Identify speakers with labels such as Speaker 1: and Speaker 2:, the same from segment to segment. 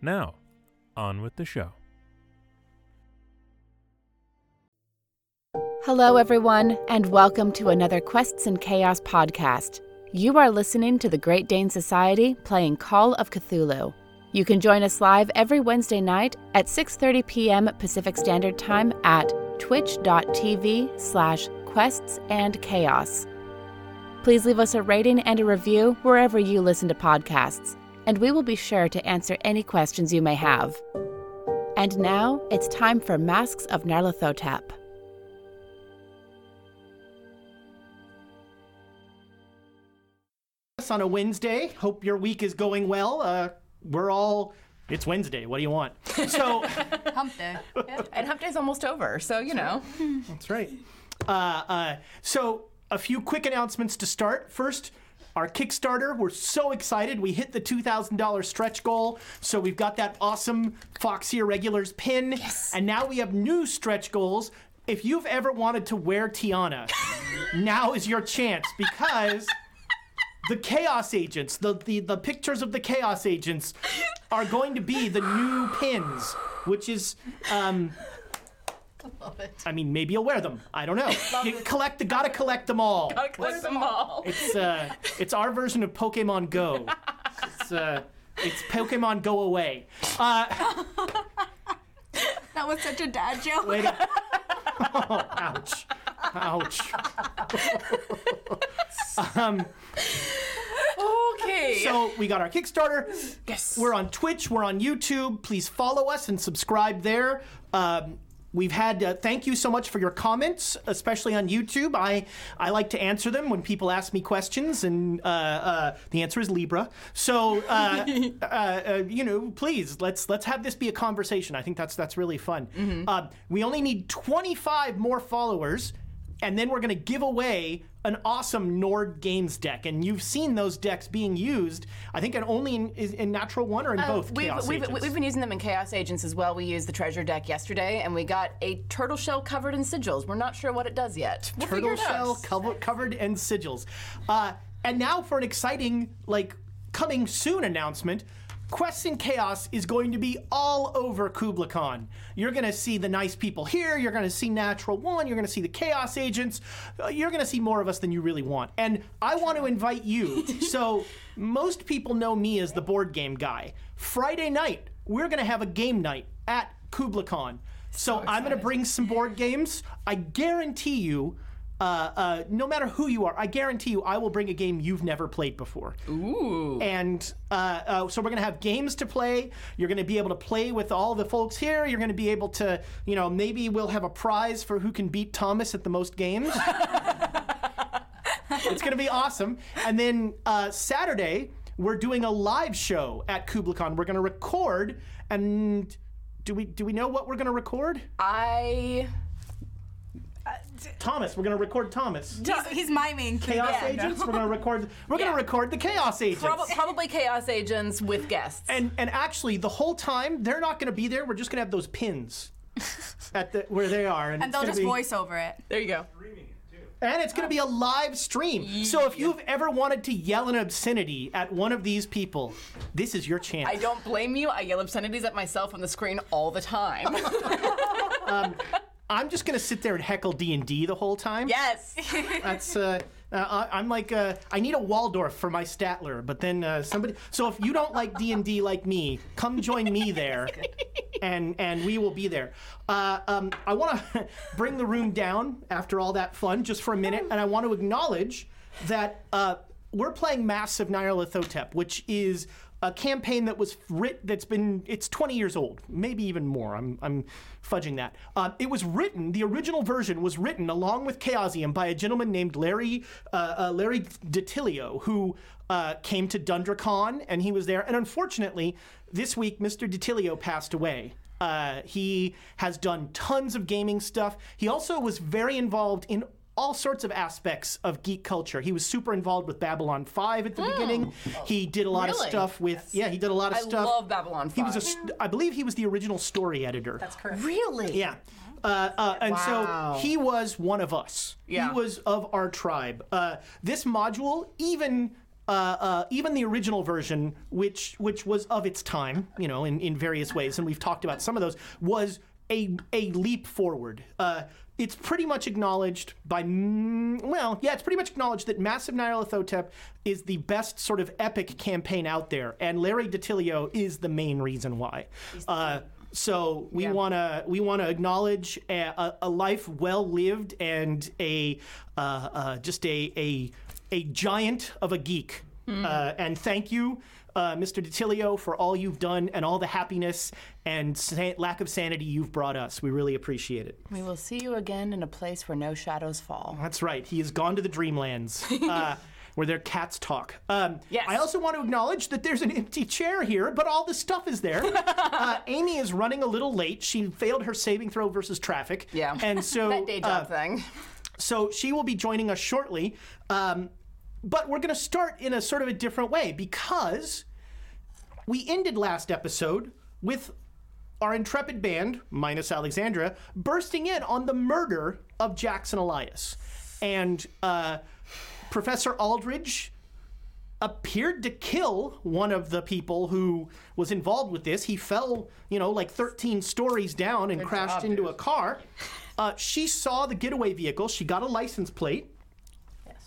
Speaker 1: Now, on with the show.
Speaker 2: Hello, everyone, and welcome to another Quests and Chaos podcast. You are listening to the Great Dane Society playing Call of Cthulhu. You can join us live every Wednesday night at 6:30 p.m. Pacific Standard Time at twitch.tv slash quests and chaos. Please leave us a rating and a review wherever you listen to podcasts, and we will be sure to answer any questions you may have. And now it's time for Masks of Narlathotep.
Speaker 3: us on a Wednesday. Hope your week is going well. Uh, we're all. It's Wednesday. What do you want? So
Speaker 4: Hump day.
Speaker 5: And hump day's almost over, so you know.
Speaker 3: that's right. Uh, uh, so a few quick announcements to start. First, our Kickstarter. We're so excited. We hit the two thousand dollar stretch goal. So we've got that awesome Foxy Irregulars pin, and now we have new stretch goals. If you've ever wanted to wear Tiana, now is your chance because. the chaos agents the, the the pictures of the chaos agents are going to be the new pins which is um I mean, maybe you'll wear them. I don't know. You collect, gotta collect them all.
Speaker 5: Click them all.
Speaker 3: It's uh, it's our version of Pokemon Go. It's uh, it's Pokemon Go away. Uh,
Speaker 4: That was such a dad joke.
Speaker 3: Wait. a- Oh, ouch. Ouch.
Speaker 5: Okay.
Speaker 3: So we got our Kickstarter.
Speaker 5: yes.
Speaker 3: We're on Twitch. We're on YouTube. Please follow us and subscribe there. Um, we've had uh, thank you so much for your comments, especially on YouTube. I I like to answer them when people ask me questions, and uh, uh, the answer is Libra. So uh, uh, uh, you know, please let's let's have this be a conversation. I think that's that's really fun. Uh, we only need 25 more followers and then we're going to give away an awesome Nord Games deck. And you've seen those decks being used, I think, in only in, is in Natural One or in both
Speaker 5: Oh, We've,
Speaker 3: Chaos
Speaker 5: we've,
Speaker 3: Agents.
Speaker 5: we've been using them in Chaos Agents as well. We used the treasure deck yesterday, and we got a turtle shell covered in sigils. We're not sure what it does yet. We'll figure
Speaker 3: Turtle
Speaker 5: it out.
Speaker 3: shell cover, covered in sigils. Uh, and now for an exciting, like, coming soon announcement. Quests in Chaos is going to be all over Kubla Khan. You're going to see the nice people here. You're going to see Natural One. You're going to see the Chaos Agents. Uh, you're going to see more of us than you really want. And I want to invite you. so, most people know me as the board game guy. Friday night, we're going to have a game night at Kubla Khan. So, I'm going to bring some board games. I guarantee you, uh, uh, no matter who you are, I guarantee you, I will bring a game you've never played before. Ooh. And uh, uh, so we're gonna have games to play. You're gonna be able to play with all the folks here. You're gonna be able to, you know, maybe we'll have a prize for who can beat Thomas at the most games. it's gonna be awesome. And then uh, Saturday, we're doing a live show at KublaCon. We're gonna record and. Do we, do we know what we're going to record?
Speaker 5: I.
Speaker 3: Thomas. We're going to record Thomas.
Speaker 4: He's, he's miming.
Speaker 3: Chaos
Speaker 4: Yeah, no.
Speaker 3: Agents. We're gonna record. We're gonna record the Chaos Agents.
Speaker 5: Prob- probably Chaos Agents with guests.
Speaker 3: and and actually, the whole time they're not gonna be there. We're just gonna have those pins at the where they are, and,
Speaker 4: And
Speaker 3: it's
Speaker 4: they'll
Speaker 3: gonna
Speaker 4: just
Speaker 3: be,
Speaker 4: voice over it.
Speaker 5: there you go.
Speaker 3: And it's gonna be a live stream. So if you've ever wanted to yell an obscenity at one of these people, this is your chance.
Speaker 5: I don't blame you. I yell obscenities at myself on the screen all the time.
Speaker 3: I'm just gonna sit there and heckle D and D the whole time.
Speaker 5: yes.
Speaker 3: That's uh, uh, I- I'm like uh, I need a Waldorf for my Statler, but then uh, somebody. So if you don't like D and D like me, come join me there, and and we will be there. Uh, um, I want to bring the room down after all that fun just for a minute, and I want to acknowledge that uh, we're playing Mass of Nyarlathotep, which is a campaign that was writ that's been it's 20 years old, maybe even more. I'm I'm fudging that. Uh, it was written. The original version was written along with Chaosium by a gentleman named Larry uh, uh, Larry DiTilio, who uh, came to DundraCon and he was there. And unfortunately, this week Mr. DiTilio passed away. Uh, he has done tons of gaming stuff. He also was very involved in all sorts of aspects of geek culture. He was super involved with Babylon 5 at the beginning. He did a lot of
Speaker 5: Hmm. Really?
Speaker 3: stuff with yeah, he did a lot of
Speaker 5: I
Speaker 3: stuff.
Speaker 5: love Babylon
Speaker 3: He was a
Speaker 5: 5.
Speaker 3: st- I believe he was the original story editor. That's
Speaker 4: correct.
Speaker 5: Really?
Speaker 3: yeah. Uh, uh, and
Speaker 5: Wow.
Speaker 3: so he was one of us.
Speaker 5: Yeah.
Speaker 3: He was of our tribe. Uh, this module, even uh, uh, even the original version, which which was of its time, you know, in, in various ways, and we've talked about some of those, was a a leap forward. Uh, it's pretty much acknowledged by, m- well, yeah, it's pretty much acknowledged that Massive Nyarlathotep is the best sort of epic campaign out there, and Larry DiTilio is the main reason why. Uh, so we wanna we wanna acknowledge a, a, a life well lived and a uh, uh, just a, a a giant of a geek. Uh, and thank you, uh, Mr. DiTilio, for all you've done and all the happiness and san- lack of sanity you've brought us. We really appreciate it.
Speaker 5: We will see you again in a place where no shadows fall.
Speaker 3: That's right. He has gone to the dreamlands. Uh, Where their cats talk. Um,
Speaker 5: Yes.
Speaker 3: I also want to acknowledge that there's an empty chair here, but all the stuff is there. uh, Amy is running a little late. She failed her saving throw versus traffic.
Speaker 5: Yeah.
Speaker 3: And so
Speaker 5: That day
Speaker 3: uh,
Speaker 5: job thing.
Speaker 3: so she will be joining us shortly. Um, but we're going to start in a sort of a different way because we ended last episode with our intrepid band, minus Alexandra, bursting in on the murder of Jackson Elias. And uh, Professor Aldridge appeared to kill one of the people who was involved with this. He fell, you know, like 13 stories down and crashed into a car. Uh, she saw the getaway vehicle. She got a license plate,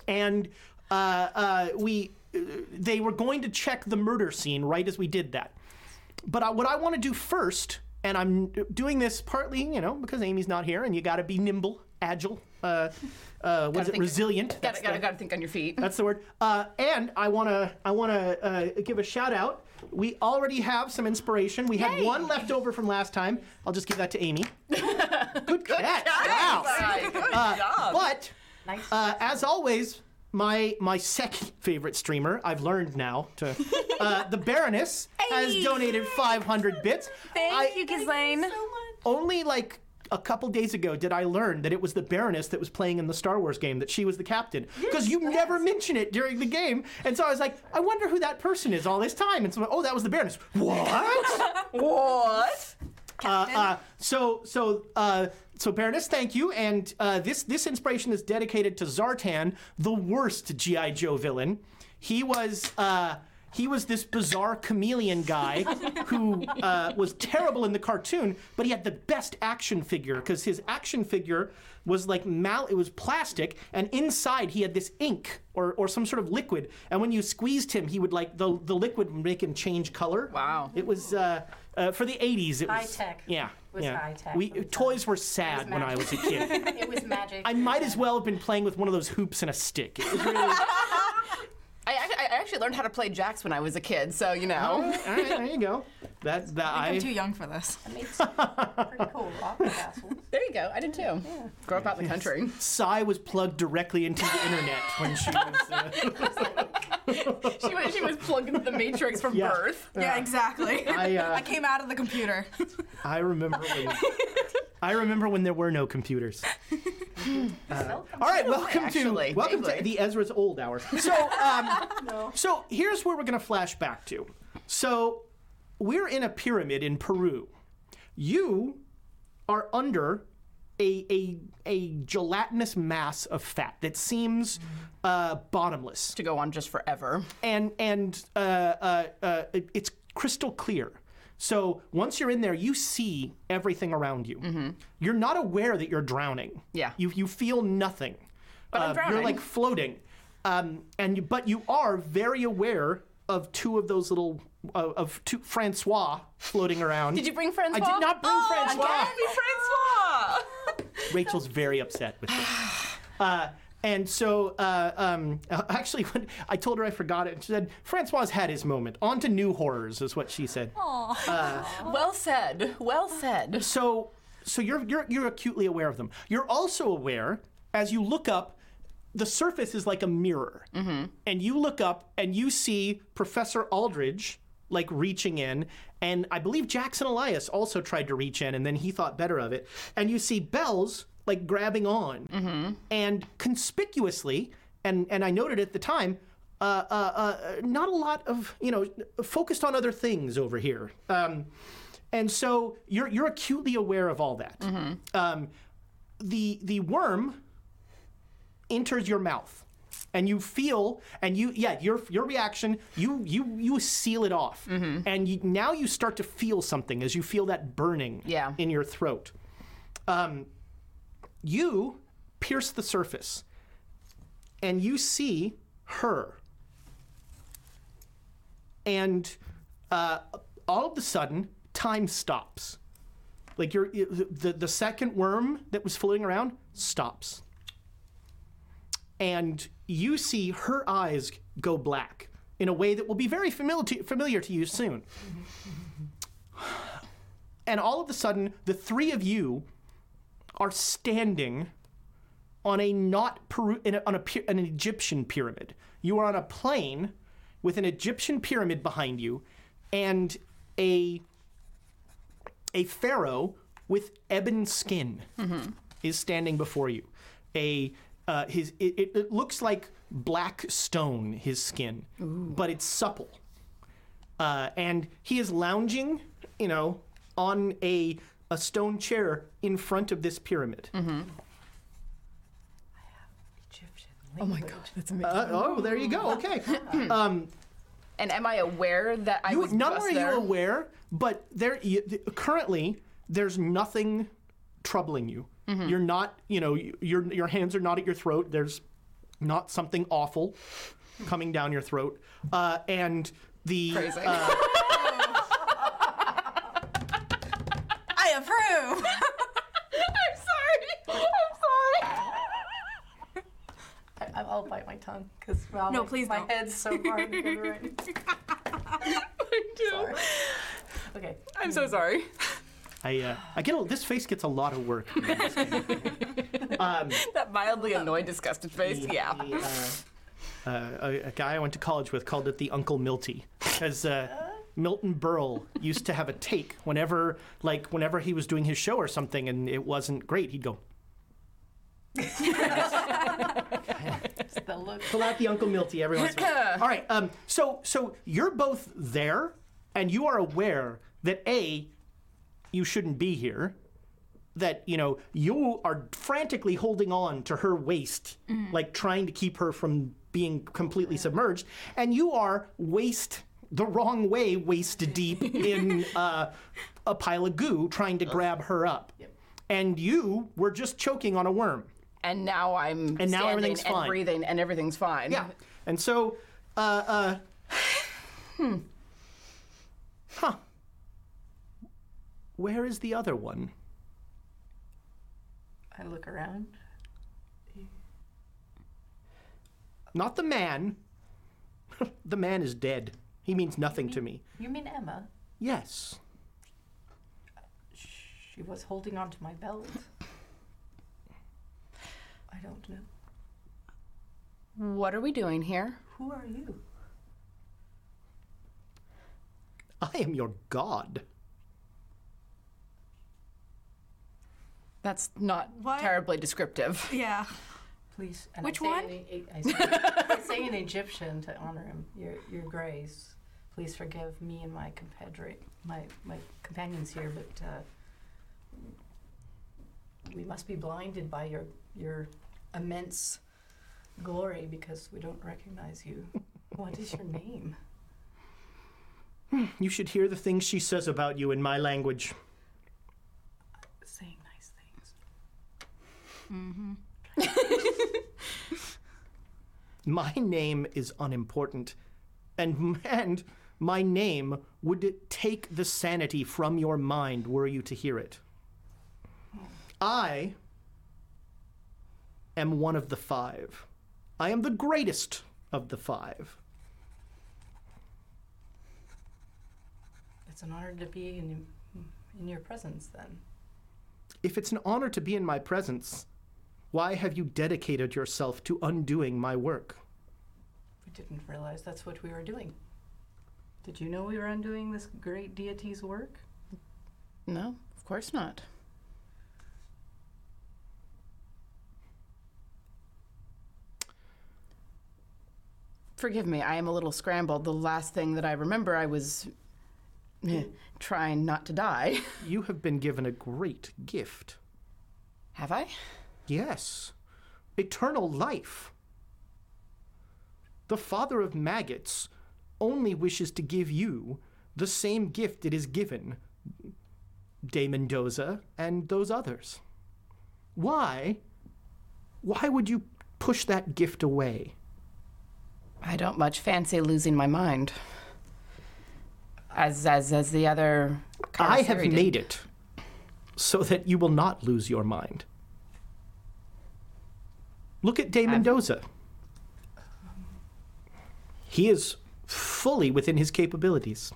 Speaker 3: and uh, uh, we uh, they were going to check the murder scene right as we did that. But I, what I want to do first, and I'm doing this partly, you know, because Amy's not here, and you got to be nimble, agile. Uh, uh, what is it?
Speaker 5: think-
Speaker 3: Resilient. That's
Speaker 5: Gotta,
Speaker 3: the-
Speaker 5: gotta, gotta think on your feet.
Speaker 3: that's the word. Uh, and I wanna I wanna uh, give a shout out. We already have some inspiration. We had one left over from last time. I'll just give that to Amy. Good catch. Wow.
Speaker 5: Right.
Speaker 3: But uh, as always, my my second favorite streamer. I've learned now to uh, the Baroness has
Speaker 4: Hey.
Speaker 3: donated 500 bits.
Speaker 4: Thank
Speaker 3: Uh, I-
Speaker 4: you, Ghislaine.
Speaker 3: only like a couple days ago did I learn that it was the Baroness that was playing in the Star Wars game that she was the captain because you never mention it during the game, and so I was like, I wonder who that person is all this time, and so oh, that was the Baroness. What?
Speaker 5: What?
Speaker 3: uh, so so uh, so Baroness, thank you, and uh, this this inspiration is dedicated to Zartan, the worst GI Joe villain. He was. Uh, he was this bizarre chameleon guy who uh, was terrible in the cartoon, but he had the best action figure because his action figure was like mal it was plastic and inside he had this ink or, or some sort of liquid and when you squeezed him he would like the, the liquid would make him change color
Speaker 5: Wow.
Speaker 3: it was uh, uh, for the 80s it
Speaker 6: High
Speaker 3: was
Speaker 6: tech.
Speaker 3: yeah
Speaker 6: was
Speaker 3: yeah.
Speaker 6: high tech
Speaker 3: we
Speaker 6: for the
Speaker 3: toys were sad when i was a kid
Speaker 6: It was magic.
Speaker 3: i might as well have been playing with one of those hoops and a stick It was really-
Speaker 5: I, act- I actually learned how to play jacks when I was a kid, so you know.
Speaker 3: all right there you go that that i,
Speaker 4: I'm too young for this.
Speaker 3: Uh,
Speaker 6: Pretty cool. Opera castles.
Speaker 5: There you go. I did too. Grow up out in the country.
Speaker 3: Psy was plugged directly into the internet when she was uh,
Speaker 5: she, was, she was plugged into the matrix from
Speaker 3: Yeah.
Speaker 5: birth.
Speaker 4: Yeah, exactly.
Speaker 3: I, uh,
Speaker 4: I came out of the computer.
Speaker 3: I remember when I remember when there were no computers. Uh, All right, welcome
Speaker 5: actually,
Speaker 3: to welcome to
Speaker 5: vaguely.
Speaker 3: the Ezra's Old Hour. So, um, so here's where we're gonna flash back to. So, we're in a pyramid in Peru. You are under a a, a gelatinous mass of fat that seems uh, bottomless
Speaker 5: To go on just forever.
Speaker 3: and and uh, uh, uh, it- it's crystal clear. So once you're in there, you see everything around you. You're not aware that you're drowning.
Speaker 5: Mm-hmm. Yeah.
Speaker 3: You you feel nothing. But
Speaker 5: I'm
Speaker 3: You're
Speaker 5: drowning.
Speaker 3: like floating, um, and you, but you are very aware of two of those little uh, of two Francois floating around.
Speaker 5: Did you bring Francois?
Speaker 3: I did not bring Ah!
Speaker 5: oh,
Speaker 3: Francois.
Speaker 5: I gotta be Francois.
Speaker 3: Rachel's very upset with this. Uh, And so, uh, um, actually, when I told her I forgot it, and she said, Francois had his moment. On to new horrors, is what she said.
Speaker 5: Ah! Well said. Well said.
Speaker 3: So, so you're, you're, you're acutely aware of them. You're also aware, as you look up, the surface is like a mirror. And you look up and you see Professor Aldridge, like, reaching in. And I believe Jackson Elias also tried to reach in, and then he thought better of it. And you see Bells, like, grabbing on. And conspicuously, and, and I noted at the time, uh, uh, uh, not a lot of, you know, focused on other things over here. Um, and so you're you're acutely aware of all that. Um, the the worm enters your mouth, and you feel and you yeah your your reaction you you you seal it off, and you, now you start to feel something as you feel that burning
Speaker 5: Yeah.
Speaker 3: in your throat. Um, you pierce the surface, and you see her, and uh, all of a sudden time stops like you're you- the, the second worm that was floating around stops and you see her eyes go black in a way that will be very familiar to, familiar to you soon and all of a sudden the three of you are standing on a not Peru, in a, on a, py- an Egyptian pyramid. You are on a plane with an Egyptian pyramid behind you, and a a pharaoh with ebon skin is standing before you. A uh, his it, it, it looks like black stone his skin, but it's supple. Uh, and he is lounging, you know, on a a stone chair in front of this pyramid.
Speaker 5: Oh my god, that's amazing.
Speaker 3: Uh, oh, there you go. Okay. um,
Speaker 5: and am I aware that I
Speaker 3: you,
Speaker 5: was
Speaker 3: not
Speaker 5: just
Speaker 3: only are
Speaker 5: there?
Speaker 3: you aware, but there you, th- currently there's nothing troubling you.
Speaker 5: Mm-hmm.
Speaker 3: You're not, you know, you- your your hands are not at your throat. There's not something awful coming down your throat, uh, and the
Speaker 5: Phrasing.
Speaker 4: I approve.
Speaker 5: I'm sorry. I'm sorry.
Speaker 6: I, I'll bite my tongue because well,
Speaker 4: No,
Speaker 6: my,
Speaker 4: please
Speaker 6: my
Speaker 4: don't.
Speaker 6: head's so hard. and everything. Sorry. Okay.
Speaker 5: I'm so sorry.
Speaker 3: I uh, I get a, this face gets a lot of work.
Speaker 5: That mildly annoyed, disgusted face. Yeah.
Speaker 3: The, uh, uh, a, a guy I went to college with called it the Uncle Milty because uh, Milton Berle used to have a take whenever, like, whenever he was doing his show or something, and it wasn't great. He'd go
Speaker 6: It's the look.
Speaker 3: pull out the Uncle Milty every once in a while. All right, um, so so you're both there, and you are aware that a you shouldn't be here. That you know you are frantically holding on to her waist, like trying to keep her from being completely submerged, and you are waist the wrong way, waist deep in uh, a pile of goo, trying to grab her up, and you were just choking on a worm.
Speaker 5: And now I'm
Speaker 3: And now
Speaker 5: standing
Speaker 3: everything's
Speaker 5: and
Speaker 3: fine.
Speaker 5: breathing and everything's fine.
Speaker 3: Yeah. And so, uh, uh, huh. Where is the other one?
Speaker 6: I look around.
Speaker 3: Not the man. the man is dead. He means nothing to me.
Speaker 6: You mean Emma?
Speaker 3: Yes.
Speaker 6: She was holding onto my belt. I don't know.
Speaker 5: What are we doing here?
Speaker 6: Who are you?
Speaker 3: I am your god.
Speaker 5: That's not
Speaker 4: What?
Speaker 5: terribly descriptive.
Speaker 4: yeah.
Speaker 6: Please. and
Speaker 4: Which
Speaker 6: I say
Speaker 4: one?
Speaker 6: in- I say, I say in Egyptian to honor him. Your, your grace. Please forgive me and my compatriot, my my companions here, but uh, we must be blinded by your your immense glory because we don't recognize you. What is your name?
Speaker 3: You should hear the things she says about you in my language.
Speaker 6: Saying nice things.
Speaker 3: My name is unimportant. And, and my name would take the sanity from your mind were you to hear it. I am one of the five. I am the greatest of the five.
Speaker 6: It's an honor to be in, in your presence then.
Speaker 3: If it's an honor to be in my presence, why have you dedicated yourself to undoing my work?
Speaker 6: We didn't realize that's what we were doing. Did you know we were undoing this great deity's work?
Speaker 5: No, of course not. Forgive me, I am a little scrambled. The last thing that I remember, I was eh, trying not to die.
Speaker 3: You have been given a great gift.
Speaker 5: Have I?
Speaker 3: Yes, eternal life. The father of maggots only wishes to give you the same gift it is given De Mendoza and those others. Why? Why would you push that gift away?
Speaker 5: I don't much fancy losing my mind. As as as the other.
Speaker 3: I have
Speaker 5: Karasiri did.
Speaker 3: made it so that you will not lose your mind. Look at Day Mendoza. He is fully within his capabilities.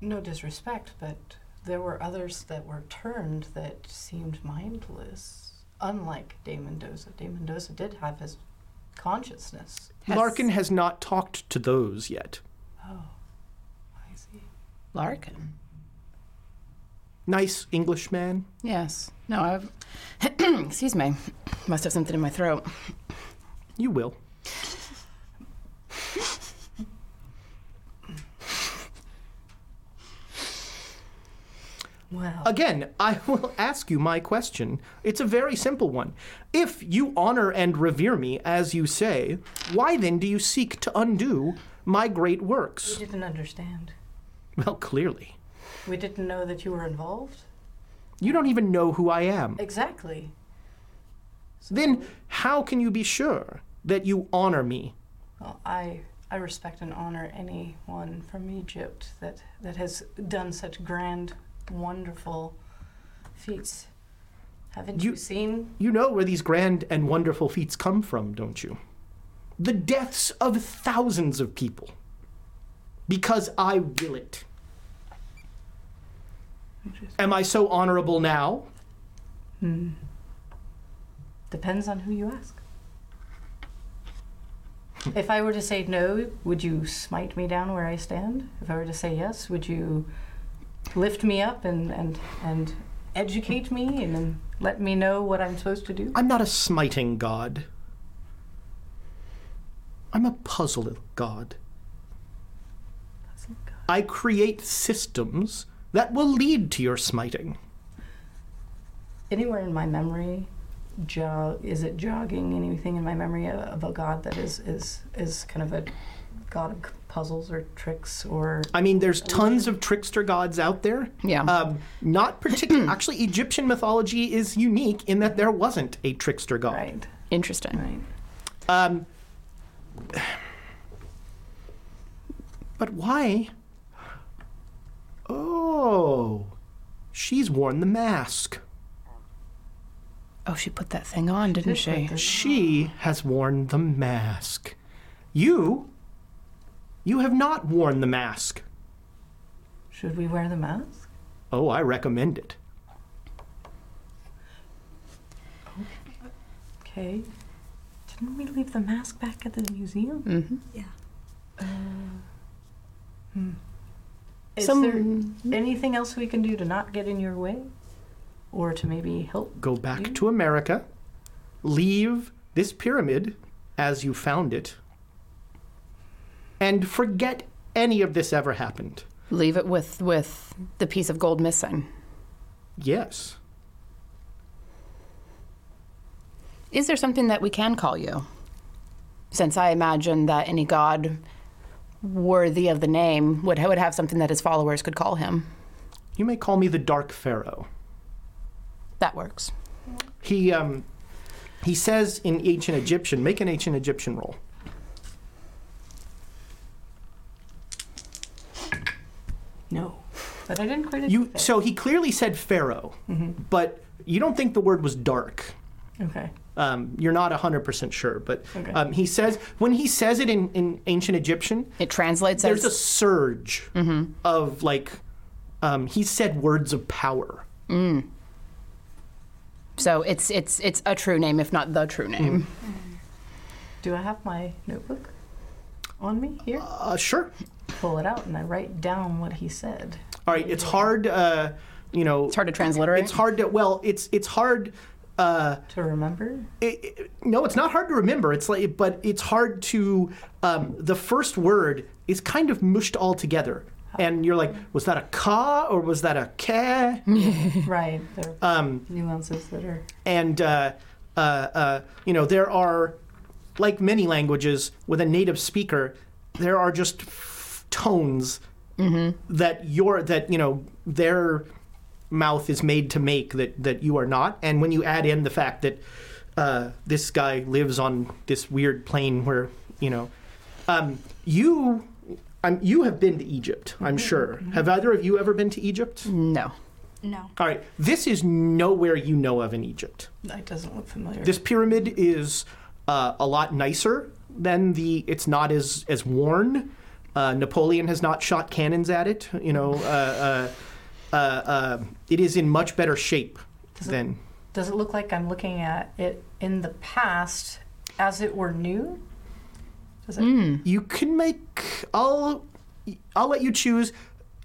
Speaker 6: No disrespect, but there were others that were turned that seemed mindless, unlike De Mendoza. De Mendoza did have his consciousness.
Speaker 5: Has-
Speaker 3: Larkin has not talked to those yet.
Speaker 6: I see.
Speaker 5: Larkin.
Speaker 3: Nice Englishman.
Speaker 5: Yes. No, I've. Excuse me. Must have something in my throat.
Speaker 3: You will.
Speaker 6: Well,
Speaker 3: Again, I will ask you my question. It's a very simple one. If you honor and revere me, as you say, why then do you seek to undo my great works?
Speaker 6: we didn't understand.
Speaker 3: Well, clearly.
Speaker 6: We didn't know that you were involved.
Speaker 3: You don't even know who I am.
Speaker 6: Exactly.
Speaker 3: Then how can you be sure that you honor me?
Speaker 6: Well, I I respect and honor anyone from Egypt that that has done such grand, wonderful feats. Haven't you,
Speaker 3: You-
Speaker 6: seen?
Speaker 3: You know where these grand and wonderful feats come from, don't you? The deaths of thousands of people. Because I will it. Am I so honorable now?
Speaker 6: Depends on who you ask. If I were to say no, would you smite me down where I stand? If I were to say yes, would you lift me up and and and educate me and then let me know what I'm supposed to do?
Speaker 3: I'm not a smiting god. I'm a puzzle god. I create systems that will lead to your smiting.
Speaker 6: anywhere in my memory jog is it jogging anything in my memory of, of a god that is is is kind of a god of puzzles or tricks or
Speaker 3: I mean, there's tons of trickster gods out there.
Speaker 5: Yeah.
Speaker 3: Um, not particular. actually, Egyptian mythology is unique in that there wasn't a trickster god.
Speaker 6: right
Speaker 5: Interesting.
Speaker 6: right
Speaker 3: Um, but why? Oh, she's worn the mask.
Speaker 5: Oh, she put that thing on, didn't she?
Speaker 3: She has worn the mask. You? You have not worn the mask.
Speaker 6: should we wear the mask
Speaker 3: Oh, I recommend it.
Speaker 6: okay didn't we leave the mask back at the museum Uh,
Speaker 5: Mm-hmm.
Speaker 6: hmm. is
Speaker 5: Some-
Speaker 6: there anything else we can do to not get in your way or to maybe help
Speaker 3: Go back to America. Leave this pyramid as you found it. And forget any of this ever happened.
Speaker 5: Leave it with with the piece of gold missing.
Speaker 3: Yes.
Speaker 5: Is there something that we can call you? Since I imagine that any god worthy of the name would would have something that his followers could call him.
Speaker 3: You may call me the Dark Pharaoh.
Speaker 5: That works.
Speaker 3: He um, he says in ancient Egyptian, make an ancient Egyptian roll.
Speaker 6: no but i didn't quite
Speaker 3: You
Speaker 6: expect-
Speaker 3: so he clearly said Pharaoh, but you don't think the word was dark.
Speaker 6: Okay.
Speaker 3: Um, you're not 100% sure, but
Speaker 6: Okay.
Speaker 3: um, he says, when he says it in, in ancient Egyptian,
Speaker 5: It translates
Speaker 3: there's
Speaker 5: as
Speaker 3: a surge of like, um, he said words of power.
Speaker 5: so. It's it's it's a true name, if not the
Speaker 3: Hmm.
Speaker 5: true name.
Speaker 6: Do I have my notebook on me here?
Speaker 3: Uh, sure.
Speaker 6: Pull it out and I write down what he said.
Speaker 3: All right. It's hard, uh, you know.
Speaker 5: It's hard to transliterate.
Speaker 3: It's hard to, well, it's, it's hard. Uh,
Speaker 6: To remember?
Speaker 3: it, it- no, it's not hard to remember. It's like, but it's hard to. Um, the first word is kind of mushed all together, and you're like, was that a ka or was that a ke?
Speaker 6: right. There are um, nuances that are.
Speaker 3: and uh, uh, uh, you know there are, like many languages, with a native speaker, there are just f- tones that your that you know their mouth is made to make that that you are not. And when you add in the fact that uh, this guy lives on this weird plane where you know um, you. I'm, you have been to Egypt, I'm sure. Have either of you ever been to Egypt?
Speaker 5: No.
Speaker 4: No.
Speaker 3: All right, this is nowhere you know of in Egypt.
Speaker 6: That doesn't look familiar.
Speaker 3: This pyramid is uh, a lot nicer than the. It's not as as worn. Uh, Napoleon has not shot cannons at it. You know, uh, uh, uh, uh, it is in much better shape than.
Speaker 6: Does it look like I'm looking at it in the past as it were new? Does it?
Speaker 3: You can make. I'll. I'll let you choose.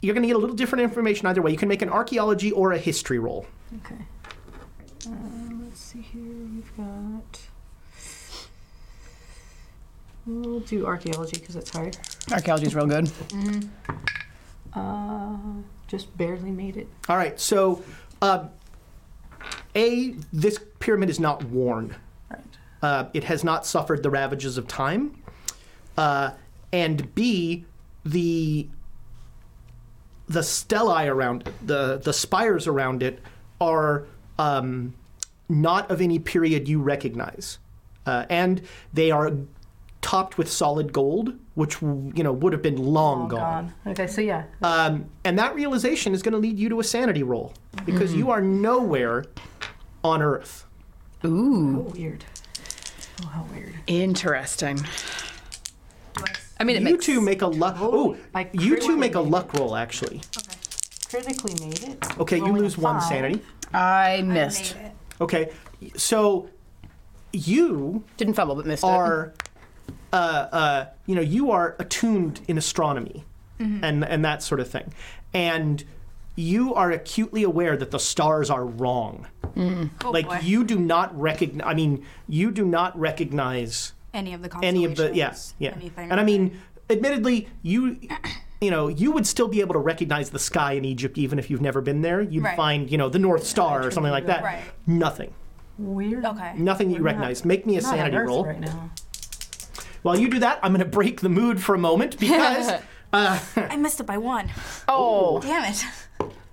Speaker 3: You're going to get a little different information either way. You can make an archaeology or a history roll.
Speaker 6: Okay. Uh, let's see here. We've got. We'll do archaeology because it's hard.
Speaker 5: Archaeology's real good.
Speaker 6: Uh, just barely made it.
Speaker 3: All right. So, uh, a this pyramid is not worn.
Speaker 6: Right.
Speaker 3: Uh, it has not suffered the ravages of time. Uh, and B, the the stellae around it, the the spires around it are um, not of any period you recognize, uh, and they are topped with solid gold, which you know would have been long,
Speaker 6: All
Speaker 3: gone.
Speaker 6: gone. Okay, so yeah.
Speaker 3: Um, and that realization is going to lead you to a sanity roll because you are nowhere on Earth.
Speaker 5: Ooh,
Speaker 6: Oh, weird. Oh, how weird.
Speaker 5: interesting. I mean, it
Speaker 3: you
Speaker 5: makes
Speaker 3: two make a luck. Oh,
Speaker 6: I
Speaker 3: you two
Speaker 6: critically
Speaker 3: make a
Speaker 6: made
Speaker 3: luck roll actually.
Speaker 6: Critically made it.
Speaker 3: Okay, you
Speaker 6: Rolling a
Speaker 3: lose one
Speaker 6: five.
Speaker 3: sanity.
Speaker 5: I
Speaker 4: I
Speaker 5: missed.
Speaker 4: made it.
Speaker 3: Okay, so you
Speaker 5: Didn't fumble, but missed it.
Speaker 3: are, uh, uh, you know, you are attuned in astronomy, and and that sort of thing, and you are acutely aware that the stars are wrong.
Speaker 4: Oh,
Speaker 3: like
Speaker 4: boy.
Speaker 3: you do not recognize. I mean, you do not recognize
Speaker 4: any of the
Speaker 3: any of the yeah
Speaker 4: constellations,
Speaker 3: yeah
Speaker 4: anything.
Speaker 3: and i mean admittedly you you know you would still be able to recognize the sky in egypt even if you've never been there you'd
Speaker 4: Right.
Speaker 3: find you know the north star or something like that
Speaker 4: Right.
Speaker 3: nothing
Speaker 6: Weird.
Speaker 4: Okay.
Speaker 3: nothing that you
Speaker 6: We're not-
Speaker 3: recognize make me a
Speaker 6: Not on
Speaker 3: sanity
Speaker 6: Earth
Speaker 3: roll
Speaker 6: right now.
Speaker 3: while you do that i'm going to break the mood for a moment because
Speaker 4: I missed it by one.
Speaker 5: Oh,
Speaker 4: Damn it.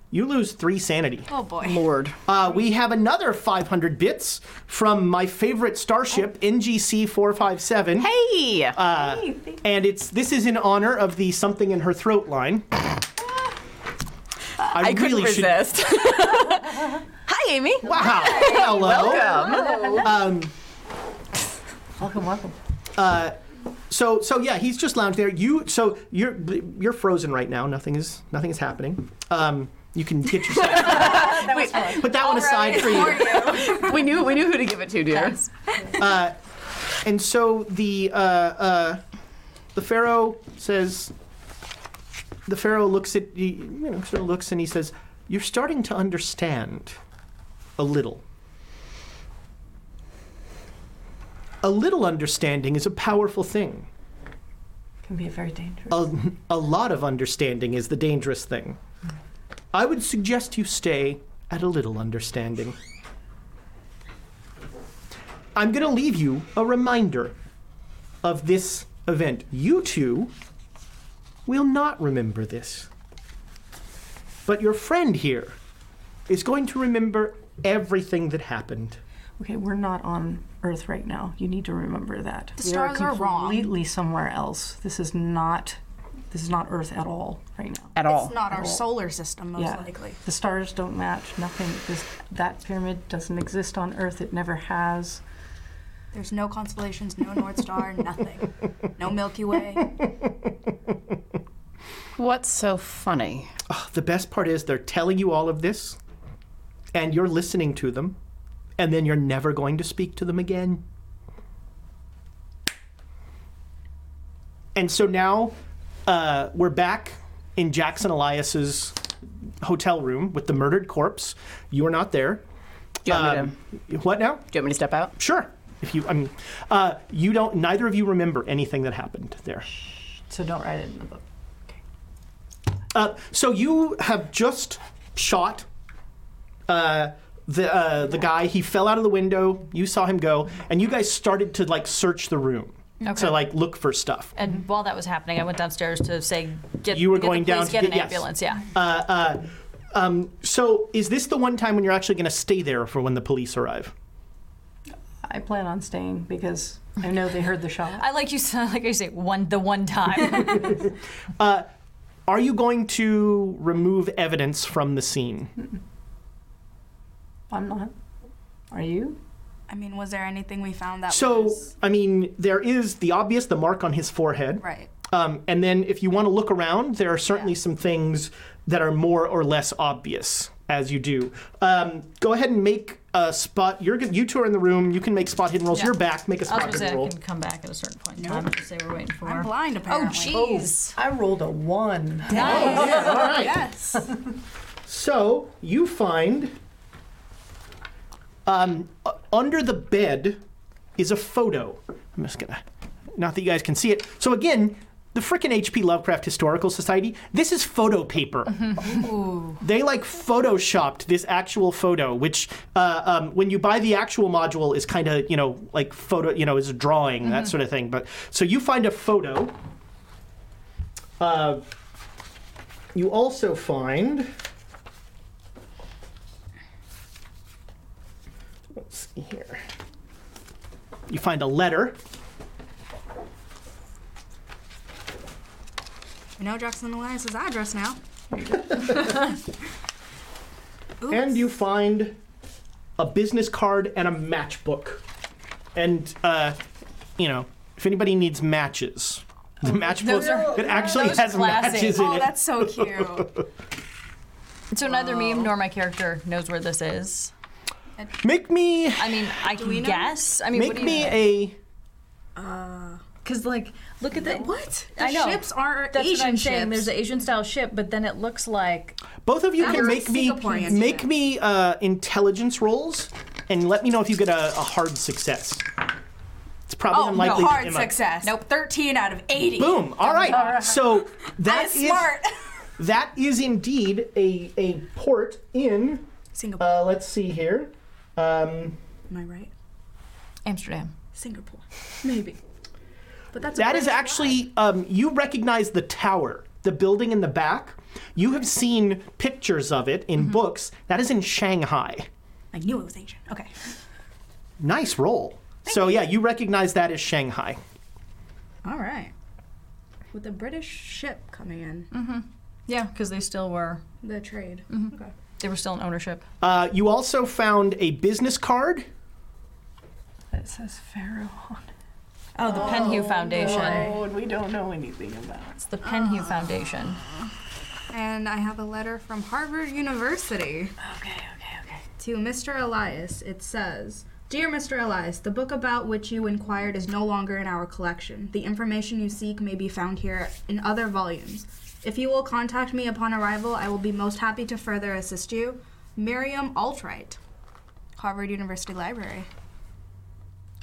Speaker 3: you lose three sanity
Speaker 4: Oh boy.
Speaker 5: Lord.
Speaker 3: uh, we have another 500 bits from my favorite starship
Speaker 6: Oh.
Speaker 3: ngc 457
Speaker 5: Hey.
Speaker 3: and it's this is in honor of the something in her throat line I, really should
Speaker 5: Hi, Amy.
Speaker 3: Wow. Hello. Welcome.
Speaker 6: Welcome, welcome.
Speaker 3: So so yeah, he's just lounged there. You so you're you're frozen right now. Nothing is nothing is happening. Um, you can get yourself. put that one aside for you.
Speaker 5: we knew we knew who to give it to, dear.
Speaker 3: And so the uh, uh, the pharaoh says. The pharaoh looks at you know sort of looks and he says, "You're starting to understand, a little. A little understanding is a powerful thing."
Speaker 6: Can be very dangerous.
Speaker 3: a, a lot of understanding is the dangerous thing. I would suggest you stay at a little understanding. I'm going to leave you a reminder of this event. You two will not remember this. But your friend here is going to remember everything that happened.
Speaker 6: Okay, we're not on Earth right now. You need to remember that. The
Speaker 4: stars are wrong.
Speaker 6: Completely somewhere else. This is not This is not Earth at all right now.
Speaker 5: at all.
Speaker 7: It's not our solar system, most likely.
Speaker 6: The stars don't match. Nothing. This, that pyramid doesn't exist on Earth. It never has.
Speaker 7: There's no constellations, no North Star, nothing. No Milky Way.
Speaker 5: What's so funny?
Speaker 3: The best part is they're telling you all of this, and you're listening to them, and then you're never going to speak to them again. And so now uh, we're back in Jackson Elias's hotel room with the murdered corpse. You are not there.
Speaker 5: Do you, want me to,
Speaker 3: Um, what now?
Speaker 5: do you want me to step out?
Speaker 3: Sure. If you, I mean, uh, you don't. Neither of you remember anything that happened there.
Speaker 6: So don't write it in the book.
Speaker 3: Uh, so you have just shot uh, the uh, the guy. He fell out of the window. You saw him go, and you guys started to like search the room to like look for stuff.
Speaker 8: And while that was happening, I went downstairs to say, "Get
Speaker 3: Mm-hmm. You were
Speaker 8: get
Speaker 3: going
Speaker 8: the police,
Speaker 3: down to
Speaker 8: get
Speaker 3: get-
Speaker 8: an
Speaker 3: yes.
Speaker 8: ambulance." Yeah.
Speaker 3: Uh, uh, um, so is this the one time when you're actually going to stay there for when the police arrive?
Speaker 6: I plan on staying because I know they heard the shot.
Speaker 8: I like you. s- Like you say, one the one time.
Speaker 3: Are you going to remove evidence from the scene?
Speaker 6: I'm not. Are you?
Speaker 7: I mean, was there anything we found that
Speaker 3: So
Speaker 7: was
Speaker 3: I mean, there is the obvious, the mark on his forehead.
Speaker 7: right?
Speaker 3: Um, and then if you want to look around, there are certainly some things that are more or less obvious as you do. Um, go ahead and make a spot. You're, you two are in the room. You can make spot hidden rolls.
Speaker 8: Yeah.
Speaker 3: You're back. Make a
Speaker 8: I was
Speaker 3: spot
Speaker 8: going to
Speaker 3: hidden
Speaker 8: say I
Speaker 3: roll.
Speaker 8: can come back at a certain point in time and just say we're waiting for.
Speaker 7: I'm blind
Speaker 8: oh
Speaker 7: apparently. Oh,
Speaker 8: jeez. Oh,
Speaker 6: I rolled a one.
Speaker 3: All right.
Speaker 7: Yes.
Speaker 3: So you find um, uh, under the bed is a photo. I'm just gonna, not that you guys can see it. So again, the frickin' H.P. Lovecraft Historical Society. This is photo paper. They like photoshopped this actual photo, which uh, um, when you buy the actual module is kind of you know like photo, you know, is a drawing that sort of thing. But so you find a photo. Uh, you also find. Let's see here. You find a letter.
Speaker 7: We know Jackson Elias's address now. Oops.
Speaker 3: and you find a business card and a matchbook. And uh, you know, if anybody needs matches, the matchbook
Speaker 8: are-
Speaker 3: it actually
Speaker 8: those
Speaker 3: has
Speaker 8: classic.
Speaker 3: matches in
Speaker 7: Oh,
Speaker 3: it.
Speaker 7: that's so cute.
Speaker 8: So neither me nor my character knows where this is.
Speaker 3: Make me
Speaker 8: I mean, I
Speaker 7: we
Speaker 8: can
Speaker 7: know?
Speaker 8: guess. I mean, what
Speaker 3: make
Speaker 8: do
Speaker 3: me
Speaker 8: you?
Speaker 3: a
Speaker 8: Because like, look at that.
Speaker 7: what? The
Speaker 8: I know.
Speaker 7: ships are
Speaker 8: That's
Speaker 7: Asian
Speaker 8: what I'm
Speaker 7: ships.
Speaker 8: saying. There's an Asian style ship, but then it looks like
Speaker 3: both of you can
Speaker 7: was
Speaker 3: make me
Speaker 7: Singaporean,
Speaker 3: make
Speaker 7: yeah.
Speaker 3: me uh, intelligence rolls and let me know if you get a, a hard success. It's probably
Speaker 7: oh,
Speaker 3: unlikely. that
Speaker 7: hard
Speaker 3: it might-
Speaker 7: success. Nope, 13 out of 80.
Speaker 3: Boom. All right. So that
Speaker 7: That's
Speaker 3: is
Speaker 7: smart.
Speaker 3: that is indeed a a port in.
Speaker 7: Singapore.
Speaker 3: Uh, let's see here. Um,
Speaker 7: Am I right?
Speaker 8: Amsterdam.
Speaker 7: Singapore. Maybe. But that's a
Speaker 3: that is
Speaker 7: British
Speaker 3: actually um, you recognize the tower, the building in the back. You have seen pictures of it
Speaker 6: Mm-hmm.
Speaker 3: in books. That is in Shanghai.
Speaker 7: flag. I knew it was Asian. Okay.
Speaker 3: Nice roll. so yeah, you recognize that as Shanghai.
Speaker 7: All right. With the British ship coming in,
Speaker 8: Yeah, because they still were.
Speaker 7: the trade. Okay.
Speaker 8: They were still in ownership.
Speaker 3: Uh, you also found a business card.
Speaker 6: It says Pharaoh on it.
Speaker 8: Oh, the Penhue Foundation.
Speaker 6: Oh, and we don't know anything about.
Speaker 8: It's the Penhue Foundation.
Speaker 7: And I have a letter from Harvard University.
Speaker 6: Okay, okay, okay.
Speaker 7: To Mr. Elias, it says Dear Mr. Elias, the book about which you inquired is no longer in our collection. The information you seek may be found here in other volumes. If you will contact me upon arrival, I will be most happy to further assist you. Miriam Altright, Harvard University Library.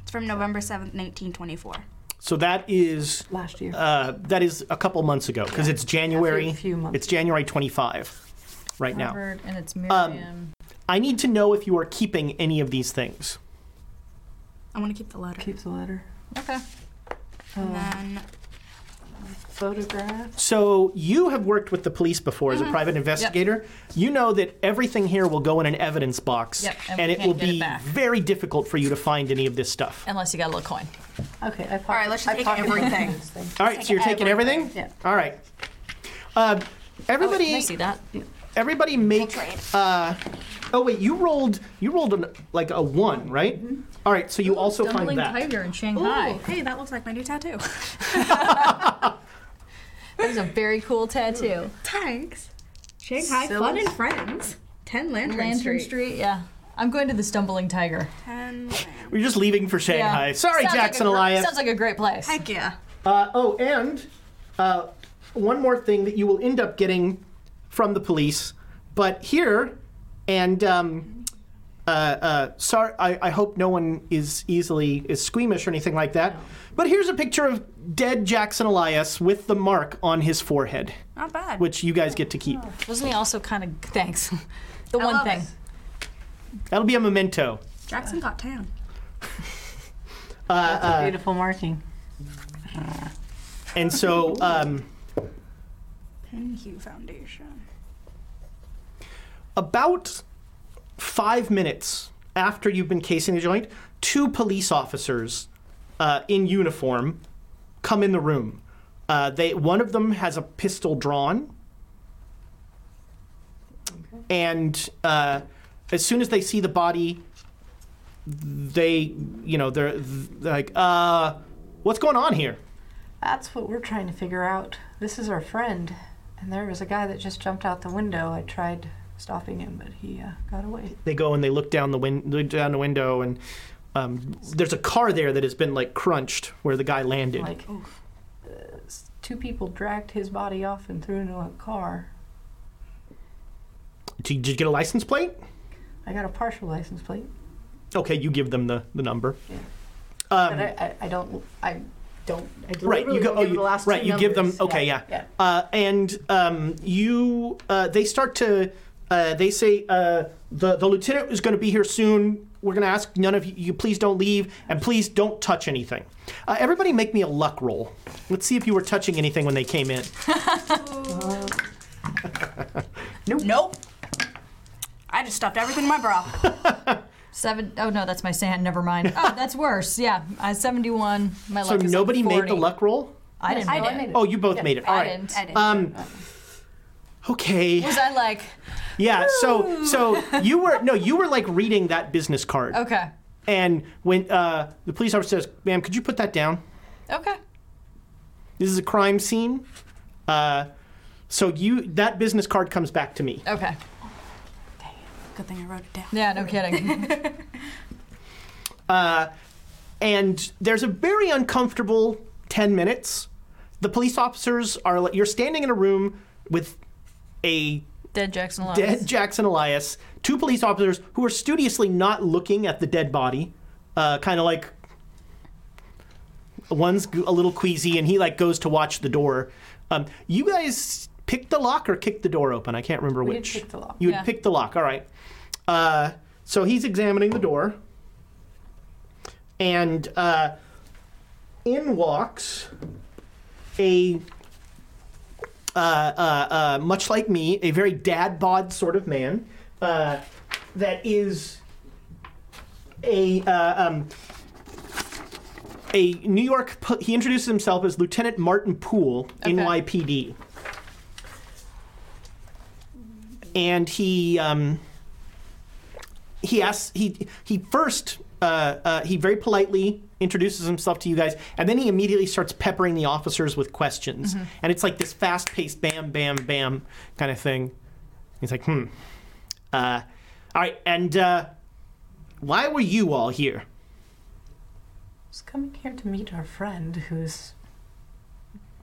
Speaker 7: It's from November 7th, 1924.
Speaker 3: So that is
Speaker 6: Last year.
Speaker 3: uh, that is a couple months ago because it's January.
Speaker 6: few months.
Speaker 3: It's January 25 right now.
Speaker 8: Harvard, and
Speaker 3: Um,
Speaker 8: it's Miriam.
Speaker 3: I need to know if you are keeping any of these things.
Speaker 7: I want to keep the letter.
Speaker 6: Keep the letter.
Speaker 8: okay.
Speaker 7: And then
Speaker 6: Photograph.
Speaker 3: So you have worked with the police before
Speaker 8: Mm-hmm.
Speaker 3: as a private investigator. You know that everything here will go in an evidence box,
Speaker 8: Yep, and
Speaker 3: and,
Speaker 8: we
Speaker 3: it
Speaker 8: can't
Speaker 3: will
Speaker 8: get it
Speaker 3: be
Speaker 8: back.
Speaker 3: very difficult for you to find any of this stuff.
Speaker 8: Unless you got a little coin.
Speaker 6: Okay, I pocket.
Speaker 7: All right, let's just
Speaker 6: I
Speaker 7: take
Speaker 6: pocketed
Speaker 7: everything.
Speaker 6: those things.
Speaker 3: All right, so you're taking everything.
Speaker 6: Yeah.
Speaker 3: All right, Uh,
Speaker 8: Oh,
Speaker 3: everybody,
Speaker 8: can I see that?
Speaker 3: everybody make. Uh, oh wait, you rolled. You rolled an, like a one, right?
Speaker 8: Mm-hmm.
Speaker 3: All right, so you also
Speaker 8: Dumbling
Speaker 3: find that.
Speaker 8: tiger in
Speaker 4: Ooh,
Speaker 8: Shanghai.
Speaker 4: hey, that looks like my new tattoo.
Speaker 8: That is a very cool tattoo.
Speaker 4: Thanks. Shanghai
Speaker 6: So
Speaker 4: Fun
Speaker 6: it's-
Speaker 4: and Friends. 10 Lantern,
Speaker 8: Lantern
Speaker 4: Street.
Speaker 8: Street. Yeah. I'm going to the Stumbling Tiger.
Speaker 4: 10 Lantern.
Speaker 3: We're just leaving for
Speaker 8: Yeah.
Speaker 3: Shanghai. Sorry,
Speaker 8: Sounds like a
Speaker 3: Jackson
Speaker 8: gr-
Speaker 3: Elias.
Speaker 8: Sounds like a great place.
Speaker 4: Heck yeah.
Speaker 3: Uh, oh, and uh, one more thing that you will end up getting from the police, but here, and um, uh, uh, sorry, I, I hope no one is easily is squeamish or anything like that. But here's a picture of dead Jackson Elias with the mark on his forehead,
Speaker 4: Not bad.
Speaker 3: which you guys get to keep.
Speaker 8: Wasn't he also kind of thanks? The
Speaker 4: I
Speaker 8: one
Speaker 4: love
Speaker 8: thing.
Speaker 4: it.
Speaker 3: That'll be a memento.
Speaker 4: Jackson got tan.
Speaker 3: Uh,
Speaker 6: That's a beautiful marking.
Speaker 3: And so, um,
Speaker 4: Pinhue Foundation.
Speaker 3: about five minutes after you've been casing the joint, two police officers uh, in uniform come in the room. Uh, they one of them has a pistol drawn, and uh, as soon as they see the body, they you know they're, they're like, uh, "What's going on here?"
Speaker 6: That's what we're trying to figure out. This is our friend, and there was a guy that just jumped out the window. I tried stopping him, but he uh, got away.
Speaker 3: they go and they look down the win- down the window and um, there's a car there that has been like crunched where the guy landed.
Speaker 6: Like, uh, s- two people dragged his body off and threw into a car.
Speaker 3: Did you- did you get a license plate?
Speaker 6: I got a partial license plate,
Speaker 3: Okay, you give them the, the number.
Speaker 6: but I, I, I don't. I don't. I
Speaker 3: Um, Right,
Speaker 6: deliberately
Speaker 3: you go.
Speaker 6: don't
Speaker 3: Oh,
Speaker 6: give
Speaker 3: you,
Speaker 6: the last two
Speaker 3: right, you give them.
Speaker 6: numbers.
Speaker 3: Okay, yeah.
Speaker 6: Yeah.
Speaker 3: Uh, and um, you, uh, they start to. Uh, they say uh, the the lieutenant is going to be here soon. We're going to ask none of you, you. Please don't leave, and please don't touch anything. Uh, everybody, make me a luck roll. Let's see if you were touching anything when they came in.
Speaker 4: Nope. I just stuffed everything in my bra.
Speaker 8: Seven oh no, that's my sand. Never mind. Oh, that's worse. Yeah, I seventy-one. My
Speaker 3: So
Speaker 8: luck is like
Speaker 3: nobody made the
Speaker 8: 40.
Speaker 3: luck roll.
Speaker 8: I didn't.
Speaker 6: No,
Speaker 8: know
Speaker 6: I
Speaker 8: it.
Speaker 6: made it.
Speaker 3: Oh, you both made it. All
Speaker 8: I
Speaker 3: right.
Speaker 8: didn't.
Speaker 4: I did.
Speaker 3: Um, okay.
Speaker 8: Was I like
Speaker 3: Yeah. So, so you were no, you were like reading that business card,
Speaker 8: okay,
Speaker 3: and when uh, the police officer says, "Ma'am, could you put that down?
Speaker 8: okay?
Speaker 3: This is a crime scene." Uh, so you that business card comes back to me.
Speaker 8: Okay.
Speaker 4: Good thing I wrote it down.
Speaker 8: Yeah, no kidding.
Speaker 3: and there's a very uncomfortable 10 minutes. The police officers are like, you're standing in a room with a
Speaker 8: Dead Jackson Elias.
Speaker 3: dead Jackson Elias, two police officers who are studiously not looking at the dead body, uh, kind of like one's g- a little queasy and he like goes to watch the door. Um, you guys picked the lock or kicked the door open? I can't remember
Speaker 6: We did
Speaker 3: which.
Speaker 6: pick the lock.
Speaker 3: You
Speaker 8: Yeah.
Speaker 3: had picked the lock. All right. Uh, so he's examining the door, and uh, in walks a uh, much like me, a very dad bod sort of man uh, that is a uh, um, a New York. po- He introduces himself as Lieutenant Martin Poole, NYPD, and he um, he asks he he first. Uh, uh, he very politely introduces himself to you guys, and then he immediately starts peppering the officers with questions. And it's like this fast-paced, bam, bam, bam kind of thing. He's like, "Hmm, uh, all right, and uh, why were you all here?
Speaker 6: was coming here to meet our friend who's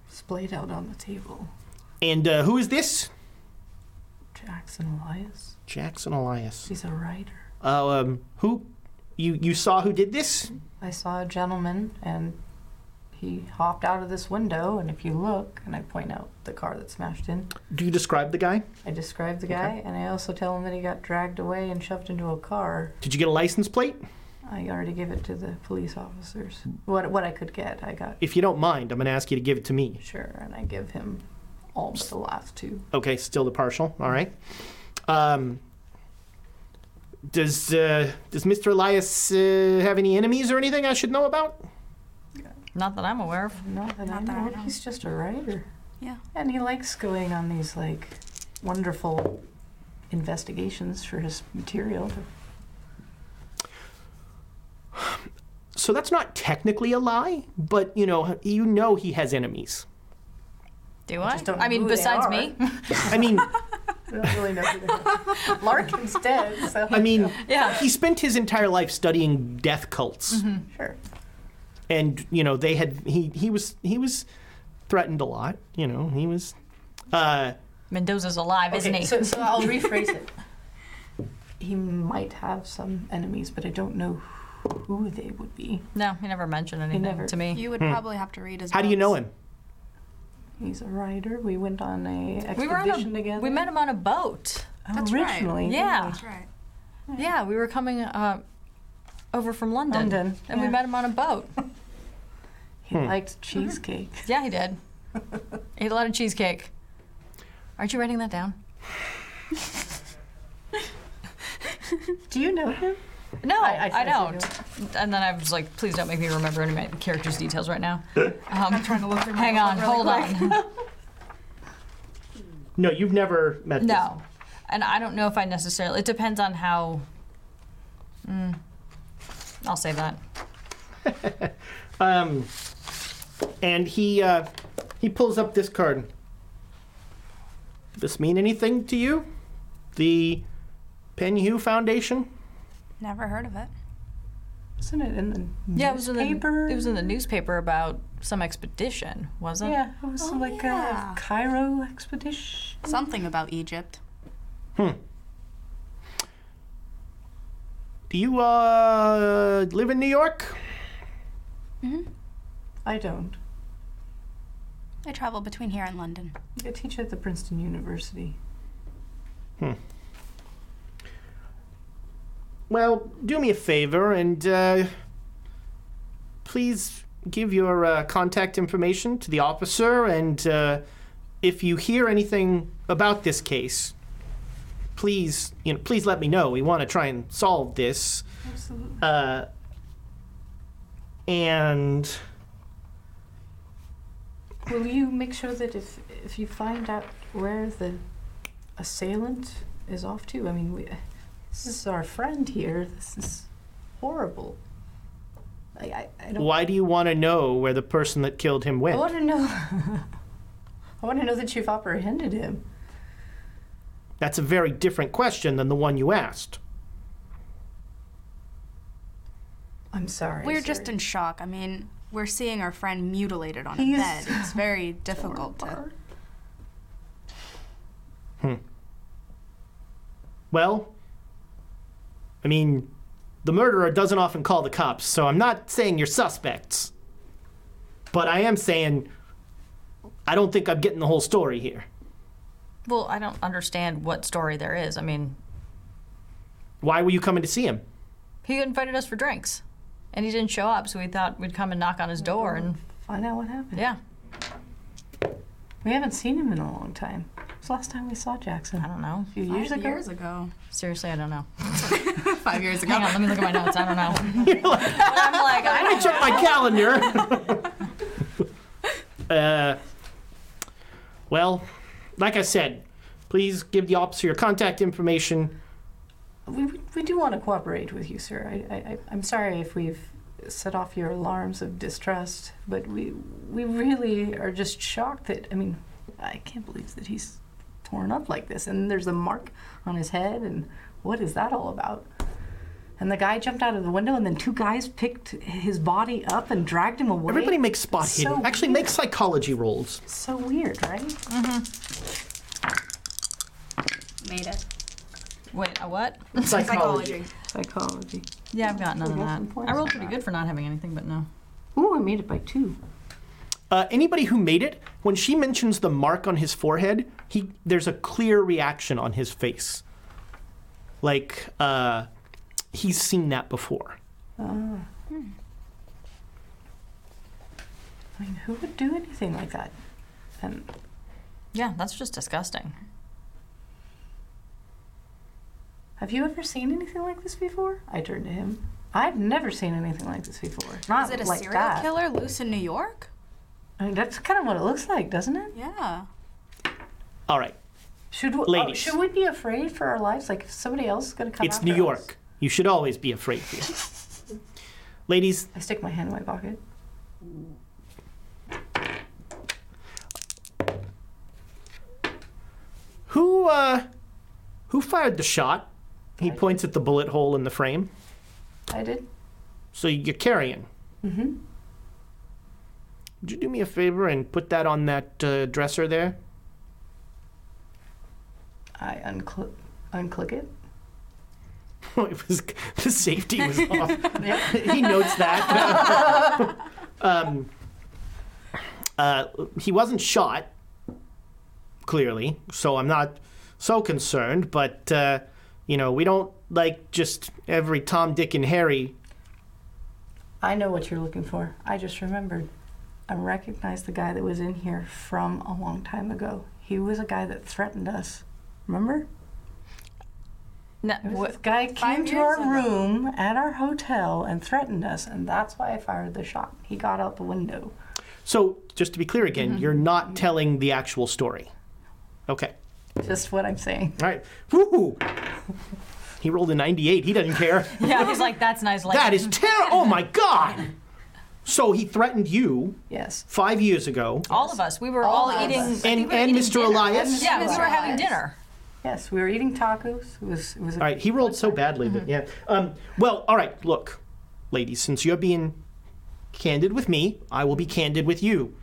Speaker 6: splayed out on the table.
Speaker 3: And uh, who is this?
Speaker 6: Jackson Elias.
Speaker 3: Jackson Elias.
Speaker 6: He's a writer.
Speaker 3: Oh, um, who? You you saw who did this?
Speaker 6: I saw a gentleman and he hopped out of this window. And if you look, and I point out the car that smashed in,
Speaker 3: Do you describe the guy?
Speaker 6: I describe the guy and I also tell him that he got dragged away and shoved into a car.
Speaker 3: Did you get a license plate?
Speaker 6: I already give it to the police officers. What what I could get, I got
Speaker 3: If you don't mind, I'm gonna ask you to give it to me.
Speaker 6: sure, and I give him all but the last two.
Speaker 3: Okay, still the partial. All right. Um, does uh, does Mr. Elias uh, have any enemies or anything I should know about?
Speaker 8: Not that I'm aware of.
Speaker 6: Not that I
Speaker 4: Not that I
Speaker 6: know.
Speaker 4: know.
Speaker 6: He's just a writer.
Speaker 8: Yeah.
Speaker 6: And he likes going on these like wonderful investigations for his material.
Speaker 3: So that's not technically a lie, but you know, you know he has enemies.
Speaker 8: Do I?
Speaker 6: just don't
Speaker 8: I
Speaker 6: know
Speaker 8: mean,
Speaker 6: who they
Speaker 8: besides
Speaker 6: are.
Speaker 8: me.
Speaker 3: I mean,
Speaker 6: I don't really know who they are. Larkin's dead, so
Speaker 3: I mean,
Speaker 8: Yeah.
Speaker 3: he spent his entire life studying death cults,
Speaker 6: sure.
Speaker 3: and you know they had he he was he was threatened a lot. You know, he was. Uh,
Speaker 8: Mendoza's alive, isn't he?
Speaker 6: so, so I'll rephrase it. He might have some enemies, but I don't know who they would be.
Speaker 8: no, he never mentioned anything
Speaker 6: never-
Speaker 8: to me.
Speaker 4: You would probably have to read as
Speaker 3: how do you know him?
Speaker 6: He's a writer. We went on a expedition
Speaker 8: we were on a,
Speaker 6: together.
Speaker 8: we met him on a boat.
Speaker 4: That's right.
Speaker 6: originally.
Speaker 8: Yeah,
Speaker 4: That's right.
Speaker 8: yeah, we were coming uh, over from London,
Speaker 6: London,
Speaker 8: and we
Speaker 6: yeah.
Speaker 8: met him on a boat.
Speaker 6: He
Speaker 3: Hmm.
Speaker 8: Uh-huh.
Speaker 6: liked cheesecake.
Speaker 8: Yeah, he did. Ate a lot of cheesecake. Aren't you writing that down?
Speaker 6: Do you know him?
Speaker 8: No,
Speaker 6: I-
Speaker 8: I,
Speaker 6: I said you
Speaker 8: don't. And then I was like, please don't make me remember any of my characters' details right now. Um, I'm trying to look through. Hang on, hold on.
Speaker 3: No, you've never met. this-
Speaker 8: no, and I don't know if I necessarily. It depends on how. Mm. I'll say that.
Speaker 3: Um, and he uh, he pulls up this card. This mean anything to you? The Penn Hugh Foundation.
Speaker 4: Never heard of it.
Speaker 6: Isn't it in the
Speaker 8: Yeah, it was in the
Speaker 6: newspaper?
Speaker 8: it was in the newspaper about some expedition, wasn't it?
Speaker 6: Yeah, Oh, it was like
Speaker 4: yeah.
Speaker 6: a Cairo expedition.
Speaker 4: Something about Egypt.
Speaker 3: Do you uh, live in New York?
Speaker 6: I don't.
Speaker 4: I travel between here and London.
Speaker 6: I teach at the Princeton University.
Speaker 3: Well, do me a favor and uh, please give your uh, contact information to the officer. And uh, if you hear anything about this case, please you know please let me know. We want to try and solve this.
Speaker 6: Absolutely.
Speaker 3: Uh, and
Speaker 6: Will you make sure that if if you find out where the assailant is off to? I mean, we, this is our friend here. This is horrible. I I, I don't.
Speaker 3: why do you want to know where the person that killed him
Speaker 6: I
Speaker 3: went?
Speaker 6: want to know. I want to know that you've apprehended him.
Speaker 3: That's a very different question than the one you asked.
Speaker 6: I'm sorry.
Speaker 4: We're
Speaker 6: sir.
Speaker 4: just in shock. I mean, we're seeing our friend mutilated on
Speaker 6: He's
Speaker 4: a bed. It's very difficult to.
Speaker 6: Or-
Speaker 3: Well, I mean, the murderer doesn't often call the cops, so I'm not saying you're suspects. But I am saying I don't think I'm getting the whole story here.
Speaker 8: Well, I don't understand what story there is. I mean,
Speaker 3: Why were you coming to see him?
Speaker 8: he invited us for drinks, and he didn't show up, so we thought we'd come and knock on his door, and
Speaker 6: Find out what happened.
Speaker 8: yeah,
Speaker 6: We haven't seen him in a long time. When's the last time we saw Jackson?
Speaker 8: I don't know.
Speaker 6: A few years ago.
Speaker 4: years ago.
Speaker 8: Seriously, I don't know.
Speaker 4: Five years ago.
Speaker 8: Hang on, let me look at my notes. I don't know. But I'm like, I
Speaker 3: I
Speaker 8: don't
Speaker 3: checked my calendar. uh, well, like I said, please give the officer your contact information.
Speaker 6: We, we do want to cooperate with you, sir. I, I, I- I'm sorry if we've set off your alarms of distrust, but we we really are just shocked that I mean, I can't believe that he's torn up like this, and there's a mark on his head, and what is that all about? And the guy jumped out of the window, and then two guys picked his body up and dragged him away.
Speaker 3: Everybody makes spot
Speaker 6: So
Speaker 3: hidden. Actually,
Speaker 6: weird.
Speaker 3: make psychology rolls.
Speaker 6: so weird, right?
Speaker 4: Made it.
Speaker 8: Wait, a what?
Speaker 4: Psychology.
Speaker 6: Psychology.
Speaker 8: Yeah, I've got none of
Speaker 6: got
Speaker 8: that.
Speaker 6: some points
Speaker 8: I rolled
Speaker 6: for
Speaker 8: pretty
Speaker 6: that.
Speaker 8: good for not having anything, but no.
Speaker 6: Ooh, I made it by two.
Speaker 3: Uh, anybody who made it, when she mentions the mark on his forehead, he there's a clear reaction on his face. Like uh, he's seen that before.
Speaker 6: I mean, who would do anything like that? And
Speaker 8: Yeah, that's just disgusting.
Speaker 6: Have you ever seen anything like this before? I turned to him. I've never seen anything like this before. Not
Speaker 4: Is it a
Speaker 6: like
Speaker 4: serial
Speaker 6: that.
Speaker 4: killer loose in New York?
Speaker 6: I mean, that's kind of what it looks like, doesn't it?
Speaker 8: Yeah.
Speaker 3: All right.
Speaker 6: Should we, oh,
Speaker 3: Ladies.
Speaker 6: should we be afraid for our lives? Like, if somebody else is going to come
Speaker 3: It's
Speaker 6: after
Speaker 3: New
Speaker 6: us?
Speaker 3: York. You should always be afraid. Here. Ladies,
Speaker 6: I stick my hand in my pocket.
Speaker 3: who uh, who fired the shot? He points at the bullet hole in the frame.
Speaker 6: I did.
Speaker 3: So you're carrying. Mm-hmm. Would you do me a favor and put that on that uh, dresser there?
Speaker 6: I unclick, unclick it.
Speaker 3: it was the safety was off. he notes that. um, uh, he wasn't shot, clearly, so I'm not so concerned. But uh, you know, we don't like just every Tom, Dick, and Harry.
Speaker 6: I know what you're looking for. I just remembered. I recognize the guy that was in here from a long time ago. He was a guy that threatened us. Remember?
Speaker 8: No,
Speaker 6: It was
Speaker 8: what-
Speaker 6: This guy came to
Speaker 8: years
Speaker 6: our room at our hotel and threatened us, and that's why I fired the shot. He got out the window.
Speaker 3: So just to be clear again, you're not telling the actual story. Okay.
Speaker 6: Just what I'm saying.
Speaker 3: All right. Woo! He rolled a 98. He doesn't care.
Speaker 8: yeah, he's like, that's nice. Like,
Speaker 3: That is terrible. Oh my god. So he threatened you
Speaker 6: Yes.
Speaker 3: five years ago,
Speaker 8: all of us. We were all,
Speaker 6: of
Speaker 8: eating.
Speaker 6: us.
Speaker 8: I think
Speaker 3: and
Speaker 8: we were
Speaker 3: and
Speaker 8: eating
Speaker 3: Mr.
Speaker 8: dinner.
Speaker 3: Elias.
Speaker 8: Yeah, we were having
Speaker 4: Elias.
Speaker 8: dinner.
Speaker 6: Yes. We were eating tacos. It was. It was. A,
Speaker 3: All right, he rolled so badly that yeah. Um, well, all right. Look, ladies, since you're being candid with me, I will be candid with you.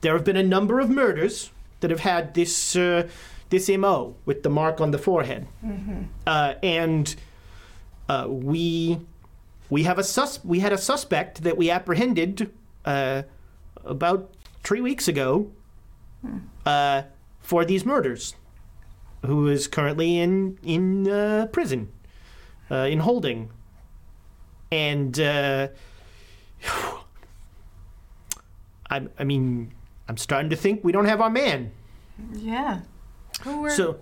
Speaker 3: There have been a number of murders that have had this uh, this mo with the mark on the forehead, uh, and uh, we we have a sus we had a suspect that we apprehended uh, about three weeks ago uh, for these murders who is currently in in uh, prison, uh, in holding, and uh, I, I mean, I'm starting to think we don't have our man.
Speaker 6: Yeah.
Speaker 8: Who were
Speaker 3: So,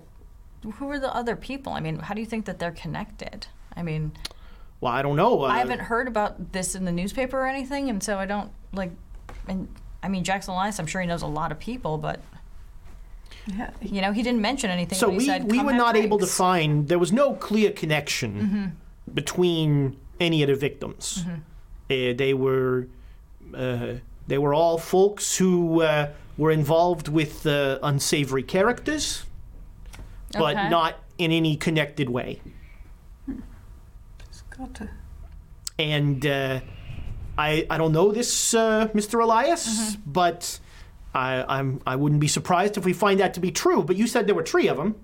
Speaker 8: who were the other people? I mean, how do you think that they're connected? I mean,
Speaker 3: well, I don't know. Uh,
Speaker 8: I haven't heard about this in the newspaper or anything, and so I don't like. And I mean, Jackson Elias, I'm sure he knows a lot of people, but
Speaker 6: Yeah.
Speaker 8: you know, he didn't mention anything.
Speaker 3: so
Speaker 8: when he
Speaker 3: we
Speaker 8: said,
Speaker 3: we
Speaker 8: "Come Mm-hmm.
Speaker 3: were
Speaker 8: have
Speaker 3: not able to
Speaker 8: drinks."
Speaker 3: find. There was no clear connection between any of the victims.
Speaker 8: Mm-hmm.
Speaker 3: Uh, they were uh, they were all folks who uh, were involved with uh, unsavory characters. but
Speaker 8: Okay.
Speaker 3: not in any connected way.
Speaker 6: It's got to.
Speaker 3: And uh, I I don't know this uh, Mr. Elias, but I I'm I wouldn't be surprised if we find that to be true. But you said there were three of them,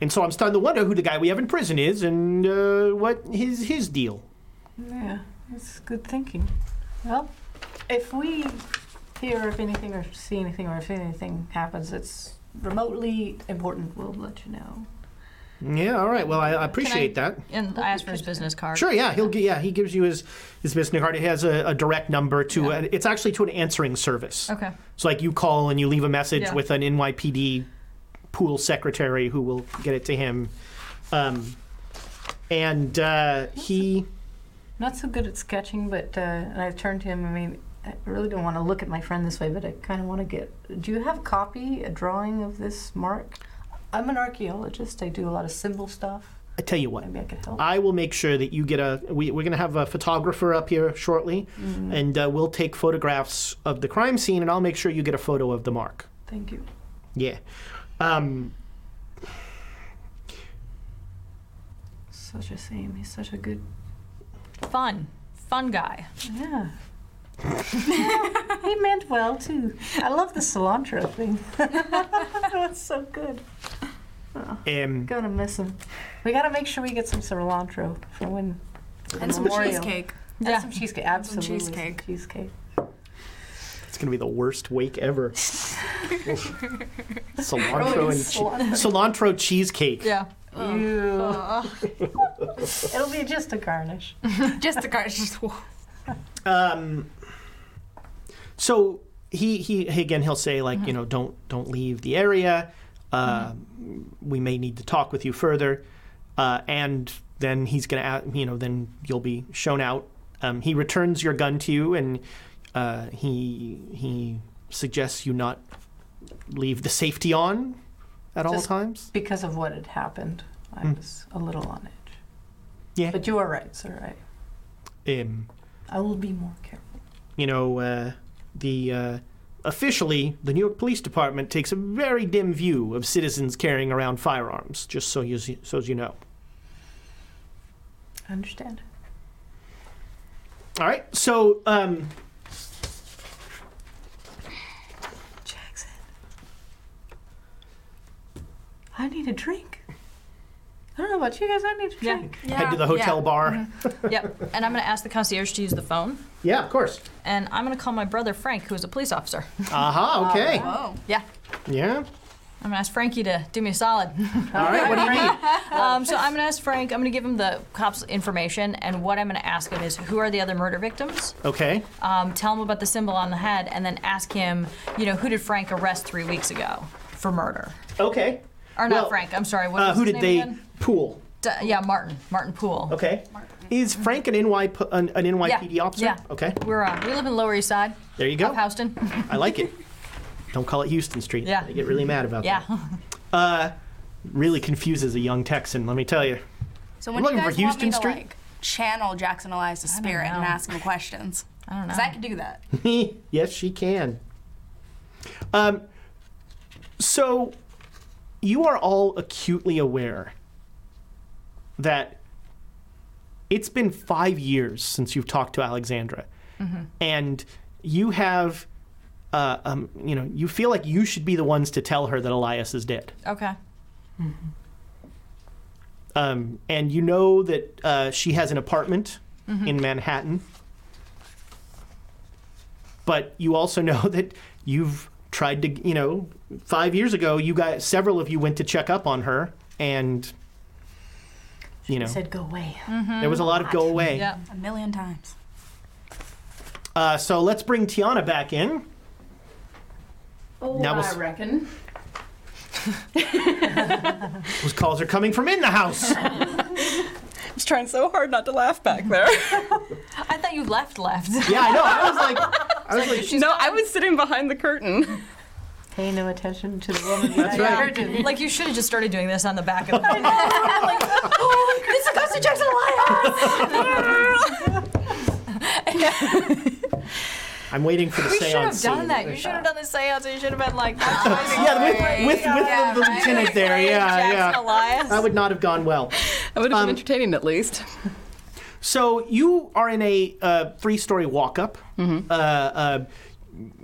Speaker 3: and so I'm starting to wonder who the guy we have in prison is and uh, what his his deal.
Speaker 6: Yeah. It's good thinking. Well, if we hear of anything or see anything or if anything happens that's remotely important, we'll let you know.
Speaker 3: Yeah, all right. Well, I, I appreciate that.
Speaker 8: And I asked for his business card.
Speaker 3: Sure, yeah, he'll gi- yeah he gives you his his business card. It has a, a direct number to a, it's actually to an answering service.
Speaker 8: Okay.
Speaker 3: So like you call and you leave a message
Speaker 8: Yeah.
Speaker 3: with an NYPD pool secretary who will get it to him, um, and uh, he
Speaker 6: Not so good at sketching, but uh, and I turned to him. I mean, I really don't want to look at my friend this way, but I kind of want to get. Do you have a copy, a drawing of this mark? I'm an archaeologist. I do a lot of symbol stuff.
Speaker 3: I tell you what.
Speaker 6: Maybe I could help.
Speaker 3: I will make sure that you get a. We, we're going to have a photographer up here shortly,
Speaker 8: Mm-hmm.
Speaker 3: and uh, we'll take photographs of the crime scene, and I'll make sure you get a photo of the mark.
Speaker 6: Thank you.
Speaker 3: Yeah. Um,
Speaker 6: Such a shame. He's such a good.
Speaker 8: Fun. Fun guy.
Speaker 6: Yeah. he meant well too. I love the cilantro thing. That's so good.
Speaker 3: um,
Speaker 6: Gonna miss him. We gotta make sure we get some cilantro for when. for the
Speaker 4: And some
Speaker 6: memorial.
Speaker 4: cheesecake.
Speaker 6: And
Speaker 8: Yeah.
Speaker 6: some cheesecake. Absolutely. some
Speaker 4: cheesecake.
Speaker 6: cheesecake.
Speaker 3: it's going to be the worst wake ever. cilantro and che-
Speaker 6: Cilantro.
Speaker 3: cilantro cheesecake.
Speaker 8: Yeah.
Speaker 6: It'll be just a garnish.
Speaker 4: Just the garnish. Just
Speaker 3: um, so he, he he- again he'll say like you know don't don't leave the area uh, we may need to talk with you further uh, and then he's gonna a- you know then you'll be shown out um, he returns your gun to you and Uh, he he suggests you not leave the safety on at all
Speaker 6: Just-
Speaker 3: times.
Speaker 6: Because of what had happened, I was a little on edge.
Speaker 3: Hmm. Yeah.
Speaker 6: But you are right, sir.
Speaker 3: Um,
Speaker 6: I, I will be more careful.
Speaker 3: you know, uh, the uh, officially the New York Police Department takes a very dim view of citizens carrying around firearms. Just so you so as you know.
Speaker 6: I understand.
Speaker 3: All right. So um,
Speaker 6: Jackson. I need a drink. I don't know about you guys, I need a
Speaker 8: Yeah. Mm-hmm.
Speaker 6: drink.
Speaker 3: head to the hotel bar.
Speaker 8: Yep. And I'm going to ask the concierge to use the phone.
Speaker 3: Yeah, of course.
Speaker 8: And I'm going to call my brother Frank, who is a police officer.
Speaker 3: Aha. Okay.
Speaker 8: Uh-huh.
Speaker 4: Oh.
Speaker 8: Yeah.
Speaker 3: Yeah.
Speaker 8: I'm going to ask Frankie to do me a solid.
Speaker 3: All right. What do you need?
Speaker 8: Um, so I'm going to ask Frank, I'm going to give him the cops' information. And what I'm going to ask him is who are the other murder victims?
Speaker 3: Okay.
Speaker 8: Um, tell him about the symbol on the head. And then ask him, you know, who did Frank arrest three weeks ago for murder?
Speaker 3: Okay.
Speaker 8: Or not
Speaker 3: Well,
Speaker 8: Frank, I'm sorry. What
Speaker 3: Uh,
Speaker 8: was
Speaker 3: who
Speaker 8: his
Speaker 3: did
Speaker 8: Uh, name
Speaker 3: they
Speaker 8: again?
Speaker 3: pool?
Speaker 8: D- yeah, Martin. Martin Poole.
Speaker 3: Okay. Is Frank an NY p- an, an NYPD
Speaker 8: Yeah,
Speaker 3: officer?
Speaker 8: yeah.
Speaker 3: Okay.
Speaker 8: We're uh, we live in Lower East Side
Speaker 3: There you go.
Speaker 8: of Houston.
Speaker 3: I like it. Don't call it Houston Street.
Speaker 8: Yeah.
Speaker 3: They get really mad about
Speaker 8: yeah.
Speaker 3: that. Really confuses a young Texan, let me tell you.
Speaker 7: So when
Speaker 3: We're
Speaker 7: you
Speaker 3: looking for
Speaker 7: guys want
Speaker 3: Houston
Speaker 7: me to
Speaker 3: Street?
Speaker 7: like channel Jackson Eliza's spirit and
Speaker 8: know.
Speaker 7: ask him questions,
Speaker 8: I don't know.
Speaker 7: because I could do that.
Speaker 3: yes, she can. Um, so, you are all acutely aware that it's been five years since you've talked to Alexandra, and you have, uh, um, you know, you feel like you should be the ones to tell her that Elias is dead.
Speaker 8: Okay.
Speaker 3: Um, and you know that uh, she has an apartment in Manhattan. But you also know that you've tried to, you know, five years ago, you guys, several of you went to check up on her, and, you know,
Speaker 6: He said, go away.
Speaker 3: there was a lot of go away.
Speaker 8: Yeah.
Speaker 7: A million times.
Speaker 3: Uh, so let's bring Tiana back in.
Speaker 6: Oh,
Speaker 3: Now we'll
Speaker 6: I
Speaker 3: s-
Speaker 6: reckon.
Speaker 3: Those calls are coming from in the house.
Speaker 9: I was trying so hard not to laugh back there.
Speaker 8: I thought you left. Left.
Speaker 3: yeah, I know. I was like, I was like,
Speaker 9: no, I was sitting behind the curtain.
Speaker 6: Pay no attention to the woman behind the
Speaker 3: right.
Speaker 6: curtain.
Speaker 8: like you should have just started doing this on the back of the. like, oh, this is Ghost of Jackson Elias.
Speaker 3: I'm waiting for the
Speaker 8: you should have
Speaker 3: seance.
Speaker 8: done
Speaker 3: scene.
Speaker 8: that. You should have done the seance. You should have been like, yeah,
Speaker 3: Yeah, with, with, with the, the lieutenant there. Yeah, Uh,
Speaker 8: Jackson
Speaker 3: yeah.
Speaker 8: Elias.
Speaker 3: That would not have gone well.
Speaker 9: That would have
Speaker 5: Um,
Speaker 9: been entertaining at least.
Speaker 3: So you are in a uh, three-story walk-up.
Speaker 8: Mm-hmm.
Speaker 3: Uh, uh,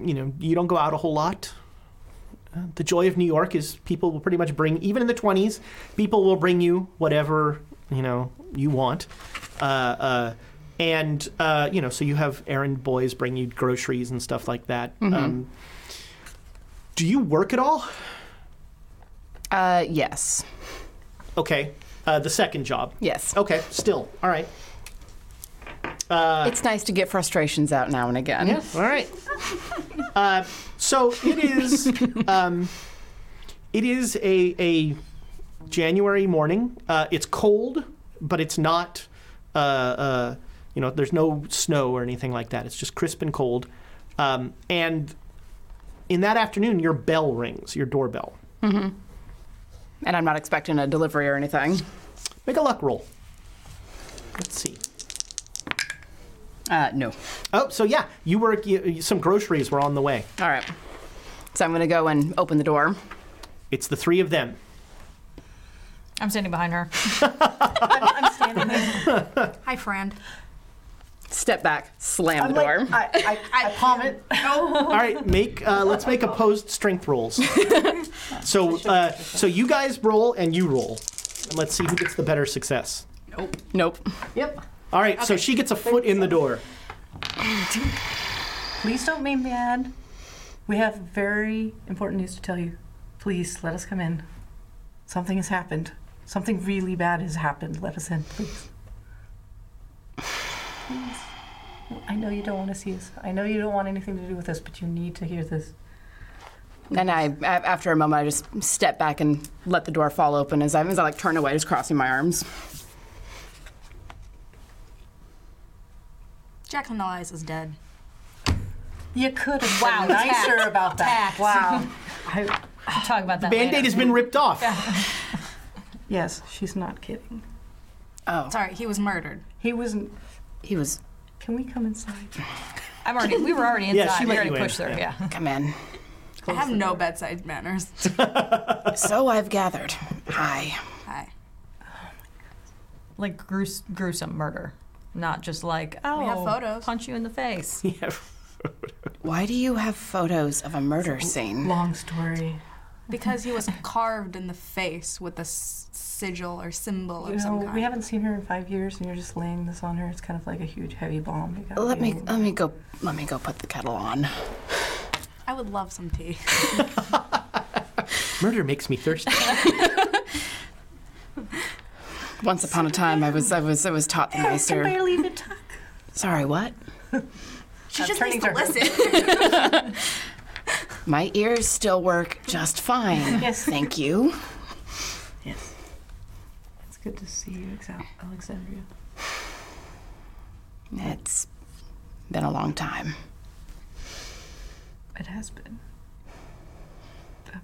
Speaker 3: you know, you don't go out a whole lot. Uh, the joy of New York is people will pretty much bring, even in the twenties, people will bring you whatever you know you want. Uh, uh, and uh, you know, so you have errand boys bring you groceries and stuff like that.
Speaker 8: Mm-hmm.
Speaker 3: Um, do you work at all?
Speaker 5: Uh, yes.
Speaker 3: Okay, uh, the second job.
Speaker 5: Yes.
Speaker 3: Okay, still all right.
Speaker 5: it's nice to get frustrations out now and again.
Speaker 3: All right. Uh, so it is. Um, it is a a January morning. Uh, it's cold, but it's not. Uh, uh, you know, there's no snow or anything like that. It's just crisp and cold. Um, and in that afternoon, your bell rings, your doorbell.
Speaker 5: And I'm not expecting a delivery or anything.
Speaker 3: Make a luck roll. Let's see.
Speaker 5: Uh, no.
Speaker 3: Oh, so yeah, you were you, some groceries were on the way.
Speaker 5: All right. So I'm going to go and open the door.
Speaker 3: It's the three of them.
Speaker 8: I'm standing behind her.
Speaker 7: Hi, friend.
Speaker 5: Step back, slam the door.
Speaker 6: I, I, I palm it.
Speaker 3: All right, make uh, let's make opposed strength rolls. so uh, so you guys roll and you roll, and let's see who gets the better success.
Speaker 5: nope.
Speaker 6: Yep.
Speaker 3: All right, so she gets a foot in the door.
Speaker 6: Please don't be mad. We have very important news to tell you. Please let us come in. Something has happened. Something really bad has happened. Let us in, please. Please. I know you don't want to see us. I know you don't want anything to do with us, but you need to hear this.
Speaker 5: And I, a- after a moment, I just step back and let the door fall open as I, as I like turn away, just crossing my arms.
Speaker 7: Jackson Eliza's dead.
Speaker 6: You could have
Speaker 8: Wow,
Speaker 6: been nicer
Speaker 8: tact.
Speaker 6: about that.
Speaker 8: Tact.
Speaker 6: Wow. I,
Speaker 8: talk about that.
Speaker 3: Band aid
Speaker 8: later.
Speaker 3: has been ripped off.
Speaker 6: yes, she's not kidding.
Speaker 5: Oh,
Speaker 7: Sorry, he was murdered.
Speaker 6: He wasn't.
Speaker 5: he was.
Speaker 6: Can we come inside?
Speaker 8: I'm already. We were already
Speaker 3: Yeah,
Speaker 8: inside.
Speaker 3: she
Speaker 8: we
Speaker 3: let
Speaker 8: already
Speaker 3: you in,
Speaker 8: pushed through.
Speaker 3: yeah.
Speaker 8: Yeah.
Speaker 5: Come in.
Speaker 7: I have no bedside manners.
Speaker 5: so I've gathered. Hi.
Speaker 7: Hi.
Speaker 8: Like grues- gruesome murder, not just like oh,
Speaker 7: have photos.
Speaker 8: punch you in the face.
Speaker 3: Yeah.
Speaker 5: Why do you have photos of a murder scene?
Speaker 6: Long story.
Speaker 7: Because he was carved in the face with a s- sigil or symbol of
Speaker 6: You
Speaker 7: some
Speaker 6: know,
Speaker 7: kind.
Speaker 6: we haven't seen her in five years, and you're just laying this on her. It's kind of like a huge, heavy bomb. You gotta
Speaker 5: Let
Speaker 6: be
Speaker 5: me
Speaker 6: able-
Speaker 5: let me go let me go put the kettle on.
Speaker 7: I would love some tea.
Speaker 3: Murder makes me thirsty.
Speaker 5: Once upon a time, I was I was I was taught the nicer.
Speaker 6: barely even talk.
Speaker 5: Sorry, what?
Speaker 7: She just
Speaker 6: turning
Speaker 7: needs to
Speaker 6: to her.
Speaker 7: listen.
Speaker 5: My ears still work just fine.
Speaker 6: Yes.
Speaker 5: Thank you.
Speaker 6: Yes. It's good to see you, Exa- Alexandria.
Speaker 5: It's been a long time.
Speaker 6: It has been. Uh,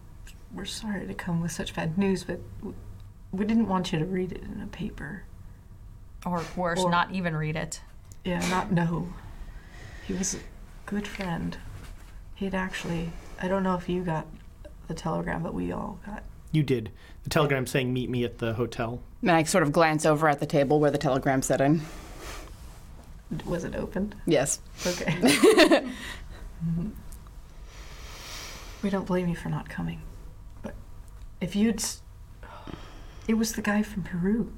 Speaker 6: We're sorry to come with such bad news, but w- we didn't want you to read it in a paper.
Speaker 8: Or worse,
Speaker 6: Or-
Speaker 8: not even read it.
Speaker 6: Yeah, not know. He was a good friend. He'd actually. I don't know if you got the telegram, but we all got.
Speaker 3: you did. The telegram saying, meet me at the hotel.
Speaker 5: And I sort of glance over at the table where the telegram's sitting.
Speaker 6: Was it opened?
Speaker 5: Yes.
Speaker 6: Okay. Mhm. we don't blame you for not coming, but if you'd. s- It was the guy from Peru.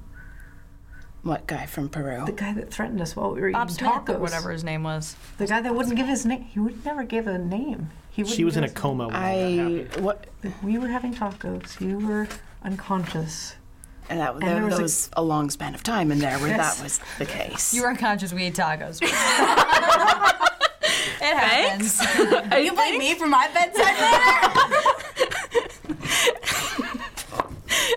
Speaker 5: What guy from Peru?
Speaker 6: The guy that threatened us while we were
Speaker 8: Bob
Speaker 6: eating
Speaker 8: Smith
Speaker 6: tacos.
Speaker 8: or whatever his name was.
Speaker 6: The guy that wouldn't give his name. He would never give a name. He wouldn't
Speaker 3: She was
Speaker 6: give
Speaker 3: in a
Speaker 6: us-
Speaker 3: coma when that
Speaker 5: I
Speaker 3: happened.
Speaker 5: what?
Speaker 6: We were having tacos. You were unconscious.
Speaker 5: And that,
Speaker 6: there
Speaker 5: there
Speaker 6: was
Speaker 5: was,
Speaker 6: a-
Speaker 5: a, long span of time in there where
Speaker 6: Yes.
Speaker 5: that was the case.
Speaker 8: You were unconscious. We ate tacos. it happens.
Speaker 7: you blame me for my bedside manner?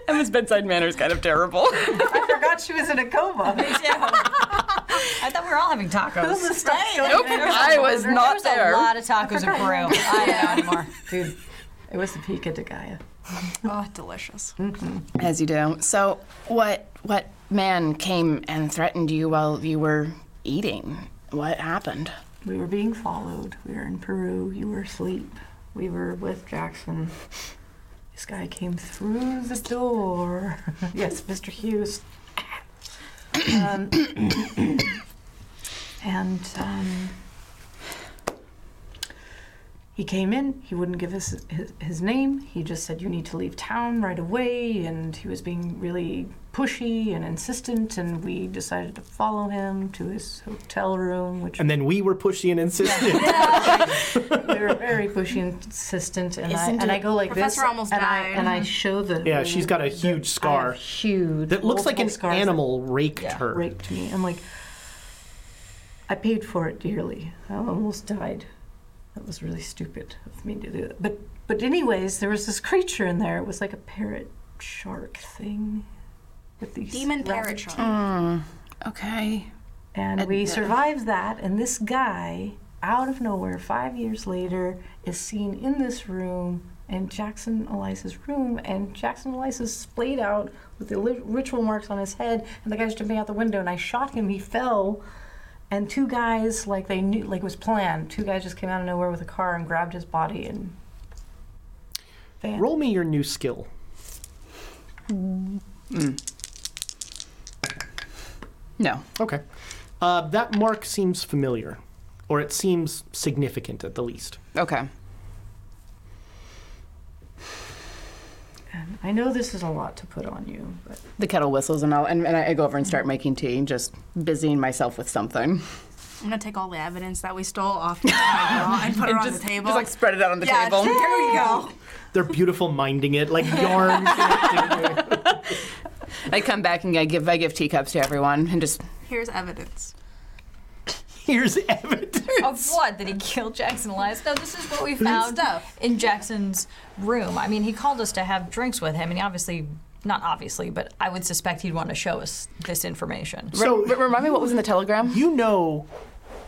Speaker 5: Emma's bedside manner is kind of terrible.
Speaker 6: I forgot she was in a coma.
Speaker 8: I thought we were all having tacos.
Speaker 6: This stuff's going
Speaker 5: nope,
Speaker 6: down.
Speaker 5: I was
Speaker 8: There
Speaker 5: not
Speaker 8: was
Speaker 5: there.
Speaker 8: a lot of tacos in Peru. I don't know anymore.
Speaker 6: Dude, it was the Pika de Gaia.
Speaker 7: oh, delicious.
Speaker 5: As you do. So, what what man came and threatened you while you were eating? What happened?
Speaker 6: We were being followed. We were in Peru. You were asleep. We were with Jackson. This guy came through the door. yes, Mr. Hughes. Um, and um, he came in. He wouldn't give us his, his name. He just said, You need to leave town right away. And he was being really pushy and insistent. And we decided to follow him to his hotel room, which
Speaker 3: And then we were pushy and insistent.
Speaker 6: we were very pushy and insistent, and I
Speaker 5: Isn't
Speaker 6: and I
Speaker 5: it-
Speaker 6: go like
Speaker 7: Professor
Speaker 6: this,
Speaker 7: almost
Speaker 6: and I
Speaker 7: died.
Speaker 6: and I show the
Speaker 3: Yeah, she's got a
Speaker 6: the-
Speaker 3: huge
Speaker 6: I have
Speaker 3: scar
Speaker 6: huge
Speaker 3: that looks like
Speaker 6: multiple
Speaker 3: an
Speaker 6: scars that
Speaker 3: animal raked her.
Speaker 6: raped me. I'm like, I paid for it dearly. I almost died. That was really stupid of me to do that. But but anyways, there was this creature in there. It was like a parrot shark thing with these
Speaker 7: Demon
Speaker 6: rapid
Speaker 7: parrot shark.
Speaker 5: Okay.
Speaker 6: and we survived that, and this guy, out of nowhere, five years later, is seen in this room in Jackson Eliza's room, and Jackson Eliza's splayed out with the li- ritual marks on his head, and the guy's jumping out the window, and I shot him, he fell. And two guys, like they knew, like it was planned. Two guys just came out of nowhere with a car and grabbed his body and. Van.
Speaker 3: Roll me your new skill.
Speaker 5: No.
Speaker 3: Okay. Uh, that mark seems familiar, or it seems significant at the least.
Speaker 5: Okay.
Speaker 6: And I know this is a lot to put on you, but
Speaker 5: The kettle whistles, and I'll and, and I go over and start making tea, just busying myself with something.
Speaker 7: I'm gonna take all the evidence that we stole off the table and put it on the table.
Speaker 5: Just like spread it out on the
Speaker 7: yeah,
Speaker 5: table.
Speaker 7: here we go.
Speaker 3: They're beautiful minding it, like yarn.
Speaker 5: I come back and I give I give teacups to everyone, and just
Speaker 7: Here's evidence.
Speaker 3: Here's evidence.
Speaker 8: Of what? That he killed Jackson Elias? No, this is what we found
Speaker 7: stuff.
Speaker 8: in Jackson's room. I mean, he called us to have drinks with him, and he obviously, not obviously, but I would suspect he'd want to show us this information.
Speaker 5: Re-
Speaker 3: So
Speaker 5: re- remind me what was in the telegram.
Speaker 3: you know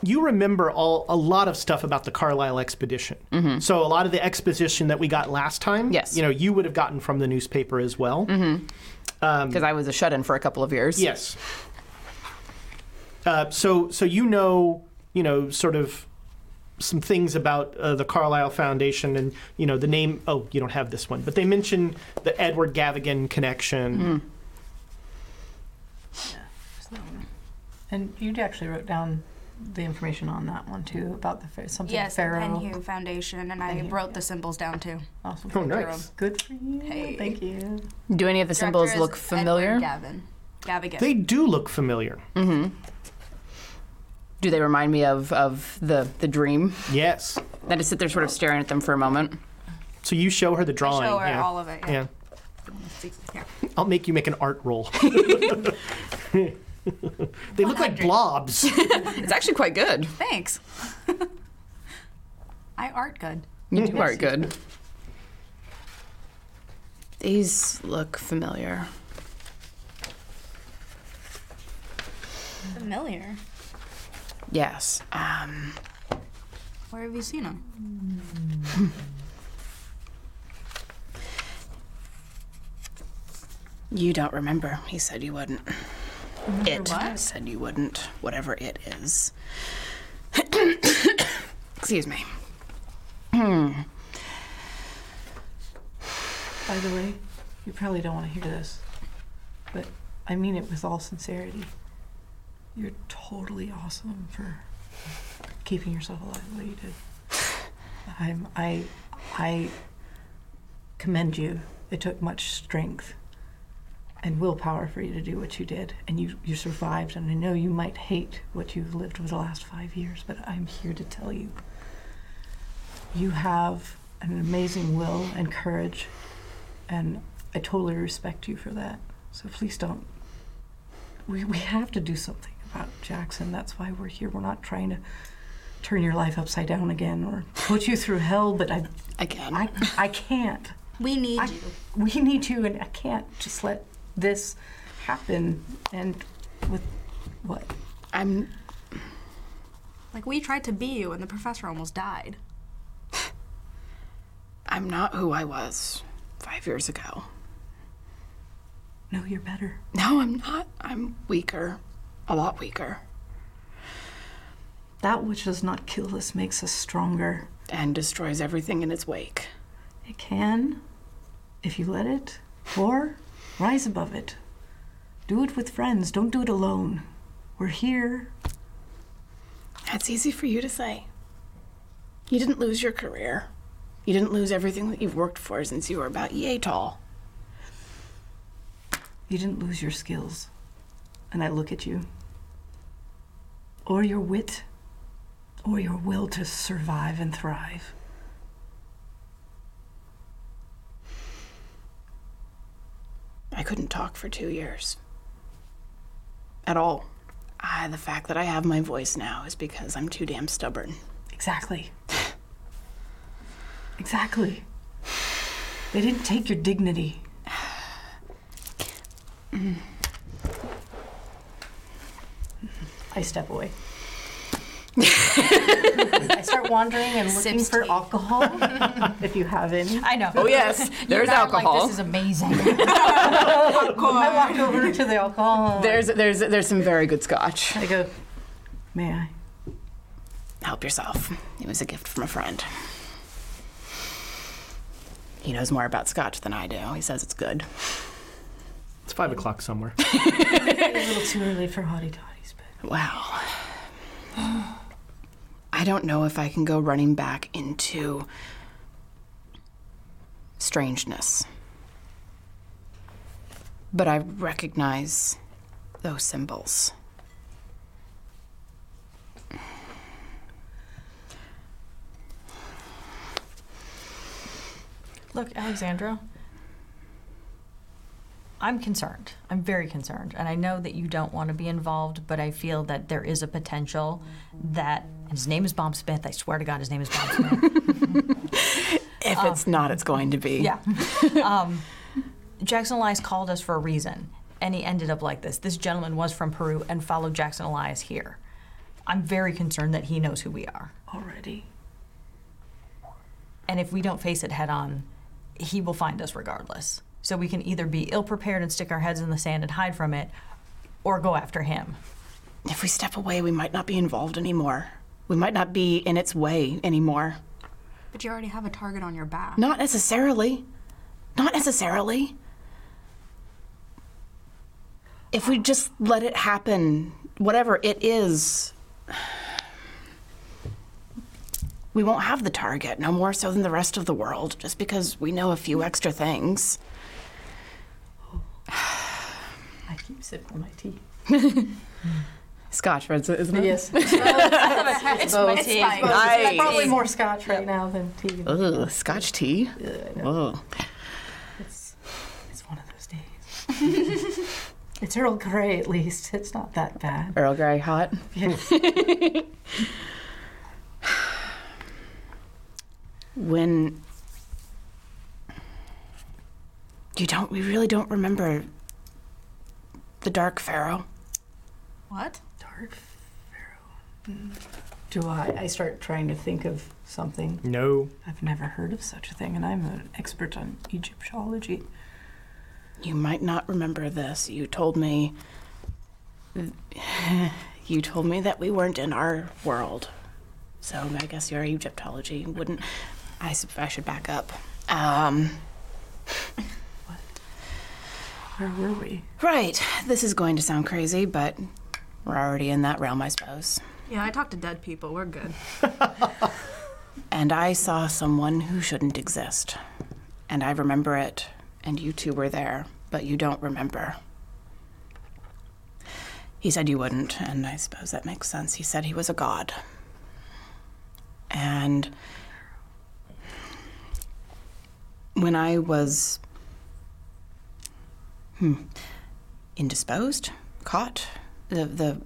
Speaker 3: you remember all a lot of stuff about the Carlisle expedition. So a lot of the exposition that we got last time,
Speaker 5: Yes.
Speaker 3: you know, you would have gotten from the newspaper as well. Um,
Speaker 5: because I was a shut in for a couple of years.
Speaker 3: Yes. Uh, so so you know you know sort of some things about uh, the Carlisle Foundation and you know the name. Oh, you don't have this one, but they mention the Edward Gavigan connection.
Speaker 7: Hmm.
Speaker 6: And you actually wrote down the information on that one too about the fa- something
Speaker 7: Yes, the
Speaker 6: pharaoh.
Speaker 7: Penhue Foundation, and I
Speaker 6: Penhue,
Speaker 7: wrote the symbols down too.
Speaker 6: Awesome.
Speaker 3: Oh, nice.
Speaker 6: Good for you.
Speaker 7: Hey.
Speaker 6: Thank you.
Speaker 5: Do any of the symbols
Speaker 7: Director is
Speaker 5: look familiar?
Speaker 7: Edward Gavin. Gavigan.
Speaker 3: They do look familiar.
Speaker 5: Do they remind me of, of the, the dream?
Speaker 3: Yes.
Speaker 5: I just sit there sort of staring at them for a moment.
Speaker 3: So you show her the
Speaker 7: I
Speaker 3: drawing.
Speaker 7: show her
Speaker 3: yeah.
Speaker 7: all of it. Yeah.
Speaker 3: yeah.
Speaker 7: Yeah.
Speaker 3: I'll make you make an art roll. they look like
Speaker 7: 100.
Speaker 3: blobs.
Speaker 5: It's actually quite good.
Speaker 7: Thanks. I art good.
Speaker 5: You do are good. These look familiar.
Speaker 7: Familiar.
Speaker 5: Yes. Um,
Speaker 7: Where have you seen them?
Speaker 5: you don't remember. He said you wouldn't. it
Speaker 7: what?
Speaker 5: said you wouldn't. Whatever it is. Excuse me.
Speaker 6: By the way, you probably don't want to hear this, but I mean it with all sincerity. You're totally awesome for keeping yourself alive the way you did. I'm, I, I commend you. It took much strength and willpower for you to do what you did, and you, you survived. And I know you might hate what you've lived over the last five years, but I'm here to tell you you have an amazing will and courage and I totally respect you for that. So please don't. We, we have to do something about Jackson. That's why we're here. We're not trying to turn your life upside down again or put you through hell, but I,
Speaker 5: Again.
Speaker 6: I, I can't.
Speaker 7: We need
Speaker 6: I,
Speaker 7: you.
Speaker 6: we need you, and I can't just let this happen. And with what?
Speaker 5: I'm
Speaker 7: Like we tried to be you, and the professor almost died.
Speaker 5: I'm not who I was five years ago.
Speaker 6: No, you're better.
Speaker 5: No, I'm not. I'm weaker. A lot weaker.
Speaker 6: That which does not kill us makes us stronger.
Speaker 5: And destroys everything in its wake.
Speaker 6: It can, if you let it, or rise above it. Do it with friends, don't do it alone. We're here.
Speaker 5: That's easy for you to say. You didn't lose your career. You didn't lose everything that you've worked for since you were about yay tall.
Speaker 6: You didn't lose your skills. And I look at you. Or your wit, or your will to survive and thrive.
Speaker 5: I couldn't talk for two years. At all. I, the fact that I have my voice now is because I'm too damn stubborn.
Speaker 6: Exactly. Exactly. They didn't take your dignity. I step away. I start wandering and looking
Speaker 7: Sips
Speaker 6: for
Speaker 7: tea.
Speaker 6: alcohol if you have any.
Speaker 8: I know.
Speaker 5: Oh, yes. There's
Speaker 8: You're not
Speaker 5: alcohol.
Speaker 8: Like, this is amazing.
Speaker 6: I walk over to the alcohol.
Speaker 5: There's, there's, there's some very good scotch.
Speaker 6: I go, may I?
Speaker 5: Help yourself. It was a gift from a friend. He knows more about scotch than I do. He says it's good.
Speaker 3: it's five o'clock somewhere.
Speaker 6: It's a little too early for hottie toddies, but
Speaker 5: Well, I don't know if I can go running back into strangeness. But I recognize those symbols.
Speaker 8: Look, Alexandra, I'm concerned. I'm very concerned. And I know that you don't want to be involved, but I feel that there is a potential that and his name is Bob Smith. I swear to God, his name is Bob Smith.
Speaker 5: If it's not, it's going to be.
Speaker 8: yeah. Um, Jackson Elias called us for a reason, and he ended up like this. This gentleman was from Peru and followed Jackson Elias here. I'm very concerned that he knows who we are.
Speaker 6: already.
Speaker 8: And if we don't face it head on, he will find us regardless. So we can either be ill prepared and stick our heads in the sand and hide from it, or go after him.
Speaker 5: If we step away, we might not be involved anymore. We might not be in its way anymore.
Speaker 7: But you already have a target on your back.
Speaker 5: Not necessarily. Not necessarily. If we just let it happen, whatever it is, we won't have the target, no more so than the rest of the world, just because we know a few extra things.
Speaker 6: I keep sipping my tea.
Speaker 5: Scotch, right? Isn't it?
Speaker 6: Yes.
Speaker 8: It's,
Speaker 7: it's fine.
Speaker 6: It's Probably more scotch right now than tea.
Speaker 5: Ugh, scotch tea? Ugh.
Speaker 6: It's, it's one of those days. it's Earl Grey, at least. It's not that bad.
Speaker 5: Earl Grey hot. when you don't, we really don't remember the Dark Pharaoh.
Speaker 7: What?
Speaker 6: Dark Pharaoh. Do I? I start trying to think of something.
Speaker 3: No.
Speaker 6: I've never heard of such a thing, and I'm an expert on Egyptology.
Speaker 5: You might not remember this. You told me. You told me that we weren't in our world. So I guess your Egyptology wouldn't. I, sup- I should back up. Um,
Speaker 6: Where were we?
Speaker 5: right. This is going to sound crazy, but we're already in that realm, I suppose.
Speaker 7: Yeah, I talk to dead people. We're good.
Speaker 5: And I saw someone who shouldn't exist. And I remember it, and you two were there, but you don't remember. He said you wouldn't, and I suppose that makes sense. He said he was a god. And when I was hmm, indisposed, caught, the, the,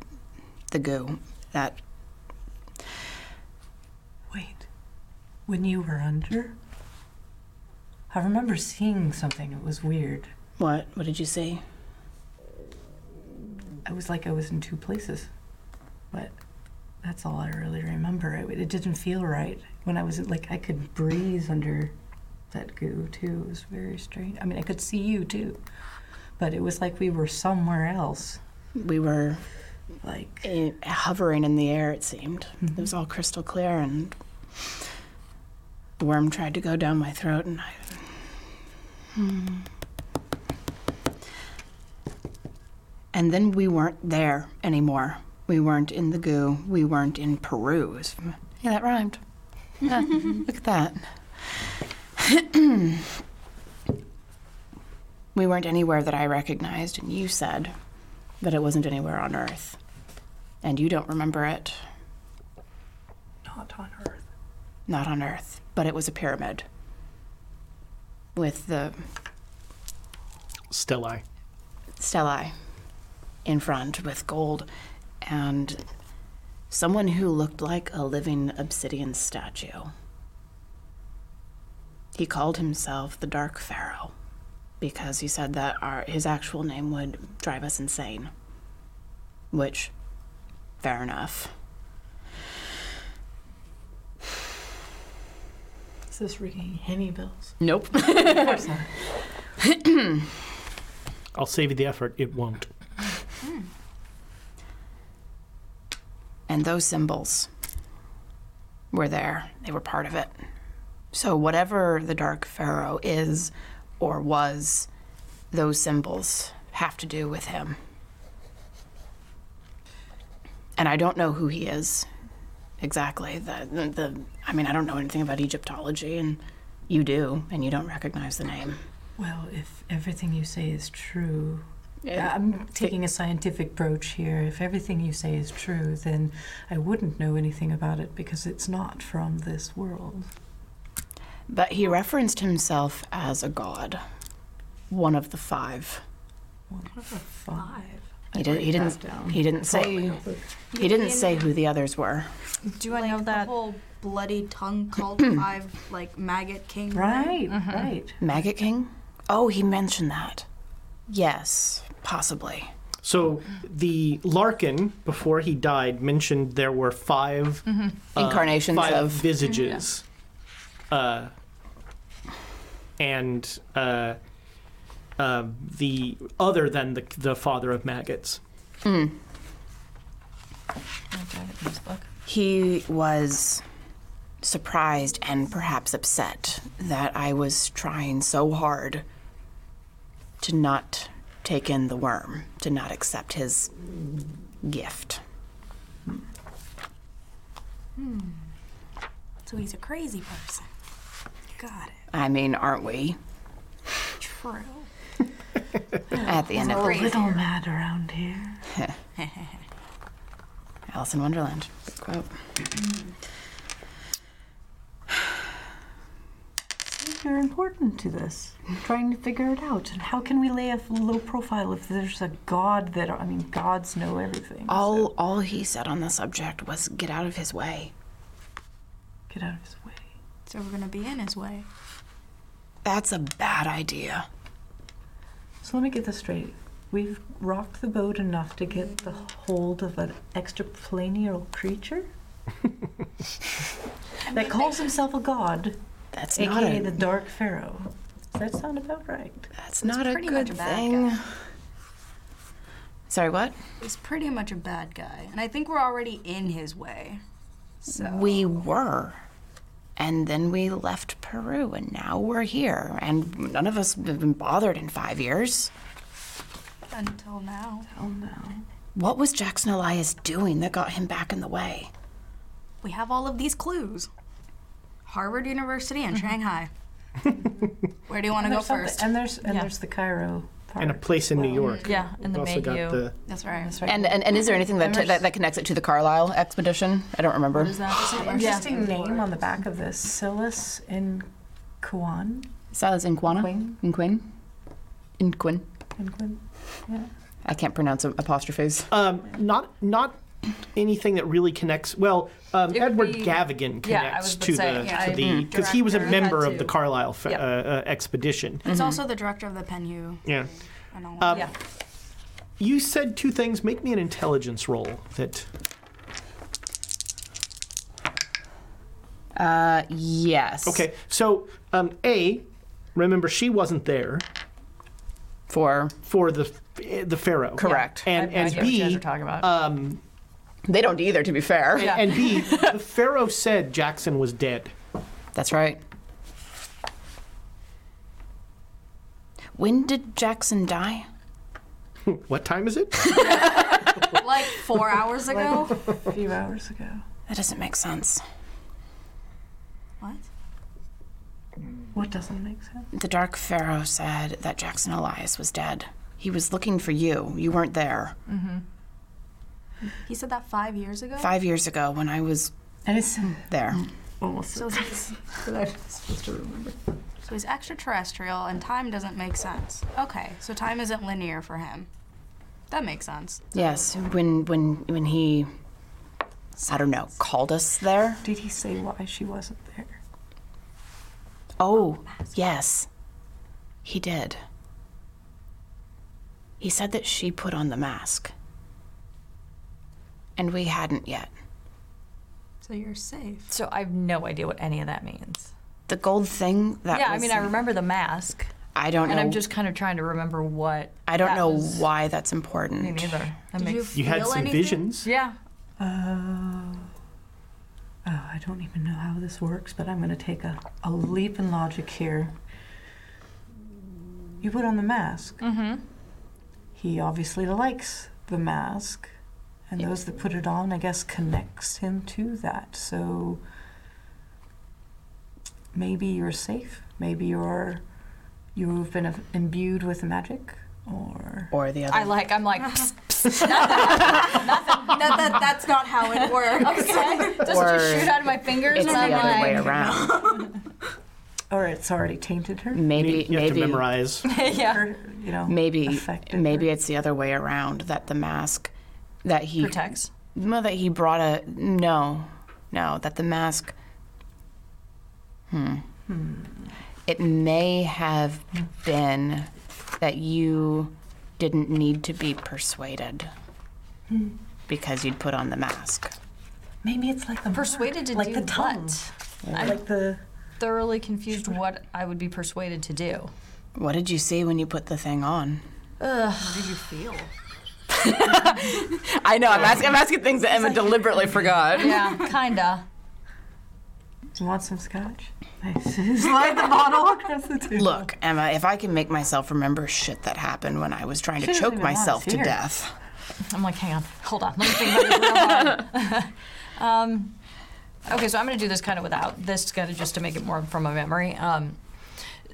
Speaker 5: the goo, that
Speaker 6: Wait. When you were under? I remember seeing something. It was weird.
Speaker 5: what? What did you see?
Speaker 6: I was like I was in two places. But that's all I really remember. It, it didn't feel right. When I was like, I could breathe under that goo too. It was very strange. I mean, I could see you too. But it was like we were somewhere else.
Speaker 5: We were
Speaker 6: Like,
Speaker 5: it, hovering in the air, it seemed. It was all crystal clear, and the worm tried to go down my throat, and I. Hmm. And then we weren't there anymore. We weren't in the goo. We weren't in Peru. It was- Yeah, that rhymed. Yeah, look at that. we weren't anywhere that I recognized, and you said that it wasn't anywhere on Earth and you don't remember it,
Speaker 6: not on Earth.
Speaker 5: not on Earth, but it was a pyramid with the
Speaker 3: Still I.
Speaker 5: stelae in front with gold and someone who looked like a living obsidian statue. He called himself the Dark Pharaoh because he said that our, his actual name would drive us insane, which, fair enough.
Speaker 6: Is this ringing any bells?
Speaker 5: Nope.
Speaker 6: Of course not.
Speaker 3: I'll save you the effort. It won't.
Speaker 5: And those symbols were there, they were part of it. So, whatever the Dark Pharaoh is or was, those symbols have to do with him. And I don't know who he is exactly. The, the, the, I mean, I don't know anything about Egyptology, and you do, and you don't recognize the name.
Speaker 6: Well, if everything you say is true, I'm taking a scientific approach here. If everything you say is true, then I wouldn't know anything about it because it's not from this world.
Speaker 5: But he referenced himself as a god, one of the five.
Speaker 6: One of the five.
Speaker 5: He, did, he didn't. He didn't say. He didn't say who the others were.
Speaker 7: Do I know
Speaker 8: that-
Speaker 7: The whole bloody tongue called five like maggot king. thing?
Speaker 6: Right,
Speaker 5: Mm-hmm.
Speaker 6: right.
Speaker 5: Maggot King? Oh, he mentioned that. Yes, possibly.
Speaker 3: So the Larkin, before he died, mentioned there were 5 uh,
Speaker 5: Mm-hmm. Incarnations
Speaker 3: five
Speaker 5: of- Mm-hmm.
Speaker 3: visages. Uh, and uh, uh, the other than the the father of maggots.
Speaker 5: He was surprised and perhaps upset that I was trying so hard to not take in the worm, to not accept his gift.
Speaker 7: So he's a crazy person. Got it.
Speaker 5: I mean, aren't we?
Speaker 7: True.
Speaker 5: At the end of
Speaker 7: Crazy.
Speaker 6: Little mad around here.
Speaker 5: Alice in Wonderland. Good quote.
Speaker 6: You're important to this. Trying to figure it out. And how can we lay a little profile if there's a god that I mean gods know everything.
Speaker 5: All all he said on the subject was get out of his way.
Speaker 6: Get out of his way.
Speaker 7: So we're gonna be in his way.
Speaker 5: That's a bad idea.
Speaker 6: So let me get this straight. We've rocked the boat enough to get the hold of an extraplanar creature that calls himself a god,
Speaker 5: That's not
Speaker 6: aka the
Speaker 5: a
Speaker 6: Dark Pharaoh. Does that sound about right?
Speaker 5: that's not a
Speaker 7: pretty much
Speaker 5: good
Speaker 7: a bad
Speaker 5: thing. Sorry, what?
Speaker 7: He's pretty much a bad guy, and I think we're already in his way. So
Speaker 5: We were. And then we left Peru, and now we're here. And none of us have been bothered in five years.
Speaker 7: until now,
Speaker 5: What was Jackson Elias doing that got him back in the way?
Speaker 7: we have all of these clues. Harvard University and Shanghai. Where do you want to go
Speaker 6: There's something-
Speaker 7: first?
Speaker 6: And there's and
Speaker 8: Yeah.
Speaker 6: there's the Cairo part.
Speaker 3: And a place in New York.
Speaker 8: Yeah, and the
Speaker 3: also
Speaker 8: Mayhew.
Speaker 3: got the
Speaker 7: That's right.
Speaker 6: That's right.
Speaker 5: And and, and is there anything that, that that connects it to the Carlisle expedition? I don't remember.
Speaker 6: Interesting name on the back of this. Silas in Kuan.
Speaker 5: Silas Inquina?
Speaker 6: Quinn.
Speaker 5: Inquin? Inquin.
Speaker 6: In Quin?
Speaker 5: I can't pronounce a- apostrophes.
Speaker 3: um, not not anything that really connects. Well, um,
Speaker 8: It would
Speaker 3: Edward
Speaker 8: be-
Speaker 3: Gavigan
Speaker 8: Yeah, I
Speaker 3: connects
Speaker 8: was
Speaker 3: to
Speaker 8: gonna
Speaker 3: the
Speaker 8: say,
Speaker 7: yeah,
Speaker 3: to
Speaker 7: I-
Speaker 3: the because he was a
Speaker 7: director
Speaker 3: member
Speaker 8: had
Speaker 3: of the
Speaker 8: to.
Speaker 3: Carlisle fe-
Speaker 8: Yeah.
Speaker 3: uh, uh, expedition.
Speaker 7: It's also the director of the Penhu
Speaker 3: Yeah.
Speaker 7: and all.
Speaker 3: Um,
Speaker 8: Yeah.
Speaker 3: You said two things. Make me an intelligence roll. That
Speaker 5: Uh, yes.
Speaker 3: okay. So um, a remember she wasn't there
Speaker 5: For
Speaker 3: for the eh, the pharaoh.
Speaker 5: Correct.
Speaker 3: And
Speaker 8: I
Speaker 3: and
Speaker 8: get what you guys
Speaker 3: b
Speaker 8: are talking about.
Speaker 5: uh, they don't either, to be fair.
Speaker 3: and b the pharaoh said Jackson was dead.
Speaker 5: That's right. When did Jackson die?
Speaker 3: What time is it?
Speaker 7: Like four hours ago.
Speaker 6: A few hours ago.
Speaker 5: That doesn't make sense.
Speaker 7: what?
Speaker 6: What doesn't make sense?
Speaker 5: The Dark Pharaoh said that Jackson Elias was dead. He was looking for you. You weren't there.
Speaker 7: He said that five years ago.
Speaker 5: Five years ago when I was
Speaker 6: And it's
Speaker 5: there.
Speaker 6: almost
Speaker 7: So he's, so he's extraterrestrial, and time doesn't make sense. Okay, so time isn't linear for him. That makes sense.
Speaker 5: Yes, when when when he I don't know, called us there.
Speaker 6: Did he say why she wasn't there?
Speaker 5: Oh, yes. He did. He said that she put on the mask. And we hadn't yet.
Speaker 7: So you're safe.
Speaker 8: so I have no idea what any of that means.
Speaker 5: The gold thing that
Speaker 8: yeah, I
Speaker 5: was-
Speaker 8: mean, I remember the mask,
Speaker 5: I don't
Speaker 8: and
Speaker 5: know.
Speaker 8: I'm just kind of trying to remember what.
Speaker 5: I don't
Speaker 8: that
Speaker 5: know
Speaker 8: was-
Speaker 5: why that's important.
Speaker 8: Me neither. That
Speaker 7: Did you
Speaker 8: makes.
Speaker 7: feel
Speaker 3: You had some
Speaker 7: anything?
Speaker 3: visions.
Speaker 8: Yeah.
Speaker 6: Oh. Oh, I don't even know how this works, but I'm going to take a, a leap in logic here. You put on the mask. Mm-hmm. He obviously likes the mask, and those that put it on, I guess, connects him to that. So maybe you're safe. Maybe you're you've been imbued with magic, or
Speaker 5: Or the other.
Speaker 8: I like. I'm like.
Speaker 7: That, that, that's not how it works.
Speaker 8: okay. Doesn't
Speaker 5: Or
Speaker 8: just shoot out of my fingers,
Speaker 5: it's
Speaker 8: and
Speaker 5: the
Speaker 8: I'm
Speaker 5: other way
Speaker 8: like,
Speaker 5: around.
Speaker 6: or it's already tainted her.
Speaker 5: Maybe
Speaker 3: you have to
Speaker 5: maybe
Speaker 3: memorize.
Speaker 8: yeah.
Speaker 6: or, you know,
Speaker 5: maybe
Speaker 6: affected
Speaker 5: maybe
Speaker 6: her.
Speaker 5: it's the other way around that the mask that he
Speaker 8: Protects.
Speaker 5: No, that he brought a no, no, that the mask. Hmm. It may have been that you didn't need to be persuaded Hmm. because you'd put on the mask.
Speaker 6: Maybe it's like the
Speaker 8: Persuaded to
Speaker 6: like
Speaker 8: do
Speaker 6: the tut.
Speaker 8: what? I'm
Speaker 6: Like the
Speaker 8: thoroughly confused what I would be persuaded to do.
Speaker 5: What did you see when you put the thing on?
Speaker 8: Ugh.
Speaker 7: How did you feel?
Speaker 5: I know. I'm asking. I'm asking things that Emma deliberately forgot.
Speaker 8: Yeah, kinda.
Speaker 6: you want some scotch? Nice. Slide the bottle across the table.
Speaker 5: Look, Emma, if I can make myself remember shit that happened when I was trying to
Speaker 6: Should've
Speaker 5: choke
Speaker 6: been honest
Speaker 5: myself to
Speaker 6: here.
Speaker 5: death.
Speaker 8: I'm like, hang on, hold on, let me think about this real hard. um, okay, so I'm gonna do this kind of without this, kind of just to make it more from a memory. Um,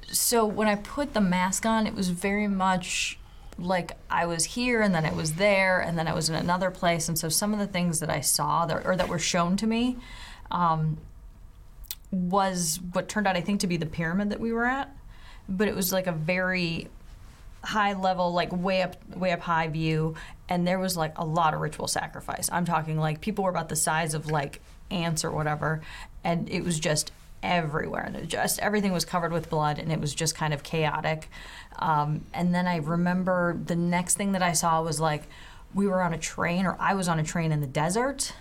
Speaker 8: so when I put the mask on, it was very much like I was here and then I was there and then I was in another place, and so some of the things that I saw that, or that were shown to me. Um, was what turned out, I think, to be the pyramid that we were at, but it was like a very high level, like way up, way up high view, and there was like a lot of ritual sacrifice. I'm talking like people were about the size of like ants or whatever, and it was just everywhere, and it just everything was covered with blood, and it was just kind of chaotic. Um, and then I remember the next thing that I saw was like we were on a train, or I was on a train in the desert.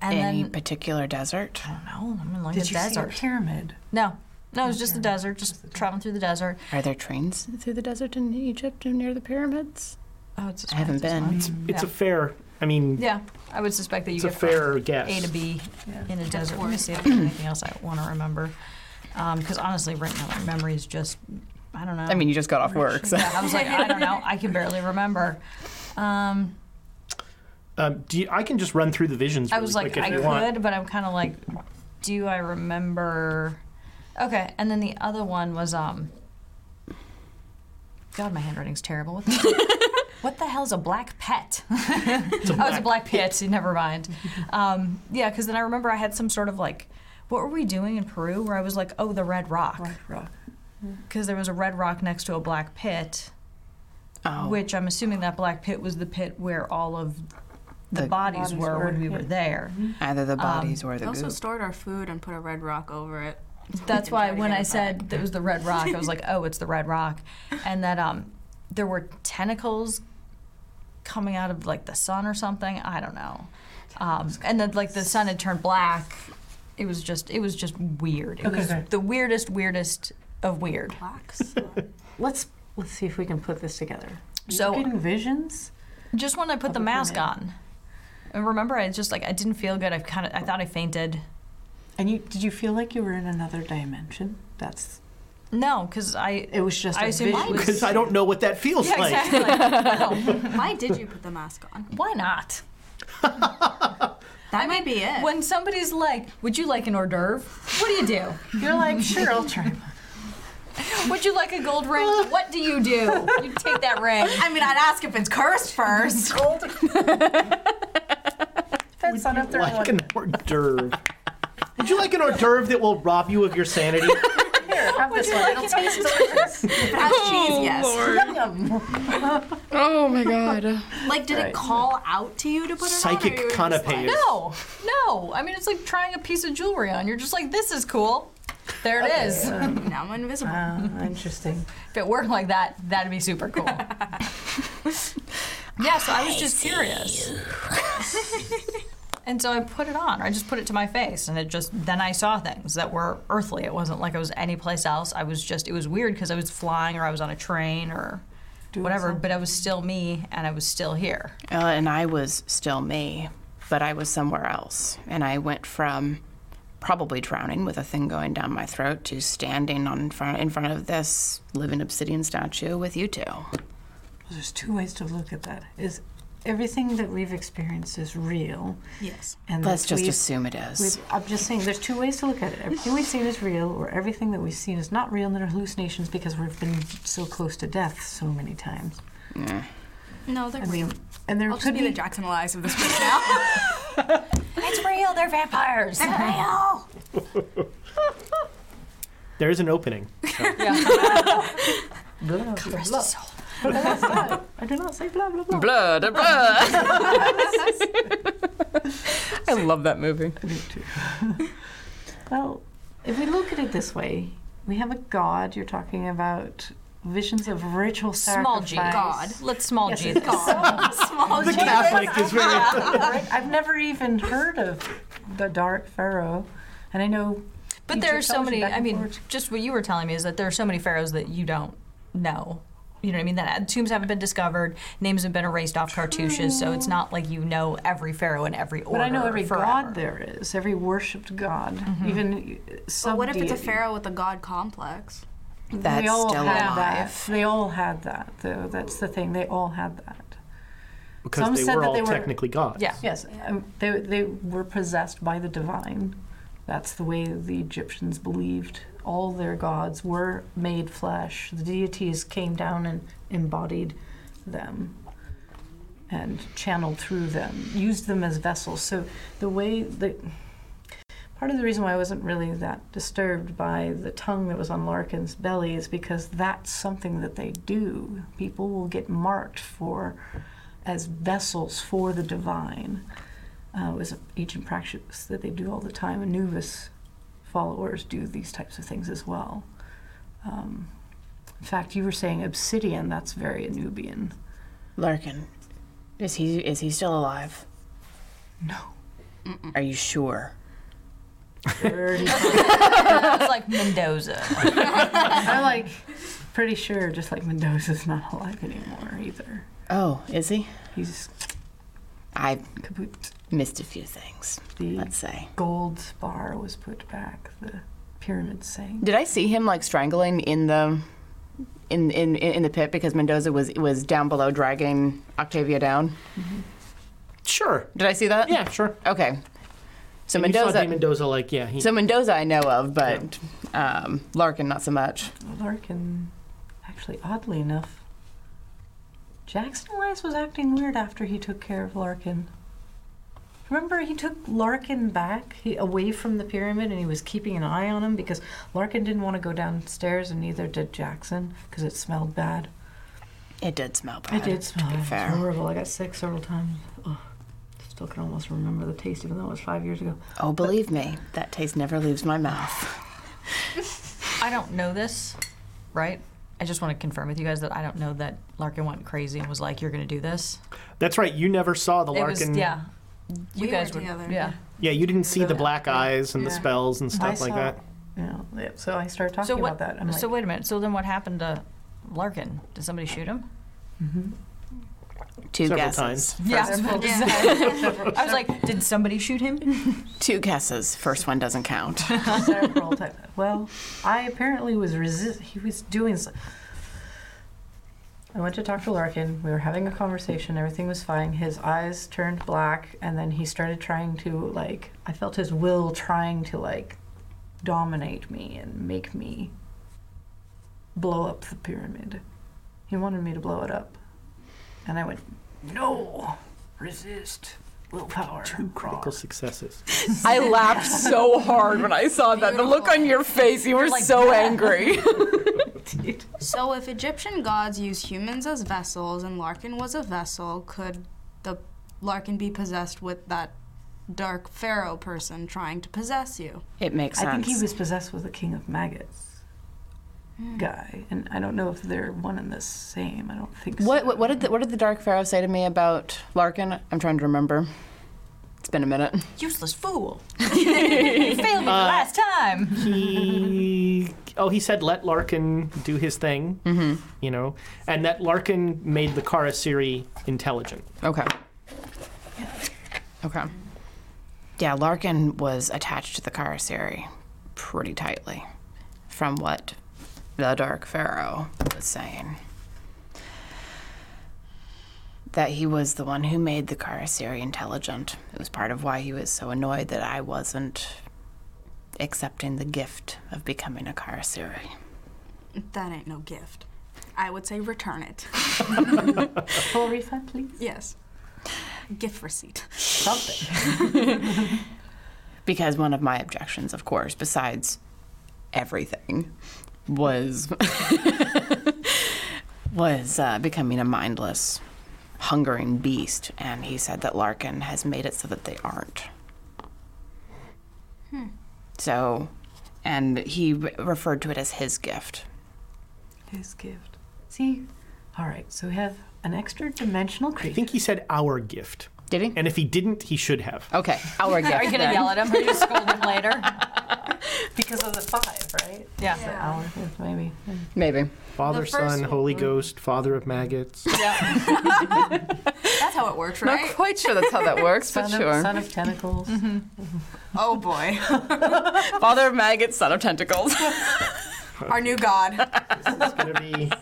Speaker 8: And
Speaker 5: Any
Speaker 8: then
Speaker 5: particular desert?
Speaker 8: no, I'm in like
Speaker 6: Did
Speaker 8: the
Speaker 6: you
Speaker 8: desert.
Speaker 6: see a pyramid?
Speaker 8: No, no, it was just the desert, just traveling through the desert.
Speaker 5: Are there trains through the desert in Egypt and near the pyramids?
Speaker 8: Oh, it's
Speaker 5: I haven't been.
Speaker 3: It's a
Speaker 8: Yeah.
Speaker 3: fair. I mean,
Speaker 8: Yeah, I would suspect that you
Speaker 3: it's a
Speaker 8: get from
Speaker 3: fair guess.
Speaker 8: A to B
Speaker 6: Yeah.
Speaker 8: in a desert. Let me see if there's anything else I want to remember. Because honestly, right now my memory is just, I don't know.
Speaker 5: I mean, you just got off work, so
Speaker 8: Yeah, I was like, I don't know. I can barely remember. Um,
Speaker 3: Um, do you, I can just run through the visions.
Speaker 8: I
Speaker 3: Really
Speaker 8: was
Speaker 3: quick
Speaker 8: like,
Speaker 3: if
Speaker 8: I
Speaker 3: you
Speaker 8: could,
Speaker 3: want.
Speaker 8: but I'm kind of like, do I remember? Okay, and then the other one was um. God, my handwriting's terrible. What the, what the hell's a black pet? oh, it's a black pit. Never mind. Um, yeah, because then I remember I had some sort of like, what were we doing in Peru? Where I was like, oh, the red rock,
Speaker 6: Black rock.
Speaker 8: because there was a red rock next to a black pit,
Speaker 5: oh,
Speaker 8: which I'm assuming that black pit was the pit where all of the,
Speaker 5: The
Speaker 8: bodies,
Speaker 6: bodies
Speaker 8: were,
Speaker 6: were,
Speaker 8: when we were
Speaker 6: yeah.
Speaker 8: there.
Speaker 5: either the bodies or
Speaker 7: They
Speaker 5: the
Speaker 7: also
Speaker 5: goop.
Speaker 7: stored our food and put a red rock over it.
Speaker 8: That's why
Speaker 7: try to
Speaker 8: when
Speaker 7: get
Speaker 8: I
Speaker 7: it
Speaker 8: said it was the red rock, I was like, oh, it's the red rock, and that um, there were tentacles coming out of like the sun or something. I don't know. Um, and then like the sun had turned black. It was just it was just weird. It
Speaker 6: Okay,
Speaker 8: was
Speaker 6: okay.
Speaker 8: the weirdest weirdest of weird.
Speaker 7: Blacks?
Speaker 6: Let's let's see if we can put this together.
Speaker 8: So-
Speaker 6: You're getting visions.
Speaker 8: Just when I put the
Speaker 6: Public
Speaker 8: mask
Speaker 6: domain.
Speaker 8: on, and remember, I just like I didn't feel good. I kind of I thought I fainted.
Speaker 6: And you did you feel like you were in another dimension? That's
Speaker 8: No, because I
Speaker 6: it was just
Speaker 8: I
Speaker 6: a
Speaker 8: assumed
Speaker 6: vision.
Speaker 8: it was-
Speaker 3: because I don't know what that feels
Speaker 8: yeah
Speaker 3: like.
Speaker 8: exactly.
Speaker 7: Why did you put the mask on?
Speaker 8: Why not?
Speaker 7: That might be it.
Speaker 8: When somebody's like, "Would you like an hors d'oeuvre?" What do you do?
Speaker 6: You're like, sure, I'll try.
Speaker 8: Would you like a gold ring? What do you do? You take that ring.
Speaker 7: I mean, I'd ask if it's cursed first.
Speaker 8: Oh,
Speaker 6: That's not up there.
Speaker 3: like an hors d'oeuvre. Would you like an hors d'oeuvre that will rob you of your sanity?
Speaker 6: Here, have this one. It'll taste delicious.
Speaker 7: If it has cheese, yes.
Speaker 6: Yum.
Speaker 5: Oh my god.
Speaker 7: Like, did it call out to you to put it on?
Speaker 3: Psychic
Speaker 7: or you were just
Speaker 3: canapes.
Speaker 7: like-
Speaker 8: No, no. I mean, it's like trying a piece of jewelry on. You're just like, this is cool. There it is.
Speaker 7: Now I'm invisible.
Speaker 8: Uh,
Speaker 6: Ah, interesting.
Speaker 8: If it worked like that, that'd be super cool. yeah, so I was just curious. and so I put it on, or I just put it to my face, and it just, then I saw things that were earthly. It wasn't like I was anyplace else. I was just, it was weird because I was flying or I was on a train or whatever, but I was still me and I was still here.
Speaker 5: Ella and I was still me, but I was somewhere else. And I went from probably drowning with a thing going down my throat to standing on in front, in front of this living obsidian statue with you two.
Speaker 6: There's two ways to look at that. Is everything that we've experienced is real,
Speaker 7: Yes.
Speaker 6: and
Speaker 5: Let's
Speaker 6: that
Speaker 5: just
Speaker 6: we've-
Speaker 5: assume it is.
Speaker 6: we've- I'm just saying, there's two ways to look at it. Everything we've seen is real, or everything that we've seen is not real, and they're hallucinations because we've been so close to death so many times.
Speaker 7: No, they're
Speaker 6: I mean,
Speaker 7: real.
Speaker 6: and there
Speaker 7: I'll just
Speaker 6: could
Speaker 7: be the Jackson Elias of this group now.
Speaker 8: It's real, they're vampires.
Speaker 7: real.
Speaker 3: There is an opening.
Speaker 6: blah, blah, blah. I do not say blah blah blah.
Speaker 5: Blood, blood. I love that movie.
Speaker 6: Well, if we look at it this way, we have a god. You're talking about visions of ritual
Speaker 8: Small g.
Speaker 6: sacrifice.
Speaker 8: God. Let's small
Speaker 6: Yes,
Speaker 8: g
Speaker 6: it is.
Speaker 8: this. God. small
Speaker 3: The
Speaker 8: g.
Speaker 3: Catholic is very.
Speaker 6: Right? I've never even heard of the Dark Pharaoh, and I know.
Speaker 8: But
Speaker 6: Egypt
Speaker 8: there are so
Speaker 6: tells you
Speaker 8: many.
Speaker 6: back
Speaker 8: I
Speaker 6: and
Speaker 8: mean,
Speaker 6: forth.
Speaker 8: just what you were telling me is that there are so many pharaohs that you don't know. You know what I mean? That uh, tombs haven't been discovered, names have been erased off cartouches, so it's not like you know every pharaoh and every order.
Speaker 6: But I know every
Speaker 8: forever. Mm-hmm.
Speaker 6: god there is, every worshipped god, even uh,
Speaker 7: But
Speaker 6: sub
Speaker 7: what if it's a pharaoh with a god complex?
Speaker 5: That's
Speaker 6: they all
Speaker 5: still
Speaker 6: had
Speaker 5: alive.
Speaker 6: That. They all had that, though. That's the thing. They all had that.
Speaker 3: Because
Speaker 6: Some
Speaker 3: they
Speaker 6: said
Speaker 3: were
Speaker 6: that
Speaker 3: all
Speaker 6: they were-
Speaker 3: technically gods.
Speaker 8: Yeah.
Speaker 6: Yes, um, they they were possessed by the divine. That's the way the Egyptians believed. All their gods were made flesh. The deities came down and embodied them and channeled through them, used them as vessels. So the way the part of the reason why I wasn't really that disturbed by the tongue that was on Larkin's belly is because that's something that they do. People will get marked for as vessels for the divine. Uh, it was an ancient practice that they do all the time. Anubis followers do these types of things as well. Um, in fact, you were saying obsidian. That's very Anubian.
Speaker 5: Larkin, is he is he still alive?
Speaker 6: No.
Speaker 5: Are you sure?
Speaker 6: Pretty-
Speaker 8: It's like Mendoza.
Speaker 6: I'm like pretty sure, just like Mendoza's not alive anymore either.
Speaker 5: Oh, is he?
Speaker 6: He's
Speaker 5: I
Speaker 6: kaput.
Speaker 5: missed a few things.
Speaker 6: The
Speaker 5: Let's say.
Speaker 6: gold bar was put back. The pyramid sank.
Speaker 5: Did I see him like strangling in the in in in the pit because Mendoza was was down below dragging Octavia down?
Speaker 3: Sure.
Speaker 5: Did I see that?
Speaker 3: Yeah, sure.
Speaker 5: Okay. So
Speaker 3: And You saw Dave
Speaker 5: Mendoza.
Speaker 3: Mendoza, like, yeah. He,
Speaker 5: So Mendoza, I know of, but um, Larkin not so much.
Speaker 6: Larkin, actually, oddly enough, Jackson Elias was acting weird after he took care of Larkin. Remember, he took Larkin back he, away from the pyramid and he was keeping an eye on him because Larkin didn't want to go downstairs and neither did Jackson because it smelled bad.
Speaker 5: It did smell bad.
Speaker 6: It did smell
Speaker 5: to be
Speaker 6: bad. It was
Speaker 5: fair.
Speaker 6: horrible. I got sick several times. Ugh. Still can almost remember the taste, even though it was five years ago.
Speaker 5: Oh, believe me, that taste never leaves my mouth.
Speaker 8: I don't know this, right? I just want to confirm with you guys that I don't know that Larkin went crazy and was like, "You're going to do this."
Speaker 3: that's right. You never saw the
Speaker 8: It
Speaker 3: Larkin.
Speaker 8: was, yeah. You
Speaker 7: We
Speaker 8: guys
Speaker 7: were together,
Speaker 8: yeah.
Speaker 3: Yeah, you didn't see the black eyes and the
Speaker 6: Yeah.
Speaker 3: spells and
Speaker 6: I
Speaker 3: stuff like
Speaker 6: saw-
Speaker 3: that.
Speaker 6: Yeah. yeah, So I started talking
Speaker 8: So what?
Speaker 6: about that. I'm like,
Speaker 8: so wait a minute. So then, what happened to Larkin? Did somebody shoot him?
Speaker 5: Two
Speaker 3: Several
Speaker 5: guesses.
Speaker 3: times.
Speaker 8: Yeah. I was like, did somebody shoot him?
Speaker 5: Two guesses. First one doesn't count.
Speaker 6: several times. Well, I apparently was resist. He was doing. So- I went to Dr. Larkin. We were having a conversation. Everything was fine. His eyes turned black, and then he started trying to like. I felt his will trying to like dominate me and make me blow up the pyramid. He wanted me to blow it up, and I went, no, resist. Willpower.
Speaker 3: Critical successes.
Speaker 10: I laughed so hard when I saw that. The look on your face, you were so angry.
Speaker 7: So if Egyptian gods use humans as vessels and Larkin was a vessel, could the Larkin be possessed with that dark pharaoh person trying to possess you?
Speaker 5: It makes sense. Hmm.
Speaker 6: I think he was possessed with the king of maggots guy, and I don't know if they're one and the same. I don't think
Speaker 5: What,
Speaker 6: so.
Speaker 5: what, what did the, what did the Dark Pharaoh say to me about Larkin? I'm trying to remember. It's been a minute.
Speaker 8: Useless fool. you failed me the last time.
Speaker 3: he oh he said let Larkin do his thing, mm-hmm. you know, and that Larkin made the Karasiri intelligent.
Speaker 5: Okay. Okay. Yeah, Larkin was attached to the Karasiri pretty tightly, from what the Dark Pharaoh was saying. That he was the one who made the Karasiri intelligent. It was part of why he was so annoyed that I wasn't accepting the gift of becoming a Karasiri.
Speaker 7: That ain't no gift. I would say return it.
Speaker 6: full refund, please?
Speaker 7: Yes. Gift receipt.
Speaker 6: Something.
Speaker 5: Because one of my objections, of course, besides everything, was was uh, becoming a mindless, hungering beast. And he said that Larkin has made it so that they aren't.
Speaker 11: Hmm.
Speaker 5: So, and he re- referred to it as his gift.
Speaker 6: His gift.
Speaker 11: See? All right, so we have an extra dimensional creature.
Speaker 3: I think he said our gift.
Speaker 2: Did he?
Speaker 3: And if he didn't, he should have.
Speaker 2: Okay, our gift.
Speaker 8: Are you gonna
Speaker 2: then.
Speaker 8: yell at him? Are you gonna scold him later?
Speaker 11: Because of the five, right?
Speaker 8: Yeah.
Speaker 11: The hour, maybe.
Speaker 2: Maybe.
Speaker 3: Father,
Speaker 7: The
Speaker 3: Son,
Speaker 7: first
Speaker 3: Holy Ghost, Father of Maggots.
Speaker 7: That's how it works,
Speaker 2: Not
Speaker 7: right?
Speaker 2: quite sure that's how that works, but
Speaker 11: Son of,
Speaker 2: sure.
Speaker 11: son of tentacles.
Speaker 8: Mm-hmm.
Speaker 7: Oh boy,
Speaker 2: Father of maggots, son of tentacles.
Speaker 7: our new god.
Speaker 3: It's gonna be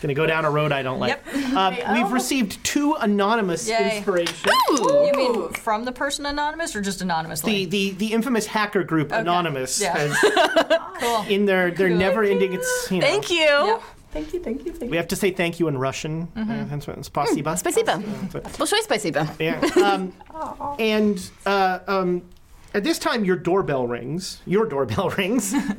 Speaker 3: gonna go down a road I don't like. Uh, we've received two anonymous
Speaker 8: Yay.
Speaker 3: inspiration.
Speaker 8: You mean from the person anonymous or just
Speaker 3: The,
Speaker 8: anonymously?
Speaker 3: the the infamous hacker group Anonymous
Speaker 8: Yeah.
Speaker 3: has
Speaker 8: cool.
Speaker 3: in their their never ending. It's you know,
Speaker 2: Thank you.
Speaker 11: thank you, thank you, thank
Speaker 3: We
Speaker 11: you.
Speaker 3: have to say thank you in Russian. Uh, that's what- Спасибо.
Speaker 5: Mm,
Speaker 2: Спасибо. Большое спасибо.
Speaker 3: Yeah. Um, and uh, um, at this time, your doorbell rings. Your doorbell rings.
Speaker 11: Well,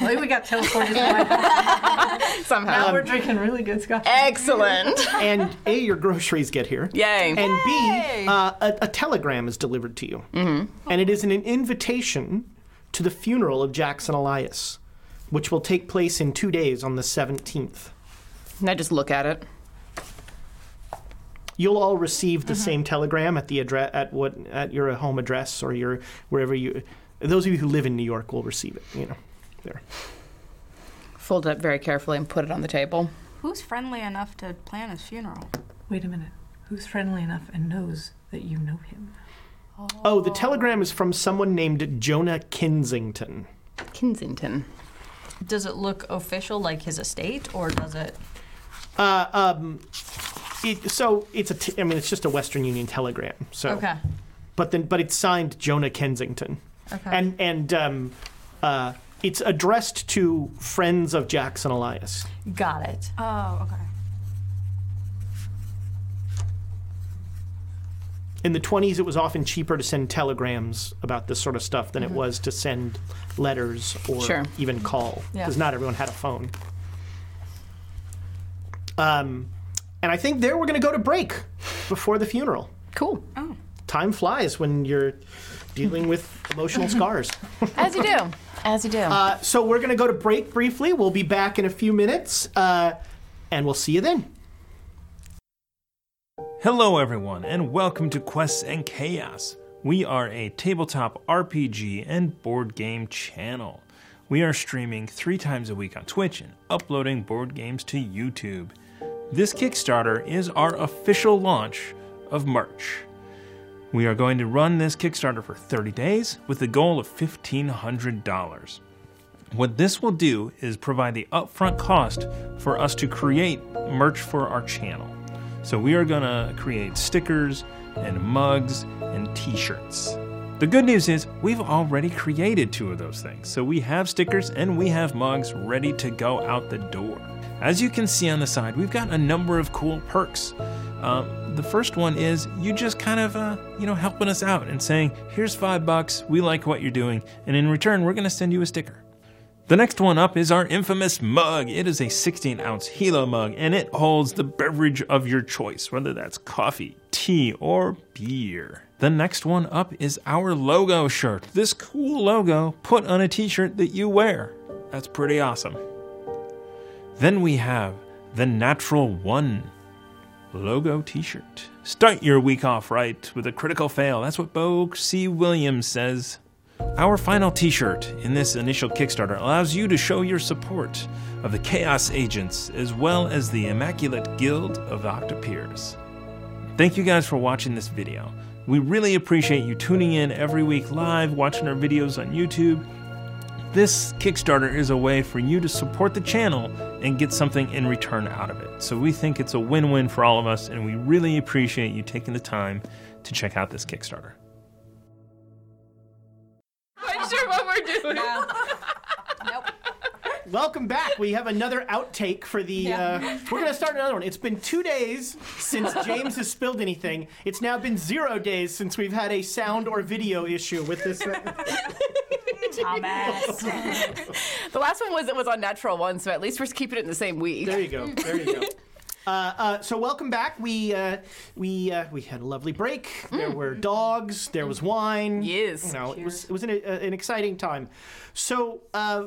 Speaker 11: Oh, we got teleported.
Speaker 3: Um,
Speaker 11: now
Speaker 2: Somehow.
Speaker 11: we're drinking really good scotch.
Speaker 2: Excellent.
Speaker 3: and A, your groceries get here.
Speaker 2: Yay.
Speaker 3: And B, uh, a, a telegram is delivered to you. And it is an, an invitation to the funeral of Jackson Elias, which will take place in two days on the 17th.
Speaker 2: Can I just look at it?
Speaker 3: You'll all receive the same telegram at the address at what at your home address or your wherever you. Those of you who live in New York will receive it. You know, there.
Speaker 2: Fold it up very carefully and put it on the table.
Speaker 7: Who's friendly enough to plan his funeral?
Speaker 11: Wait a minute. Who's friendly enough and knows that you know him?
Speaker 3: Oh, the telegram is from someone named Jonah Kensington.
Speaker 2: Kensington.
Speaker 8: Does it look official like his estate or does it?
Speaker 3: It, so it's a. T- I mean, it's just a Western Union telegram. So.
Speaker 8: Okay.
Speaker 3: but then but it's signed Jonah Kensington,
Speaker 8: Okay.
Speaker 3: and and um, uh, it's addressed to friends of Jackson Elias.
Speaker 8: Got it.
Speaker 7: Oh, okay.
Speaker 3: In the 20s, it was often cheaper to send telegrams about this sort of stuff than it was to send letters or
Speaker 2: Sure.
Speaker 3: even call,
Speaker 8: Yeah.
Speaker 3: because not everyone had a phone. Um, and I think there we're going to go to break before the funeral.
Speaker 2: Cool.
Speaker 3: Time flies when you're dealing with emotional scars.
Speaker 2: As you do. As you do.
Speaker 3: Uh, so we're going to go to break briefly. We'll be back in a few minutes, uh, and we'll see you then.
Speaker 1: Hello, everyone, and welcome to Quests and Chaos. We are a tabletop RPG and board game channel. We are streaming three times a week on Twitch and uploading board games to YouTube. This Kickstarter is our official launch of March. We are going to run this Kickstarter for 30 days with the goal of $1,500. What this will do is provide the upfront cost for us to create merch for our channel. So we are going to create stickers and mugs and t shirts. The good news is we've already created two of those things. So we have stickers and we have mugs ready to go out the door. As you can see on the side, we've got a number of cool perks. Um, the first one is you just kind of, uh, you know, helping us out and saying, here's five bucks, we like what you're doing, and in return, we're going to send you a sticker. The next one up is our infamous mug. It is a 16 ounce Hilo mug and it holds the beverage of your choice, whether that's coffee, tea, or beer. The next one up is our logo shirt. This cool logo put on a t shirt that you wear. That's pretty awesome. Then we have the Natural One logo t shirt. Start your week off right with a critical fail. That's what Bo C. Williams says. Our final t shirt in this initial Kickstarter allows you to show your support of the Chaos Agents as well as the Immaculate Guild of Octopeers. Thank you guys for watching this video. We really appreciate you tuning in every week live, watching our videos on YouTube. This Kickstarter is a way for you to support the channel and get something in return out of it. So we think it's a win win for all of us, and we really appreciate you taking the time to check out this Kickstarter.
Speaker 3: Welcome back. We have another outtake for the. Uh, we're going to start another one. It's been two days since James has spilled anything. It's now been zero days since we've had a sound or video issue with this. uh,
Speaker 8: Thomas.
Speaker 2: the last one was it was on natural one, so at least we're keeping it in the same week.
Speaker 3: There you go. There you go. Uh, uh, so welcome back. We uh, we uh, we had a lovely break. There were dogs. There was wine.
Speaker 2: Yes.
Speaker 3: You know, it was it was an, uh, an exciting time. So uh,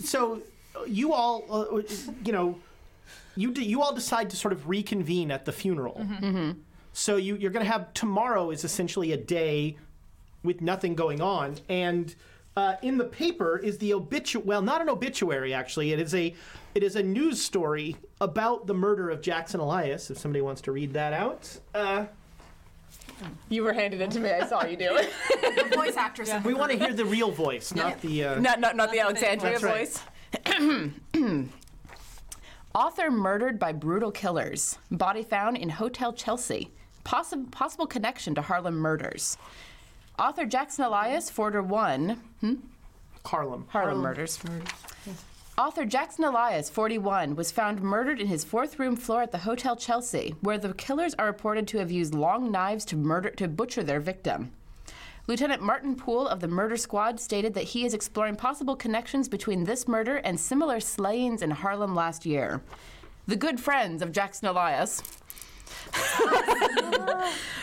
Speaker 3: so you all uh, you know you d- you all decide to sort of reconvene at the funeral. So you you're going to have tomorrow is essentially a day with nothing going on, and uh, in the paper is the obitu well not an obituary actually it is a it is a news story about the murder of Jackson Elias. If somebody wants to read that out, uh,
Speaker 12: You were handing it to me. I saw you do it.
Speaker 7: The voice actress.
Speaker 3: we want to hear the real voice, not the. Uh,
Speaker 12: not, not, not the Alexandria
Speaker 3: That's right.
Speaker 12: voice.
Speaker 5: Author murdered by brutal killers. Body found in Hotel Chelsea. Possi- possible connection to Harlem murders. Author Jackson Elias, Forder 1.
Speaker 2: Hmm?
Speaker 3: Harlem.
Speaker 5: Harlem murders. Author Jackson Elias, 41, was found murdered in his fourth room floor at the Hotel Chelsea, where the killers are reported to have used long knives to murder to butcher their victim. Lieutenant Martin Poole of the murder squad stated that he is exploring possible connections between this murder and similar slayings in Harlem last year. The good friends of Jackson Elias.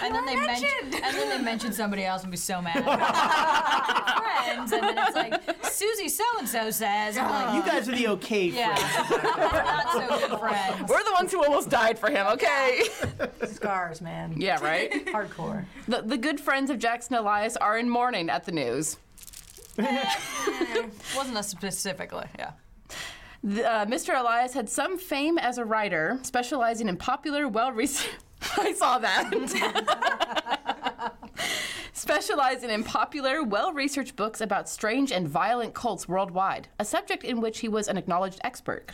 Speaker 8: And then they mentioned, and then they mention somebody else and be so mad. Friends, and then it's like Susie so and so says, I'm like,
Speaker 3: You guys are the okay
Speaker 8: yeah,
Speaker 3: friends.
Speaker 8: not so good friends.
Speaker 12: We're the ones who almost died for him, okay?
Speaker 6: Scars, man.
Speaker 5: Yeah, right?
Speaker 6: Hardcore.
Speaker 5: the, the good friends of Jackson Elias are in mourning at the news.
Speaker 8: Wasn't us specifically, yeah.
Speaker 5: The- uh, Mr. Elias had some fame as a writer, specializing in popular, well researched. I saw that. specializing in popular, well researched books about strange and violent cults worldwide, a subject in which he was an acknowledged expert.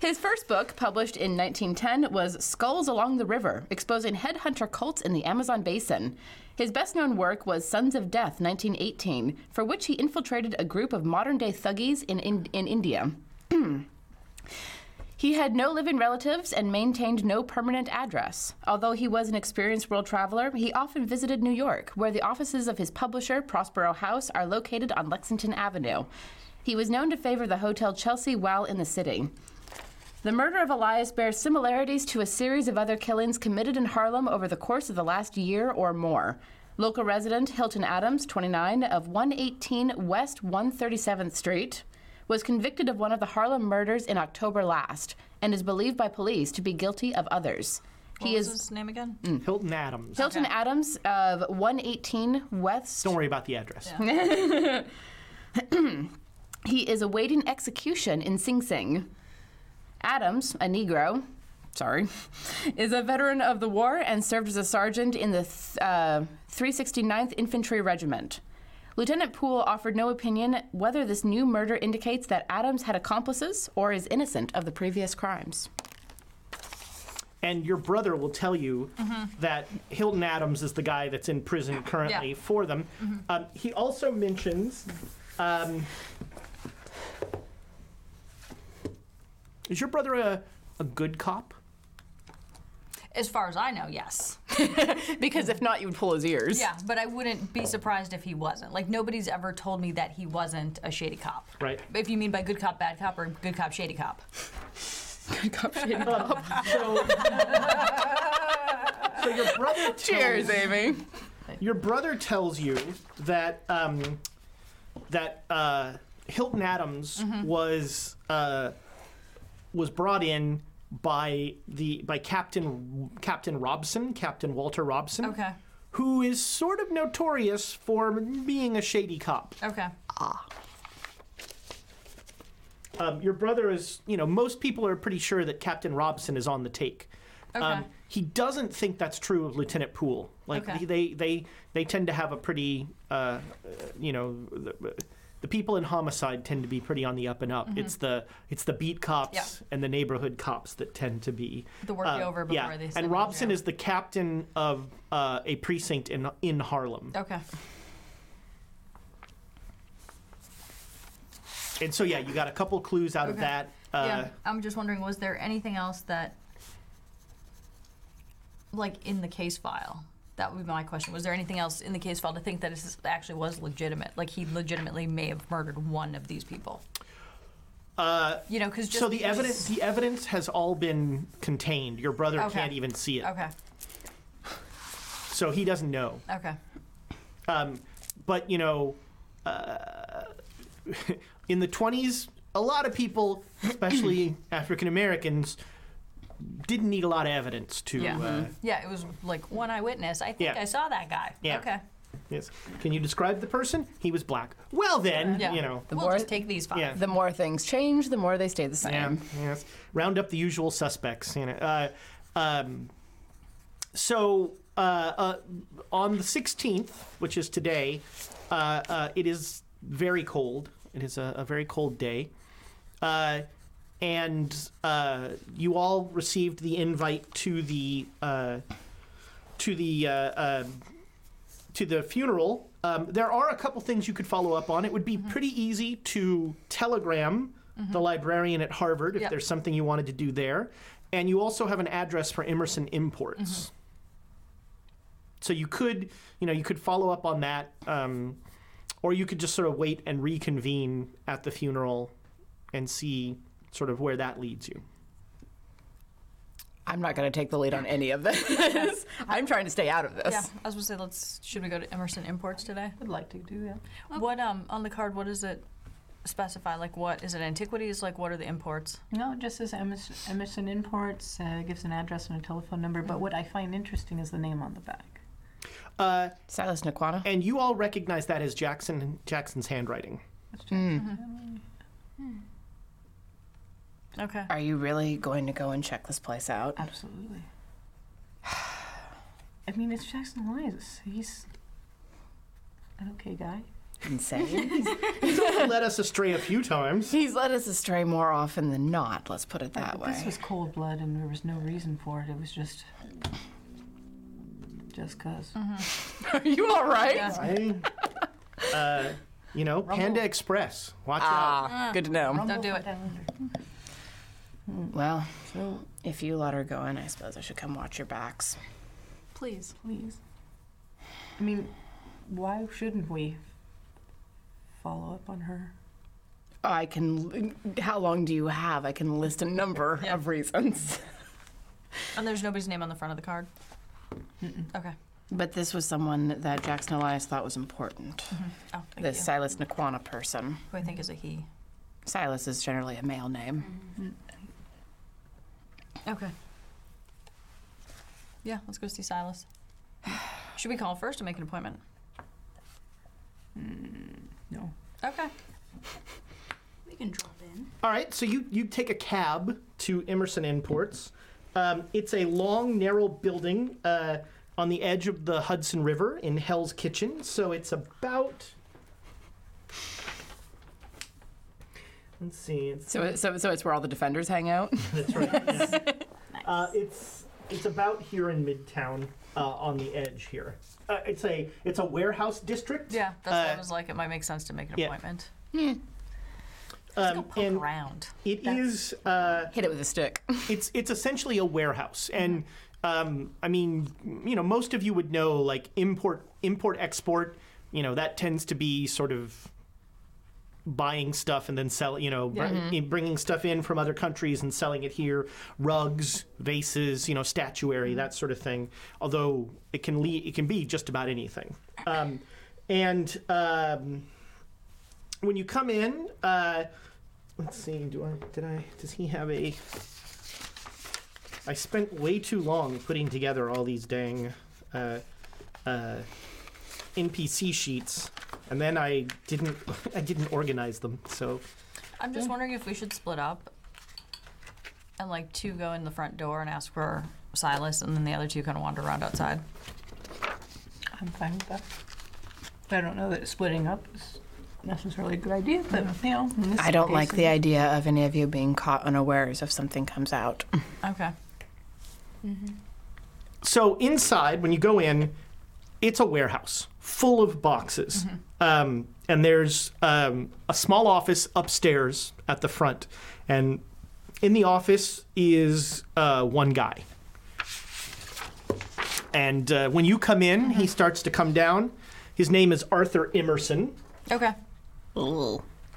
Speaker 5: His first book, published in 1910, was Skulls Along the River, exposing headhunter cults in the Amazon basin. His best known work was Sons of Death, 1918, for which he infiltrated a group of modern day thuggies in, in, in India. He had no living relatives and maintained no permanent address. Although he was an experienced world traveler, he often visited New York, where the offices of his publisher, Prospero House, are located on Lexington Avenue. He was known to favor the Hotel Chelsea while in the city. The murder of Elias bears similarities to a series of other killings committed in Harlem over the course of the last year or more. Local resident Hilton Adams, 29, of 118 West 137th Street, was convicted of one of the Harlem murders in October last and is believed by police to be guilty of others. He
Speaker 8: What's
Speaker 5: is
Speaker 8: his name again?
Speaker 3: Hilton Adams.
Speaker 5: Hilton Adams of 118 West
Speaker 3: Don't worry about the address.
Speaker 5: He is awaiting execution in Sing Sing. Adams, a Negro, sorry, is a veteran of the war and served as a sergeant in the th- uh, 369th Infantry Regiment. Lieutenant Poole offered no opinion whether this new murder indicates that Adams had accomplices or is innocent of the previous crimes.
Speaker 3: And your brother will tell you that Hilton Adams is the guy that's in prison currently
Speaker 8: Mm-hmm. Yeah. Mm-hmm.
Speaker 3: for them. Um, he also mentions. Um, is your brother a, a good cop?
Speaker 8: As far as I know, yes.
Speaker 5: Because if not, you would pull his ears.
Speaker 8: Yeah, but I wouldn't be surprised if he wasn't. Like nobody's ever told me that he wasn't a shady cop.
Speaker 3: Right.
Speaker 8: If you mean by good cop, bad cop, or good cop, shady cop.
Speaker 3: Um, So, so your brother. Tells,
Speaker 12: Cheers, Amy.
Speaker 3: Your brother tells you that um, that uh, Hilton Adams was uh, was brought in by the by Captain Captain Robson, Captain Walter Robson,
Speaker 8: Okay.
Speaker 3: who is sort of notorious for being a shady cop.
Speaker 8: Okay.
Speaker 3: Um, your brother is, you know, most people are pretty sure that Captain Robson is on the take. Um,
Speaker 8: Okay.
Speaker 3: he doesn't think that's true of Lieutenant Poole. Like
Speaker 8: Okay.
Speaker 3: they, they they tend to have a pretty, uh, uh, you know, the, the people in homicide tend to be pretty on the up and up. It's the it's the beat cops
Speaker 8: Mm-hmm. Yeah.
Speaker 3: and the neighborhood cops that tend to be uh,
Speaker 8: The work you over
Speaker 3: yeah.
Speaker 8: before they send
Speaker 3: And
Speaker 8: you
Speaker 3: Robson
Speaker 8: down.
Speaker 3: is the captain of uh, a precinct in in Harlem.
Speaker 8: Okay.
Speaker 3: And so yeah, you got a couple clues out of
Speaker 8: Okay.
Speaker 3: that. Uh,
Speaker 8: yeah. I'm just wondering, was there anything else that, like, in the case file? That would be my question. Was there anything else in the case file to think that this actually was legitimate? Like he legitimately may have murdered one of these people. Uh, you know, because
Speaker 3: so the evidence the evidence has all been contained. Your brother
Speaker 8: Okay.
Speaker 3: can't even see it,
Speaker 8: Okay.
Speaker 3: so he doesn't know.
Speaker 8: Okay.
Speaker 3: Um, but you know, uh, in the twenties, a lot of people, especially African Americans, didn't need a lot of evidence to.
Speaker 8: yeah. Mm-hmm.
Speaker 3: Uh,
Speaker 8: yeah, it was like one eyewitness. I think
Speaker 3: Yeah.
Speaker 8: I saw that guy.
Speaker 3: Yeah.
Speaker 8: Okay.
Speaker 3: yes. Can you describe the person? He was black. Well, then,
Speaker 8: Yeah.
Speaker 3: you know.
Speaker 8: we'll just take these five.
Speaker 3: Yeah.
Speaker 5: The more things change, the more they stay the same.
Speaker 3: Yeah, yes. Round up the usual suspects. You know. Uh, um, so uh, uh, on the 16th, which is today, uh, uh, it is very cold. It is a, a very cold day. Uh, and uh, you all received the invite to the uh, to the uh, uh, to the funeral. Um, there are a couple things you could follow up on. It would be pretty easy to telegram the librarian at Harvard if
Speaker 8: Yep.
Speaker 3: there's something you wanted to do there, and you also have an address for Emerson Imports. So you could, you know, you could follow up on that, um, or you could just sort of wait and reconvene at the funeral and see sort of where that leads you.
Speaker 5: I'm not going to take the lead on any of this. I'm trying to stay out of this.
Speaker 8: Yeah, I was gonna say let's should we go to Emerson Imports today?
Speaker 11: I'd like to do that.
Speaker 8: What um on the card? What does it specify? Like what is it? Antiquities? Like what are the imports?
Speaker 11: No, it just says Emerson, Emerson Imports, uh, gives an address and a telephone number, but what I find interesting is the name on the back.
Speaker 3: Uh,
Speaker 5: Silas Naquana.
Speaker 3: and you all recognize that as Jackson Jackson's handwriting.
Speaker 5: Hmm.
Speaker 6: Mm-hmm.
Speaker 8: Okay.
Speaker 5: Are you really going to go and check this place out?
Speaker 11: Absolutely. I mean, it's Jackson Elias. He's an okay guy.
Speaker 5: Insane.
Speaker 3: He led us astray a few times.
Speaker 5: He's led us astray more often than not. Let's put it that
Speaker 11: But This
Speaker 5: way.
Speaker 11: was cold blood, and there was no reason for it. It was just. Just because.
Speaker 5: Are you all right?
Speaker 3: I, uh, you know, Panda Express. Watch out.
Speaker 5: Ah, good to know.
Speaker 8: Don't do it.
Speaker 5: Well,
Speaker 11: So,
Speaker 5: if you lot are going, I suppose I should come watch your backs.
Speaker 8: Please.
Speaker 11: please. I mean, why shouldn't we follow up on her?
Speaker 5: I can. How long do you have? I can list a number of reasons.
Speaker 8: And there's nobody's name on the front of the card. Okay.
Speaker 5: But this was someone that Jackson Elias thought was important.
Speaker 8: Oh, thank
Speaker 5: This
Speaker 8: you.
Speaker 5: Silas Naquana person.
Speaker 8: Who I think is a he.
Speaker 5: Silas is generally a male name.
Speaker 8: Okay. Yeah, let's go see Silas. Should we call first to make an appointment?
Speaker 3: Hmm,
Speaker 11: No.
Speaker 8: Okay.
Speaker 7: We can drop in.
Speaker 3: All right, so you, you take a cab to Emerson Imports. Um, it's a long, narrow building uh, on the edge of the Hudson River in Hell's Kitchen. So it's about. Let's see. It's
Speaker 5: So, it- so, so it's where all the defenders hang out.
Speaker 3: That's right. yeah. uh, it's it's about here in Midtown, uh, on the edge here. Uh, it's a it's a warehouse district.
Speaker 8: Yeah, that's what I
Speaker 3: Uh,
Speaker 8: was like. It might make sense to make an
Speaker 3: yeah.
Speaker 8: appointment. Let's
Speaker 3: um,
Speaker 8: go poke
Speaker 3: and
Speaker 8: around.
Speaker 3: it is uh,
Speaker 5: Hit it with a stick.
Speaker 3: it's it's essentially a warehouse, and um, I mean, you know, most of you would know like import import export. You know, that tends to be sort of buying stuff and then sell you know br- in- bringing stuff in from other countries and selling it here rugs vases you know statuary that sort of thing although it can le- it can be just about anything um, and um, when you come in uh, let's see do i did i does he have a i spent way too long putting together all these dang uh, uh, npc sheets and then i didn't i didn't organize them so
Speaker 8: I'm just wondering if we should split up and like two go in the front door and ask for Silas, and then the other two kind of wander around outside.
Speaker 11: I'm fine with that. I don't know that splitting up is necessarily a good idea, but you know. in this
Speaker 5: I don't like
Speaker 11: case,
Speaker 5: the idea of any of you being caught unawares if something comes out.
Speaker 8: Okay.
Speaker 3: so inside when you go in it's a warehouse full of boxes um, and there's um, a small office upstairs at the front and in the office is uh, one guy and uh, when you come in he starts to come down his name is arthur emerson
Speaker 8: Okay.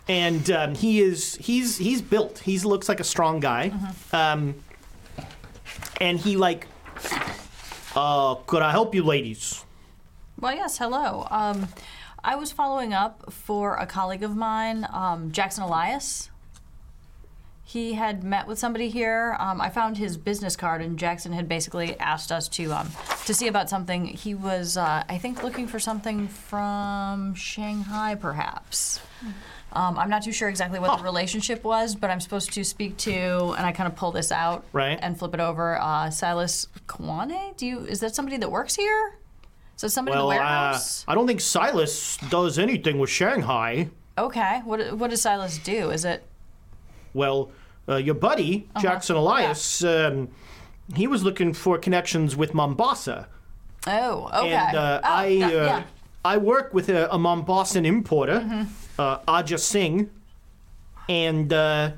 Speaker 3: and um, he is he's he's built. He looks like a strong guy,
Speaker 8: Mm-hmm.
Speaker 3: um, and he like, uh, could I help you, ladies?
Speaker 8: Well, yes. Hello. Um, I was following up for a colleague of mine, um, Jackson Elias. He had met with somebody here. Um, I found his business card, and Jackson had basically asked us to um, to see about something. He was, uh, I think, looking for something from Shanghai, perhaps. Um, I'm not too sure exactly what the relationship was, but I'm supposed to speak to, and I kind of pull this out
Speaker 3: Right.
Speaker 8: and flip it over. Uh, Silas Kwane, do you? Is that somebody that works here? Is that somebody in the warehouse?
Speaker 3: uh, I don't think Silas does anything with Shanghai.
Speaker 8: Okay. What what does Silas do? Is it
Speaker 3: Well, uh, your buddy,
Speaker 8: Uh-huh.
Speaker 3: Jackson Elias, um, he was looking for connections with Mombasa.
Speaker 8: Oh, okay.
Speaker 3: And uh,
Speaker 8: Oh,
Speaker 3: I,
Speaker 8: yeah,
Speaker 3: uh,
Speaker 8: yeah.
Speaker 3: I work with a, a Mombasan importer,
Speaker 8: Mm-hmm.
Speaker 3: uh, Aja Singh, and uh,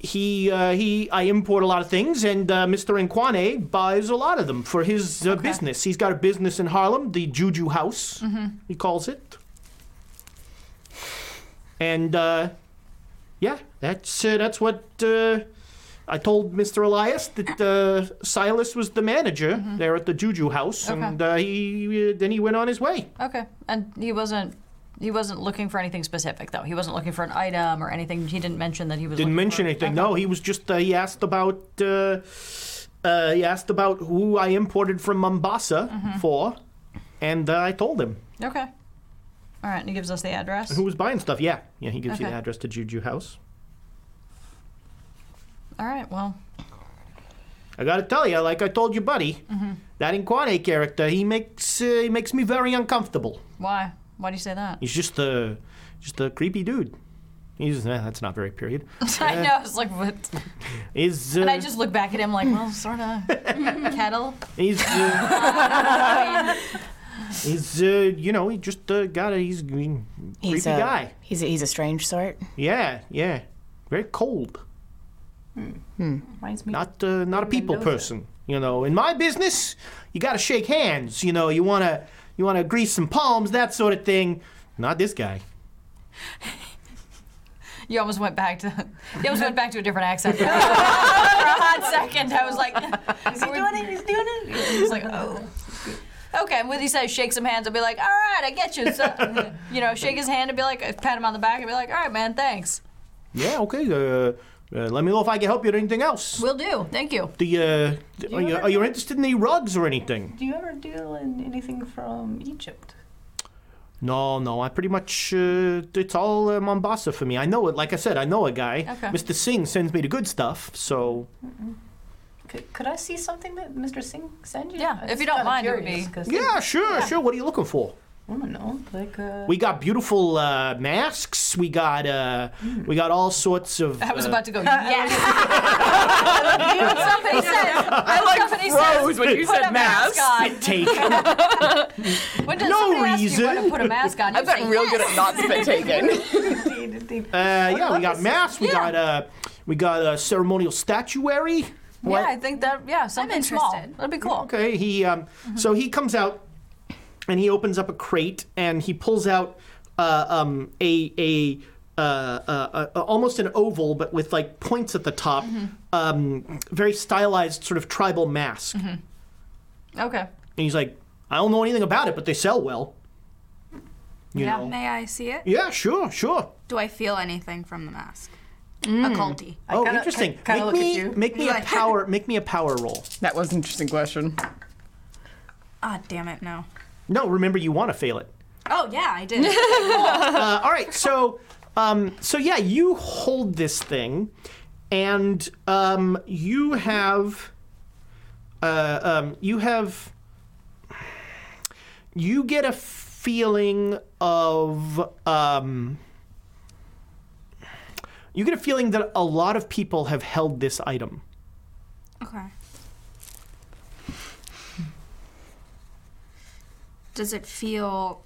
Speaker 3: he uh, he I import a lot of things, and uh, Mr. Nkwane buys a lot of them for his uh, business. He's got a business in Harlem, the Juju House, he calls it. And uh, yeah, that's uh, that's what uh, I told Mr. Elias that uh, Silas was the manager
Speaker 8: Mm-hmm.
Speaker 3: there at the Juju House, and uh, he uh, then he went on his way.
Speaker 8: Okay. And he wasn't he wasn't looking for anything specific though. He wasn't looking for an item or anything. He didn't mention that he was
Speaker 3: Didn't
Speaker 8: looking
Speaker 3: mention
Speaker 8: for-
Speaker 3: anything.
Speaker 8: Okay.
Speaker 3: No, he was just uh, he asked about uh, uh, he asked about who I imported from Mombasa
Speaker 8: Mm-hmm.
Speaker 3: for, and uh, I told him
Speaker 8: Okay. All right, and he gives us the address.
Speaker 3: who was buying stuff. Yeah, yeah, he gives you the
Speaker 8: Okay.
Speaker 3: address to Juju House.
Speaker 8: All right. Well,
Speaker 3: I gotta tell you, like I told you, buddy, that Inkwane character he makes uh, he makes me very uncomfortable.
Speaker 8: why? Why do you say that?
Speaker 3: He's just a just a creepy dude. He's eh, that's not very period.
Speaker 8: I know. It's like what?
Speaker 3: He's uh,
Speaker 8: And I just look back at him like, well, sort of kettle.
Speaker 3: he's uh, he's uh, you know he just uh, got a he's, he's
Speaker 5: He's
Speaker 3: creepy
Speaker 8: uh,
Speaker 5: a
Speaker 3: guy.
Speaker 5: He's a, he's a strange sort.
Speaker 3: Yeah, yeah, very cold.
Speaker 11: Reminds me.
Speaker 3: Not uh, not a people
Speaker 11: Mendoza.
Speaker 3: person. You know, in my business, you gotta shake hands. You know, you wanna you wanna grease some palms, that sort of thing. Not this guy.
Speaker 8: You almost went back to. You almost went back to a different accent. For a hot second, I was like, "Is he doing it? He's doing it." He was like, "Oh." Okay, and when he says shake some hands, I'll be like, "All right, I get you." So, you know, shake his hand and be like, uh, pat him on the back and be like, "All right, man, thanks.
Speaker 3: Yeah, okay. Uh, uh, let me know if I can help you with anything else.
Speaker 8: Will do. Thank you."
Speaker 3: the, uh, are, you, are you interested in any rugs or anything?
Speaker 11: Do you ever deal in anything from Egypt?
Speaker 3: No, no. I pretty much uh, it's all uh, Mombasa for me. I know it. Like I said, I know a guy.
Speaker 8: Okay.
Speaker 3: Mr. Singh sends me the good stuff. So
Speaker 11: Could, could I see something that Mr. Singh sent you?
Speaker 8: Yeah,
Speaker 11: I'm
Speaker 8: if
Speaker 11: just
Speaker 8: you don't
Speaker 11: kinda
Speaker 8: mind, it would
Speaker 11: curious,
Speaker 8: be-
Speaker 11: 'cause
Speaker 3: yeah, sure, sure. What are you looking for?
Speaker 11: I don't know, like uh,
Speaker 3: We got beautiful uh, masks. We got uh, we got all sorts of.
Speaker 8: Mm. I was
Speaker 3: uh,
Speaker 8: about to go. Yes. somebody says.
Speaker 9: I like
Speaker 8: somebody
Speaker 9: froze
Speaker 8: says,
Speaker 9: when you
Speaker 8: put
Speaker 9: said
Speaker 8: a
Speaker 9: mask.
Speaker 8: mask on.
Speaker 3: spit take. uh,
Speaker 8: When does
Speaker 3: No
Speaker 8: somebody ask you where to
Speaker 3: reason.
Speaker 8: put a mask on? You
Speaker 9: I've gotten
Speaker 8: say,
Speaker 9: real good at not spit taking.
Speaker 11: indeed, indeed.
Speaker 3: Uh, yeah, we got
Speaker 11: this.
Speaker 3: masks. We
Speaker 8: Yeah.
Speaker 3: got uh, we got uh, ceremonial statuary.
Speaker 8: Yeah, I think that. Yeah, something small.
Speaker 4: interested.
Speaker 8: That'd be cool.
Speaker 3: Okay, he um,
Speaker 11: Mm-hmm.
Speaker 3: so he comes out and he opens up a crate and he pulls out uh, um, a a uh, uh, uh, almost an oval, but with like points at the top,
Speaker 11: Mm-hmm.
Speaker 3: um, very stylized sort of tribal mask.
Speaker 11: Mm-hmm.
Speaker 3: And
Speaker 8: Okay.
Speaker 3: he's like, I don't know anything about it, but they sell well. You
Speaker 8: Yeah,
Speaker 3: know?
Speaker 7: May I see it?
Speaker 3: Yeah, sure, sure.
Speaker 7: Do I feel anything from the mask? Occulty.
Speaker 11: I
Speaker 3: oh,
Speaker 11: kinda-
Speaker 3: interesting.
Speaker 11: kinda
Speaker 3: make
Speaker 11: look at
Speaker 3: me
Speaker 11: you.
Speaker 3: make me a power make me a power roll.
Speaker 9: that was an interesting question.
Speaker 7: Ah, damn it, no.
Speaker 3: No, remember you want to fail it.
Speaker 7: Oh yeah, I did.
Speaker 3: Uh, all right, so um, so yeah, you hold this thing, and um, you have uh, um, you have you get a feeling of um, you get a feeling that a lot of people have held this item.
Speaker 7: okay. Does it feel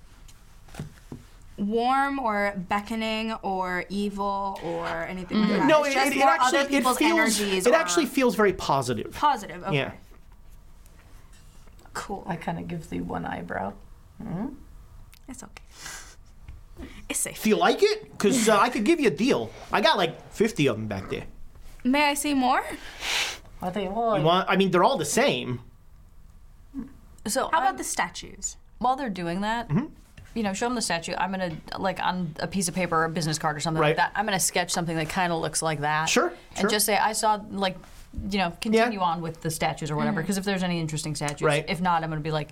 Speaker 7: warm or beckoning or evil or anything like that?
Speaker 3: Mm. No, it,
Speaker 7: it's just
Speaker 3: it, it
Speaker 7: more
Speaker 3: actually
Speaker 7: other
Speaker 3: it
Speaker 7: people's
Speaker 3: feels
Speaker 7: energies.
Speaker 3: it
Speaker 7: or-
Speaker 3: actually feels very positive.
Speaker 7: positive. Okay.
Speaker 3: Yeah.
Speaker 7: Cool. Mm-hmm.
Speaker 11: I kind of give the one eyebrow.
Speaker 7: It's okay. It's safe.
Speaker 3: Do you like it? Because uh, I could give you a deal. I got like fifty of them back there.
Speaker 7: May I see more?
Speaker 11: Are they all?
Speaker 3: You want- I mean, they're all the same.
Speaker 8: So
Speaker 7: How
Speaker 8: I'm-
Speaker 7: about the statues?
Speaker 3: Mm-hmm.
Speaker 8: while they're doing that, you know, show them the statue. I'm gonna like on a piece of paper or a business card or something
Speaker 3: Right.
Speaker 8: like that. I'm gonna sketch something that kind of looks like that.
Speaker 3: Sure,
Speaker 8: And
Speaker 3: sure.
Speaker 8: just say I saw like, you know, continue on with the statues or
Speaker 7: Mm.
Speaker 8: whatever. Because if there's any interesting statues,
Speaker 3: Right.
Speaker 8: If not, I'm gonna be like.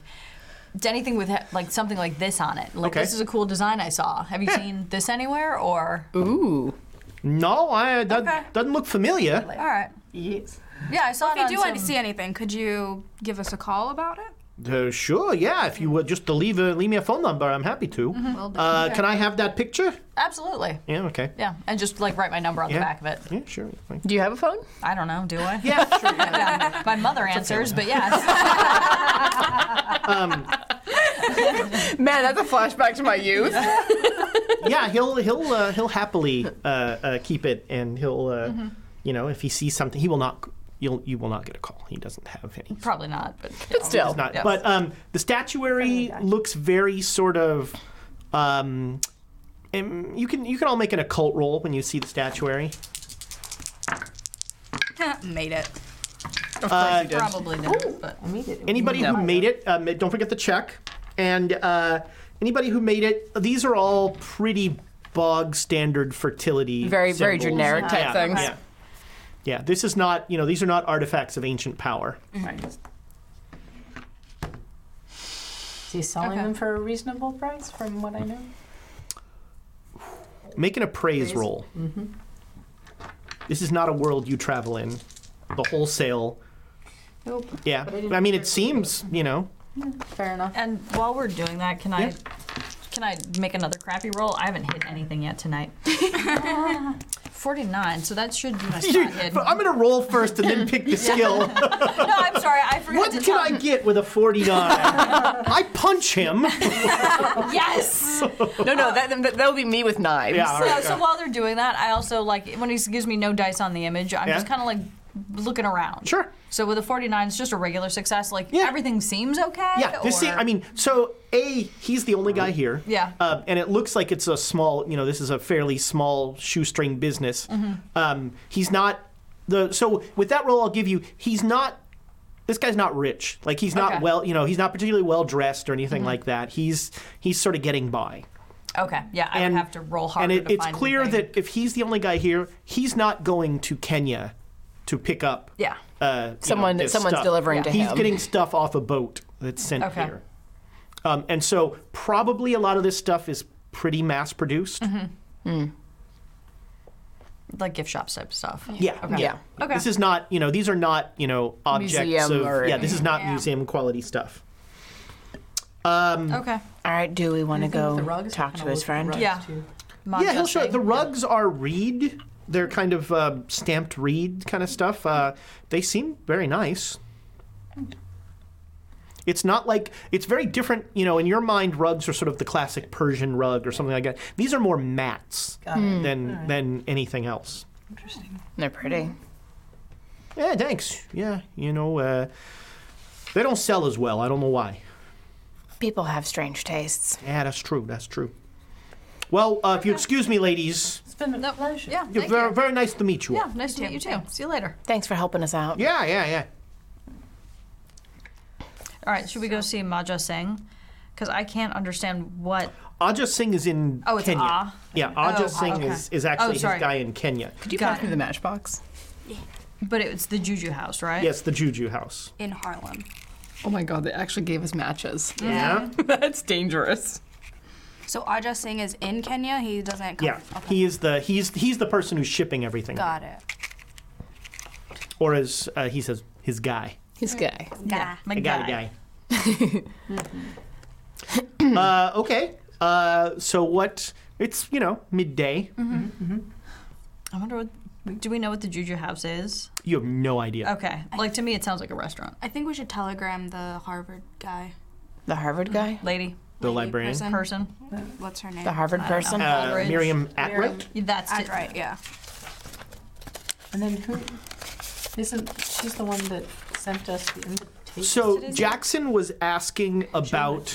Speaker 8: "It's Anything with he- like something like this on it. Like
Speaker 3: Okay.
Speaker 8: this is a cool design I saw. Have you seen this anywhere? Or
Speaker 9: Ooh.
Speaker 3: No, I that
Speaker 8: Okay.
Speaker 3: doesn't look familiar.
Speaker 8: all right,
Speaker 11: Yes.
Speaker 8: yeah, I saw it
Speaker 7: If you do
Speaker 8: on
Speaker 7: want to
Speaker 8: some-
Speaker 7: see anything, could you give us a call about it?
Speaker 3: Uh, sure, yeah. If you would just to leave a, leave me a phone number, I'm happy to. Uh, can I have that picture?
Speaker 8: Absolutely.
Speaker 3: Yeah, okay.
Speaker 8: Yeah, and just like write my number on
Speaker 3: Yeah.
Speaker 8: the back of it.
Speaker 3: Yeah, sure. fine.
Speaker 9: Do you have a phone?
Speaker 8: I don't know, do I?
Speaker 3: Yeah, sure.
Speaker 8: My mother answers, but yes.
Speaker 9: Man, that's a flashback to my youth.
Speaker 3: yeah, he'll he'll uh, he'll happily uh, uh, keep it, and he'll uh, you know if he sees something, he will not you'll you will not get a call. He doesn't have any.
Speaker 8: Probably not, but you know.
Speaker 9: Still.
Speaker 3: It's not, but um, the statuary looks very sort of. Um, and you can you can all make an occult roll when you see the statuary.
Speaker 7: Made it.
Speaker 8: probably didn't. But
Speaker 3: Anybody who made it, um, don't forget the check. And uh, anybody who made it, these are all pretty bog standard fertility.
Speaker 9: Very, very
Speaker 3: symbols.
Speaker 9: generic type
Speaker 3: yeah,
Speaker 9: things.
Speaker 3: Yeah. yeah, this is not you know these are not artifacts of ancient power.
Speaker 11: Mm-hmm. Is he selling them for a reasonable price, from what I know?
Speaker 3: Make an appraise roll. This is not a world you travel in. The wholesale.
Speaker 11: Nope.
Speaker 3: Yeah,
Speaker 11: I didn't
Speaker 3: I mean it seems you know.
Speaker 11: Fair enough.
Speaker 8: and while we're doing that, can
Speaker 3: Yeah.
Speaker 8: I can I make another crappy roll? I haven't hit anything yet tonight. Forty nine, so that should be not hidden.
Speaker 3: But I'm gonna roll first and then pick the skill.
Speaker 8: No, I'm sorry, I forgot
Speaker 3: What
Speaker 8: to
Speaker 3: can
Speaker 8: tell.
Speaker 3: I get with a 49? I punch him.
Speaker 8: yes.
Speaker 9: No, no, that, that, that'll be me with knives.
Speaker 3: Yeah, all
Speaker 8: No,
Speaker 3: right.
Speaker 8: so while they're doing that, I also like when he gives me no dice on the image, I'm
Speaker 3: Yeah.
Speaker 8: just kind of like looking around.
Speaker 3: Sure.
Speaker 8: So with a 49, it's just a regular success. Like
Speaker 3: Yeah.
Speaker 8: everything seems okay.
Speaker 3: Yeah, this se-
Speaker 8: or-
Speaker 3: I mean, so A, he's the only guy here.
Speaker 8: Yeah.
Speaker 3: Um, and it looks like it's a small, you know, this is a fairly small shoestring business.
Speaker 8: Mm-hmm.
Speaker 3: Um, he's not the so with that role I'll give you, he's not this guy's not rich. Like he's not
Speaker 8: Okay. Mm-hmm.
Speaker 3: well, you know, he's not particularly well dressed or anything like that. He's he's sort of getting by.
Speaker 8: okay, yeah, I would have to roll harder.
Speaker 3: And it,
Speaker 8: to
Speaker 3: it's
Speaker 8: find
Speaker 3: clear
Speaker 8: anything.
Speaker 3: that if he's the only guy here, he's not going to Kenya to pick up.
Speaker 8: Yeah.
Speaker 3: Uh, you know,
Speaker 9: Someone-
Speaker 3: this
Speaker 9: someone's
Speaker 3: stuff.
Speaker 9: delivering to
Speaker 3: he's
Speaker 9: him.
Speaker 3: getting stuff off a boat that's sent
Speaker 8: Okay.
Speaker 3: here, um, and so probably a lot of this stuff is pretty mass produced.
Speaker 8: Mm-hmm. like gift shop type stuff.
Speaker 3: Yeah, yeah.
Speaker 8: Okay.
Speaker 3: This is not, you know, these are not, you know, objects
Speaker 9: Museum
Speaker 3: of.
Speaker 9: or-
Speaker 3: yeah, this is not
Speaker 7: Yeah.
Speaker 3: museum quality stuff.
Speaker 8: Okay.
Speaker 5: All right, do we want to
Speaker 11: The
Speaker 5: go
Speaker 11: rugs.
Speaker 5: talk
Speaker 11: kinda
Speaker 5: to his
Speaker 11: look at
Speaker 5: friend?
Speaker 11: rugs,
Speaker 8: Yeah.
Speaker 11: too.
Speaker 8: Mom
Speaker 3: yeah, he'll
Speaker 8: just
Speaker 3: show
Speaker 8: saying-
Speaker 3: The rugs are reed. They're kind of uh, stamped reed kind of stuff. Uh, they seem very nice. It's not like it's very different, you know. In your mind, rugs are sort of the classic Persian rug or something like that. These are more mats than
Speaker 8: Hmm.
Speaker 3: than anything else.
Speaker 5: They're pretty.
Speaker 3: Yeah, thanks. Yeah, you know, uh, they don't sell as well. I don't know why.
Speaker 5: People have strange tastes.
Speaker 3: Yeah, that's true. That's true. Well, uh, if you excuse me, ladies,
Speaker 11: It's been a pleasure.
Speaker 8: Yeah.
Speaker 3: you're
Speaker 8: Thank
Speaker 3: very,
Speaker 8: you.
Speaker 3: very nice to meet you. all.
Speaker 8: Yeah. Nice to meet you too. See you later.
Speaker 5: Thanks for helping us out.
Speaker 3: yeah, yeah, yeah.
Speaker 8: All right. Should we go see Maja Singh? Because I can't understand what.
Speaker 3: Ajah Singh is in
Speaker 8: Oh, it's
Speaker 3: Kenya.
Speaker 8: Ah.
Speaker 3: Yeah, Ajah
Speaker 8: Oh,
Speaker 3: Singh
Speaker 8: okay.
Speaker 3: is, is actually
Speaker 8: Oh,
Speaker 3: his
Speaker 8: sorry.
Speaker 3: guy in Kenya.
Speaker 9: Could you
Speaker 8: Got
Speaker 9: pass me the matchbox?
Speaker 8: But it's the Juju house, right?
Speaker 3: Yes, the Juju house.
Speaker 7: In Harlem.
Speaker 9: Oh my god, they actually gave us matches.
Speaker 3: Yeah.
Speaker 9: that's dangerous.
Speaker 7: Mm-hmm. So Ajay Singh is in Kenya. He doesn't come.
Speaker 3: Yeah.
Speaker 7: Okay.
Speaker 3: He is the he's he's the person who's shipping everything.
Speaker 7: Got it.
Speaker 3: Or as uh, he says, his guy.
Speaker 9: He's gay.
Speaker 7: Yeah.
Speaker 8: My
Speaker 3: I got
Speaker 8: guy.
Speaker 3: a
Speaker 8: Mm-hmm.
Speaker 3: guy. uh, okay. Uh, so what? It's you know midday.
Speaker 7: Mm-hmm.
Speaker 8: I wonder what. Do we know what the Juju house is?
Speaker 3: You have no idea.
Speaker 8: Okay. Like to me, it sounds like a restaurant.
Speaker 7: I think we should telegram the Harvard guy.
Speaker 5: The Harvard guy?
Speaker 8: Lady,
Speaker 3: the
Speaker 7: lady
Speaker 3: librarian,
Speaker 7: person.
Speaker 8: person.
Speaker 7: What's her name?
Speaker 5: The Harvard person?
Speaker 3: uh,
Speaker 8: Aldridge.
Speaker 3: Miriam Atwood.
Speaker 8: That's
Speaker 7: That's
Speaker 8: it.
Speaker 7: right. Yeah.
Speaker 11: And then who? Isn't she's the one that sent us the invitation?
Speaker 3: So Jackson was asking about.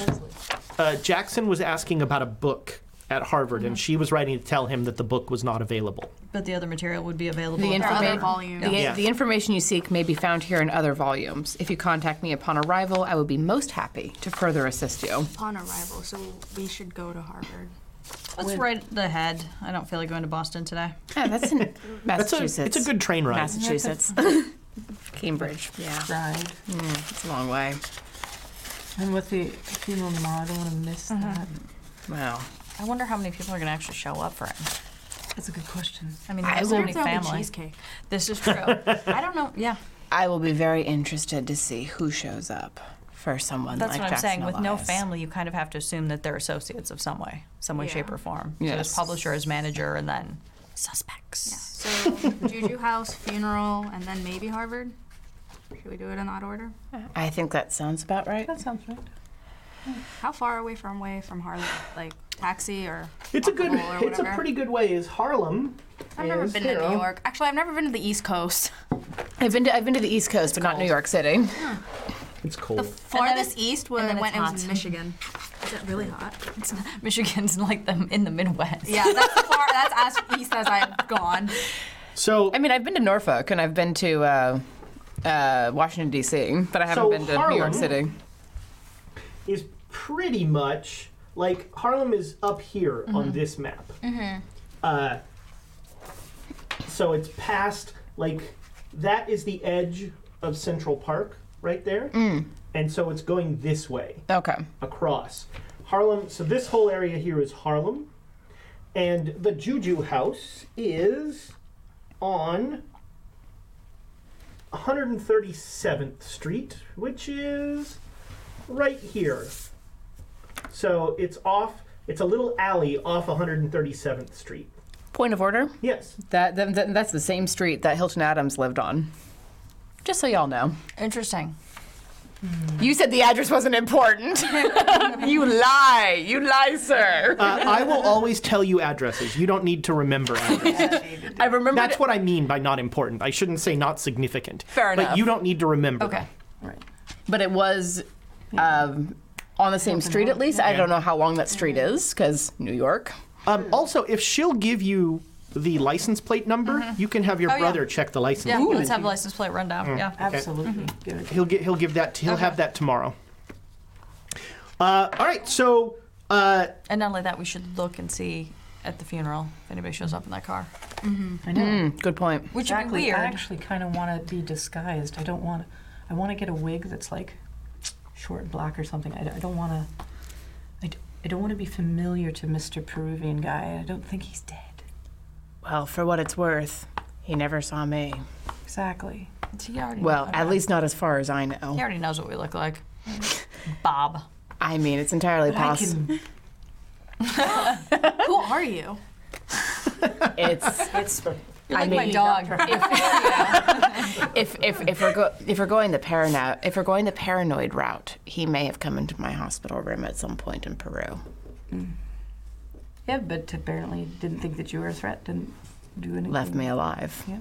Speaker 3: uh, Jackson was asking about a book at Harvard,
Speaker 7: Mm-hmm.
Speaker 3: and she was writing to tell him that the book was not available.
Speaker 8: But the other material would be available.
Speaker 5: The,
Speaker 8: at
Speaker 5: informa-
Speaker 8: other
Speaker 5: the,
Speaker 3: Yeah.
Speaker 5: the information you seek may be found here in other volumes. If you contact me upon arrival, I would be most happy to further assist you.
Speaker 7: Upon arrival, so we should go to Harvard.
Speaker 8: Let's write the head. I don't feel like going to Boston today.
Speaker 5: Yeah, that's in
Speaker 3: That's a,
Speaker 5: Massachusetts.
Speaker 3: it's a good train ride.
Speaker 5: Massachusetts. Cambridge. Yeah.
Speaker 11: Ride.
Speaker 5: Mm, it's a long way.
Speaker 11: And with the funeral tomorrow, I don't want to miss that.
Speaker 5: Wow.
Speaker 8: I wonder how many people are going to actually show up for it.
Speaker 11: That's a good question.
Speaker 8: I mean,
Speaker 5: I
Speaker 8: there's so
Speaker 5: will-
Speaker 8: many family.
Speaker 7: cheesecake.
Speaker 8: This is true. I don't know. Yeah,
Speaker 5: I will be very interested to see who shows up for someone
Speaker 8: that's
Speaker 5: like
Speaker 8: what I'm
Speaker 5: Jackson
Speaker 8: saying. With no
Speaker 5: Elias.
Speaker 8: family, you kind of have to assume that they're associates of some way, some way,
Speaker 7: Yeah.
Speaker 8: shape, or form. So
Speaker 5: Yes.
Speaker 8: there's publisher, as manager, and then suspects.
Speaker 7: So Juju House, funeral, and then maybe Harvard. Should we do it in that order?
Speaker 5: I think that sounds about right.
Speaker 11: That sounds right.
Speaker 7: How far away from way from Harvard? Like taxi or?
Speaker 3: It's a good.
Speaker 7: walkable or
Speaker 3: It's a
Speaker 7: whatever?
Speaker 3: pretty good way. Is Harlem?
Speaker 7: I've never
Speaker 3: is
Speaker 7: been to New
Speaker 3: zero.
Speaker 7: York. Actually, I've never been to the East Coast.
Speaker 5: I've been to I've been to the East Coast, but not New York City.
Speaker 3: It's cold.
Speaker 7: Farthest east when
Speaker 8: then
Speaker 7: I
Speaker 8: it's
Speaker 7: went, it was
Speaker 8: hot.
Speaker 7: in Michigan. Is it really hot?
Speaker 8: It's, Michigan's like them in the Midwest.
Speaker 7: Yeah, that's far. That's as east as I've gone.
Speaker 3: So
Speaker 5: I mean, I've been to Norfolk and I've been to uh, uh, Washington D.C., but I haven't
Speaker 3: So
Speaker 5: been to New York
Speaker 3: Harlem-
Speaker 5: City.
Speaker 3: is pretty much like Harlem is up here on this map. Mm-hmm. Uh, so it's past like that is the edge of Central Park right there,
Speaker 7: Mm.
Speaker 3: and so it's going this way
Speaker 5: Okay.
Speaker 3: across Harlem. So this whole area here is Harlem, and the Juju House is on 137th Street, which is right here. So it's off. It's a little alley off 137th Street.
Speaker 5: Point of order.
Speaker 3: Yes.
Speaker 5: That, that, that- that's the same street that Hilton Adams lived on. Just so y'all know.
Speaker 8: Interesting.
Speaker 5: You said the address wasn't important. you lie. You lie, sir.
Speaker 3: Uh, I will always tell you addresses. You don't need to remember addresses.
Speaker 5: I remember.
Speaker 3: That's what I mean by not important. I shouldn't say not significant.
Speaker 5: Fair
Speaker 3: But
Speaker 5: enough.
Speaker 3: you don't need to remember.
Speaker 8: Okay.
Speaker 5: But it was um, on the same street, at least. I don't know how long that street is, because New York.
Speaker 3: Um, also, if she'll give you the license plate number, you can have your
Speaker 8: Oh, yeah.
Speaker 3: brother check the license.
Speaker 8: Yeah, let's have a license plate rundown. Yeah.
Speaker 11: Absolutely. Good.
Speaker 3: He'll get. He'll give that. He'll have that tomorrow. Uh, all right. So uh,
Speaker 8: And not only that, we should look and see at the funeral if anybody shows up in that car,
Speaker 11: I know.
Speaker 5: Hmm, Good point.
Speaker 8: which would
Speaker 11: Mm. Exactly.
Speaker 8: be weird.
Speaker 11: I actually kind of want to be disguised. I don't want. I want to get a wig that's like short and black or something. I, don't- I don't want to. I, d- I don't want to be familiar to Mr. Peruvian guy. I don't think he's dead.
Speaker 5: Well, for what it's worth, he never saw me.
Speaker 11: Exactly.
Speaker 8: He already,
Speaker 5: Well, at least not as far as I know.
Speaker 8: he already knows what we look like. Bob.
Speaker 5: I mean, it's entirely possible.
Speaker 7: Who are you?
Speaker 5: It's
Speaker 11: It's
Speaker 5: I
Speaker 8: Like my
Speaker 5: mean,
Speaker 8: dog.
Speaker 5: if if if we're go- if we're going the parano- if we're going the paranoid route, he may have come into my hospital room at some point in Peru.
Speaker 11: yeah, but apparently didn't think that you were a threat. Didn't do anything.
Speaker 5: Left me alive.
Speaker 11: Yeah.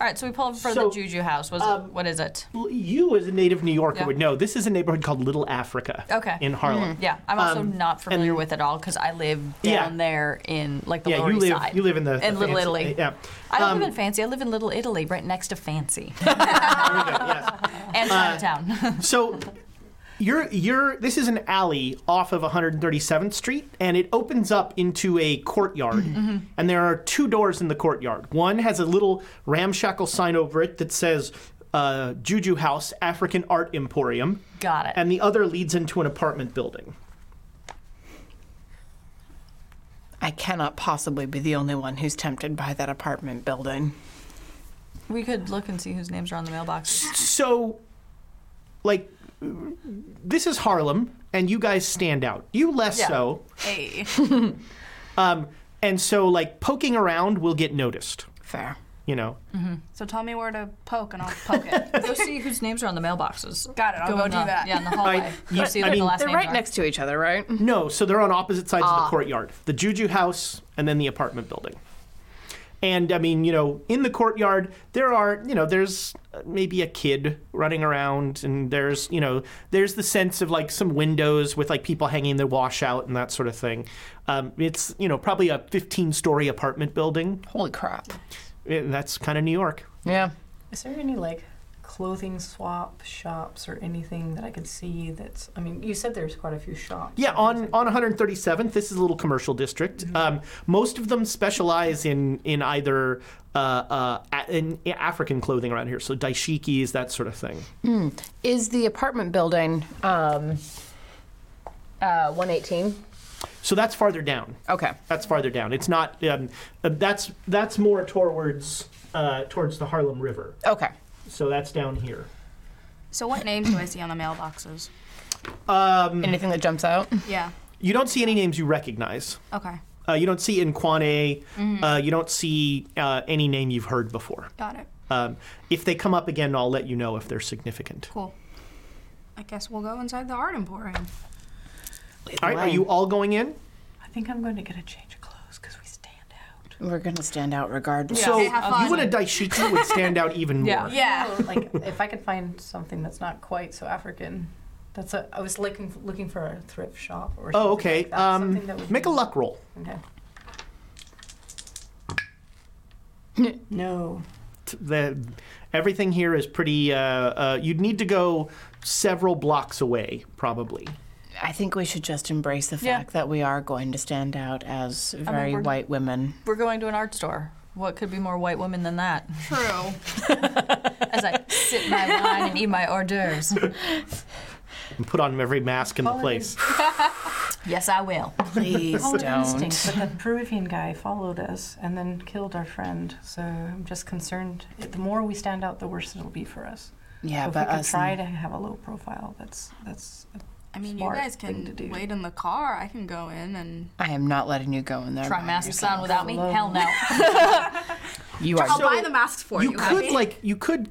Speaker 8: All right, so we pull over for
Speaker 3: So,
Speaker 8: the Juju House. Was
Speaker 3: um,
Speaker 8: it, what is it?
Speaker 3: l- you, as a native New Yorker,
Speaker 8: Yeah.
Speaker 3: would know this is a neighborhood called Little Africa.
Speaker 8: Okay. Hmm.
Speaker 3: In Harlem.
Speaker 8: Yeah, I'm also not familiar
Speaker 3: you-
Speaker 8: with it all because I live
Speaker 3: um, Yeah.
Speaker 8: down there in like the
Speaker 3: Yeah.
Speaker 8: Lower
Speaker 3: You
Speaker 8: East
Speaker 3: live.
Speaker 8: Side.
Speaker 3: You live in the
Speaker 8: in
Speaker 3: the
Speaker 8: Little
Speaker 3: fancy-
Speaker 8: Italy.
Speaker 3: Yeah.
Speaker 8: I don't
Speaker 3: Um,
Speaker 8: live in Fancy. I live in Little Italy, right next to Fancy
Speaker 3: there we go, yes. Uh,
Speaker 8: and Chinatown.
Speaker 3: So you're you're this is an alley off of 137th Street and it opens up into a courtyard.
Speaker 8: Mm-hmm.
Speaker 3: And there are two doors in the courtyard. One has a little ramshackle sign over it that says uh, Juju House African Art Emporium
Speaker 8: Got it.
Speaker 3: and the other leads into an apartment building.
Speaker 5: I cannot possibly be the only one who's tempted by that apartment building.
Speaker 8: we could look and see whose names are on the mailbox.
Speaker 3: So like this is Harlem and you guys stand out. You less
Speaker 8: Yeah.
Speaker 3: so.
Speaker 7: Hey.
Speaker 3: Um, and so like poking around will get noticed,
Speaker 5: Fair.
Speaker 3: you know.
Speaker 7: So tell me where to poke, and I'll poke it.
Speaker 8: Go see whose names are on the mailboxes.
Speaker 7: Got it. I'll go
Speaker 8: Going
Speaker 7: do
Speaker 8: up.
Speaker 7: that.
Speaker 8: Yeah, in the hallway.
Speaker 3: I-
Speaker 8: you see
Speaker 3: I
Speaker 8: what
Speaker 3: mean,
Speaker 8: the last
Speaker 5: They're
Speaker 8: names
Speaker 5: right
Speaker 8: are.
Speaker 5: next to each other, right?
Speaker 3: No, so they're on opposite sides of the courtyard. The Juju House and then the apartment building. And I mean, you know, in the courtyard, there are, you know, there's uh, maybe a kid running around, and there's, you know, there's the sense of like some windows with like people hanging their wash out and that sort of thing. Um, it's, you know, probably a 15 story apartment building.
Speaker 13: Holy crap.
Speaker 3: Eh, that's kind of New York.
Speaker 13: Yeah.
Speaker 6: Is there any like clothing swap shops or anything that I could see that's I mean, you said there's quite a few shops.
Speaker 3: Yeah, on, on 137th, this is a little commercial district. Um, most of them specialize in in either uh, uh, a- in African clothing around here, so daishikis, that sort of thing.
Speaker 13: Is the apartment building um, uh, 118?
Speaker 3: So that's farther down.
Speaker 13: Okay.
Speaker 3: That's farther down. It's not. Um, uh, that's that's more towards uh, towards the Harlem River.
Speaker 13: Okay.
Speaker 3: So that's down here.
Speaker 7: So what names do I see on the mailboxes?
Speaker 3: Um,
Speaker 13: Anything that jumps out?
Speaker 7: Yeah.
Speaker 3: you don't see any names you recognize.
Speaker 7: Okay.
Speaker 3: Uh, you don't see Nkwane. Uh, you don't see uh, any name you've heard before.
Speaker 7: Got it.
Speaker 3: Um, if they come up again, I'll let you know if they're significant.
Speaker 7: Cool. I guess we'll go inside the art emporium.
Speaker 3: All right, are you all going in?
Speaker 6: I think I'm going to get a change of clothes because we stand out.
Speaker 5: We're gonna stand out regardless.
Speaker 3: So uh,
Speaker 7: Okay, have
Speaker 3: you
Speaker 7: fun.
Speaker 3: and a daishiki would stand out even more.
Speaker 7: Yeah.
Speaker 6: like if I could find something that's not quite so African. That's a, I was looking looking for a thrift shop or something
Speaker 3: Oh, okay.
Speaker 6: like that,
Speaker 3: Um,
Speaker 6: something that would
Speaker 3: make a
Speaker 6: be-
Speaker 3: luck roll.
Speaker 6: Okay. no.
Speaker 3: T- The, everything here is pretty. Uh, uh, you'd need to go several blocks away, probably.
Speaker 5: I think we should just embrace the
Speaker 8: Yeah.
Speaker 5: fact that we are going to stand out as very
Speaker 8: we're-
Speaker 5: white women.
Speaker 8: We're going to an art store. What could be more white women than that?
Speaker 7: True.
Speaker 8: As I sip my wine and eat my hors d'oeuvres.
Speaker 3: And put on every mask in the place.
Speaker 8: Yes, I will.
Speaker 5: Please
Speaker 6: Follow the instinct,
Speaker 5: don't.
Speaker 6: but that Peruvian guy followed us and then killed our friend. So I'm just concerned. The more we stand out, the worse it'll be for us.
Speaker 5: Yeah,
Speaker 6: so if we
Speaker 5: but
Speaker 6: could
Speaker 5: us.
Speaker 6: try
Speaker 5: and-
Speaker 6: to have a low profile, that's that's.
Speaker 7: I mean,
Speaker 6: Smart
Speaker 7: you guys
Speaker 6: thing to do.
Speaker 7: can wait in the car. I can go in and
Speaker 5: I am not letting you go in there.
Speaker 8: Try
Speaker 5: by
Speaker 8: mask
Speaker 5: yourself.
Speaker 8: sound without me? Hell no.
Speaker 5: You are.
Speaker 7: I'll
Speaker 3: So
Speaker 7: buy the masks for you.
Speaker 3: you could like you could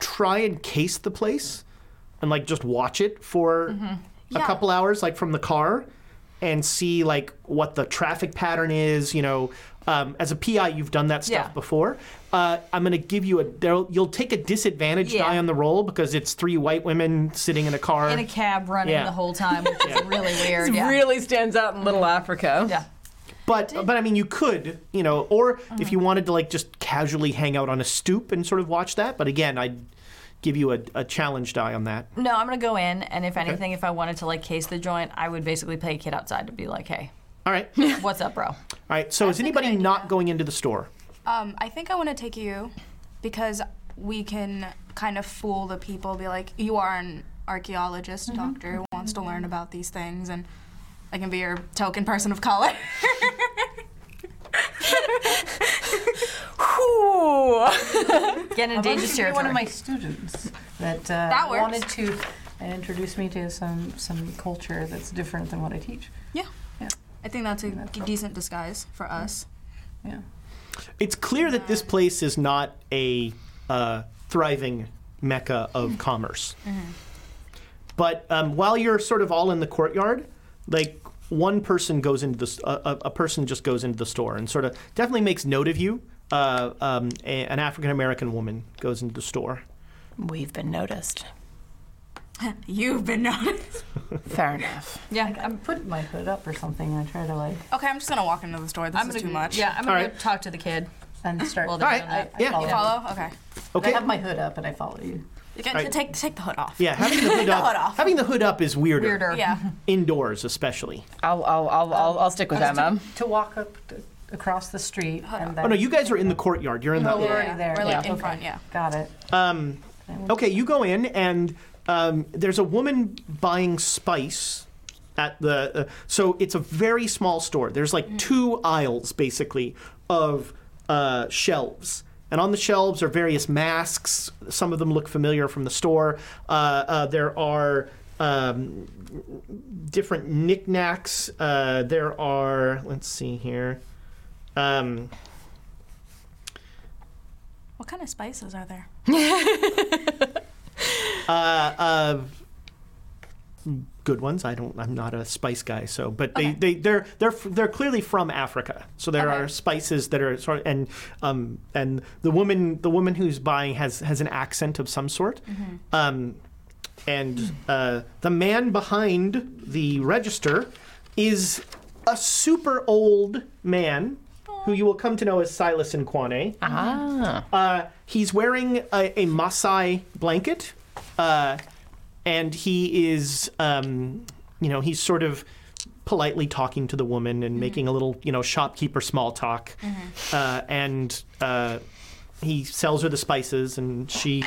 Speaker 3: try and case the place, and like just watch it for a
Speaker 7: Yeah.
Speaker 3: couple hours, like from the car, and see like what the traffic pattern is. You know, um, as a PI, you've done that stuff
Speaker 8: Yeah.
Speaker 3: before. Uh, I'm gonna give you a. there'll- You'll take a disadvantage
Speaker 8: Yeah.
Speaker 3: die on the roll because it's three white women sitting in a car.
Speaker 8: In a cab running
Speaker 3: Yeah.
Speaker 8: the whole time, which is really weird. yeah.
Speaker 13: Really stands out in Little Africa.
Speaker 8: yeah.
Speaker 3: But but I mean, you could, you know, or if
Speaker 8: Mm-hmm.
Speaker 3: you wanted to like just casually hang out on a stoop and sort of watch that. But again, I'd give you a, a challenge die on that.
Speaker 8: No, I'm gonna go in, and if anything, if I wanted to like case the joint, I would basically play a kid outside to be like, "Hey,
Speaker 3: All right, all
Speaker 8: what's up, bro?"
Speaker 3: right. So is anybody not going into the store?
Speaker 7: Um, I think I want to take you because we can kind of fool the people. Be like, you are an archaeologist, doctor, who wants to learn about these things, and I can be your token person of color.
Speaker 13: Ooh.
Speaker 8: Get in
Speaker 6: Maybe
Speaker 8: dangerous territory.
Speaker 6: one of my students that, uh,
Speaker 7: That works.
Speaker 6: wanted to introduce me to some some culture that's different than what I teach.
Speaker 7: yeah.
Speaker 6: Yeah.
Speaker 7: I think that's a decent disguise for us.
Speaker 6: Yeah.
Speaker 3: It's clear that this place is not a uh, thriving mecca of commerce. But um, while you're sort of all in the courtyard, like one person goes into the s- a, a- a person just goes into the store and sort of definitely makes note of you. Uh, um, a- an African American woman goes into the store.
Speaker 5: We've been noticed.
Speaker 7: You've been noticed.
Speaker 5: Fair enough.
Speaker 8: yeah,
Speaker 6: I
Speaker 8: I'm,
Speaker 6: put my hood up or something. I try to like
Speaker 7: Okay, I'm just gonna walk into the store. This
Speaker 8: I'm
Speaker 7: is
Speaker 8: gonna
Speaker 7: too much.
Speaker 8: Yeah, I'm gonna
Speaker 3: All
Speaker 8: go
Speaker 3: right.
Speaker 8: talk to the kid.
Speaker 6: and start.
Speaker 8: Well, uh, they're All right, doing
Speaker 6: I,
Speaker 8: that.
Speaker 6: I
Speaker 3: yeah.
Speaker 6: follow.
Speaker 7: You follow? Okay.
Speaker 6: I
Speaker 3: Okay.
Speaker 6: have my hood up and I follow you.
Speaker 7: You can
Speaker 3: Alright.
Speaker 7: take take the hood off.
Speaker 3: yeah, having the hood up.
Speaker 7: hood off.
Speaker 3: Having the hood up is weirder.
Speaker 8: Weirder.
Speaker 7: Yeah.
Speaker 3: Indoors, especially.
Speaker 13: I'll, I'll, I'll, I'll, I'll stick with that, Mom.
Speaker 6: To walk up to, across the street and then.
Speaker 3: Oh no, you guys are in the courtyard. You're in the.
Speaker 6: We're already
Speaker 7: Yeah,
Speaker 6: there.
Speaker 7: We're like
Speaker 6: Yeah.
Speaker 7: in front. Yeah.
Speaker 6: Got it.
Speaker 3: Um, Okay, you go in, and um, there's a woman buying spice at the. Uh, so it's a very small store. There's like two aisles basically of uh, shelves. And on the shelves are various masks. Some of them look familiar from the store. Uh, uh, there are um, different knickknacks. Uh, there are, let's see here. Um,
Speaker 7: What kind of spices are there?
Speaker 3: uh, good ones. I don't. I'm not a spice guy. So, but they they they're they're f- they're clearly from Africa. So there are spices that are sort of and um and the woman the woman who's buying has has an accent of some sort. Um, and uh, the man behind the register is a super old man who you will come to know as Silas Nkwane.
Speaker 5: Ah.
Speaker 3: Uh, he's wearing a, a Maasai blanket, uh, and he is, um, you know, he's sort of politely talking to the woman
Speaker 8: Mm-hmm.
Speaker 3: and making a little, you know, shopkeeper small talk. Uh, and uh, he sells her the spices, and she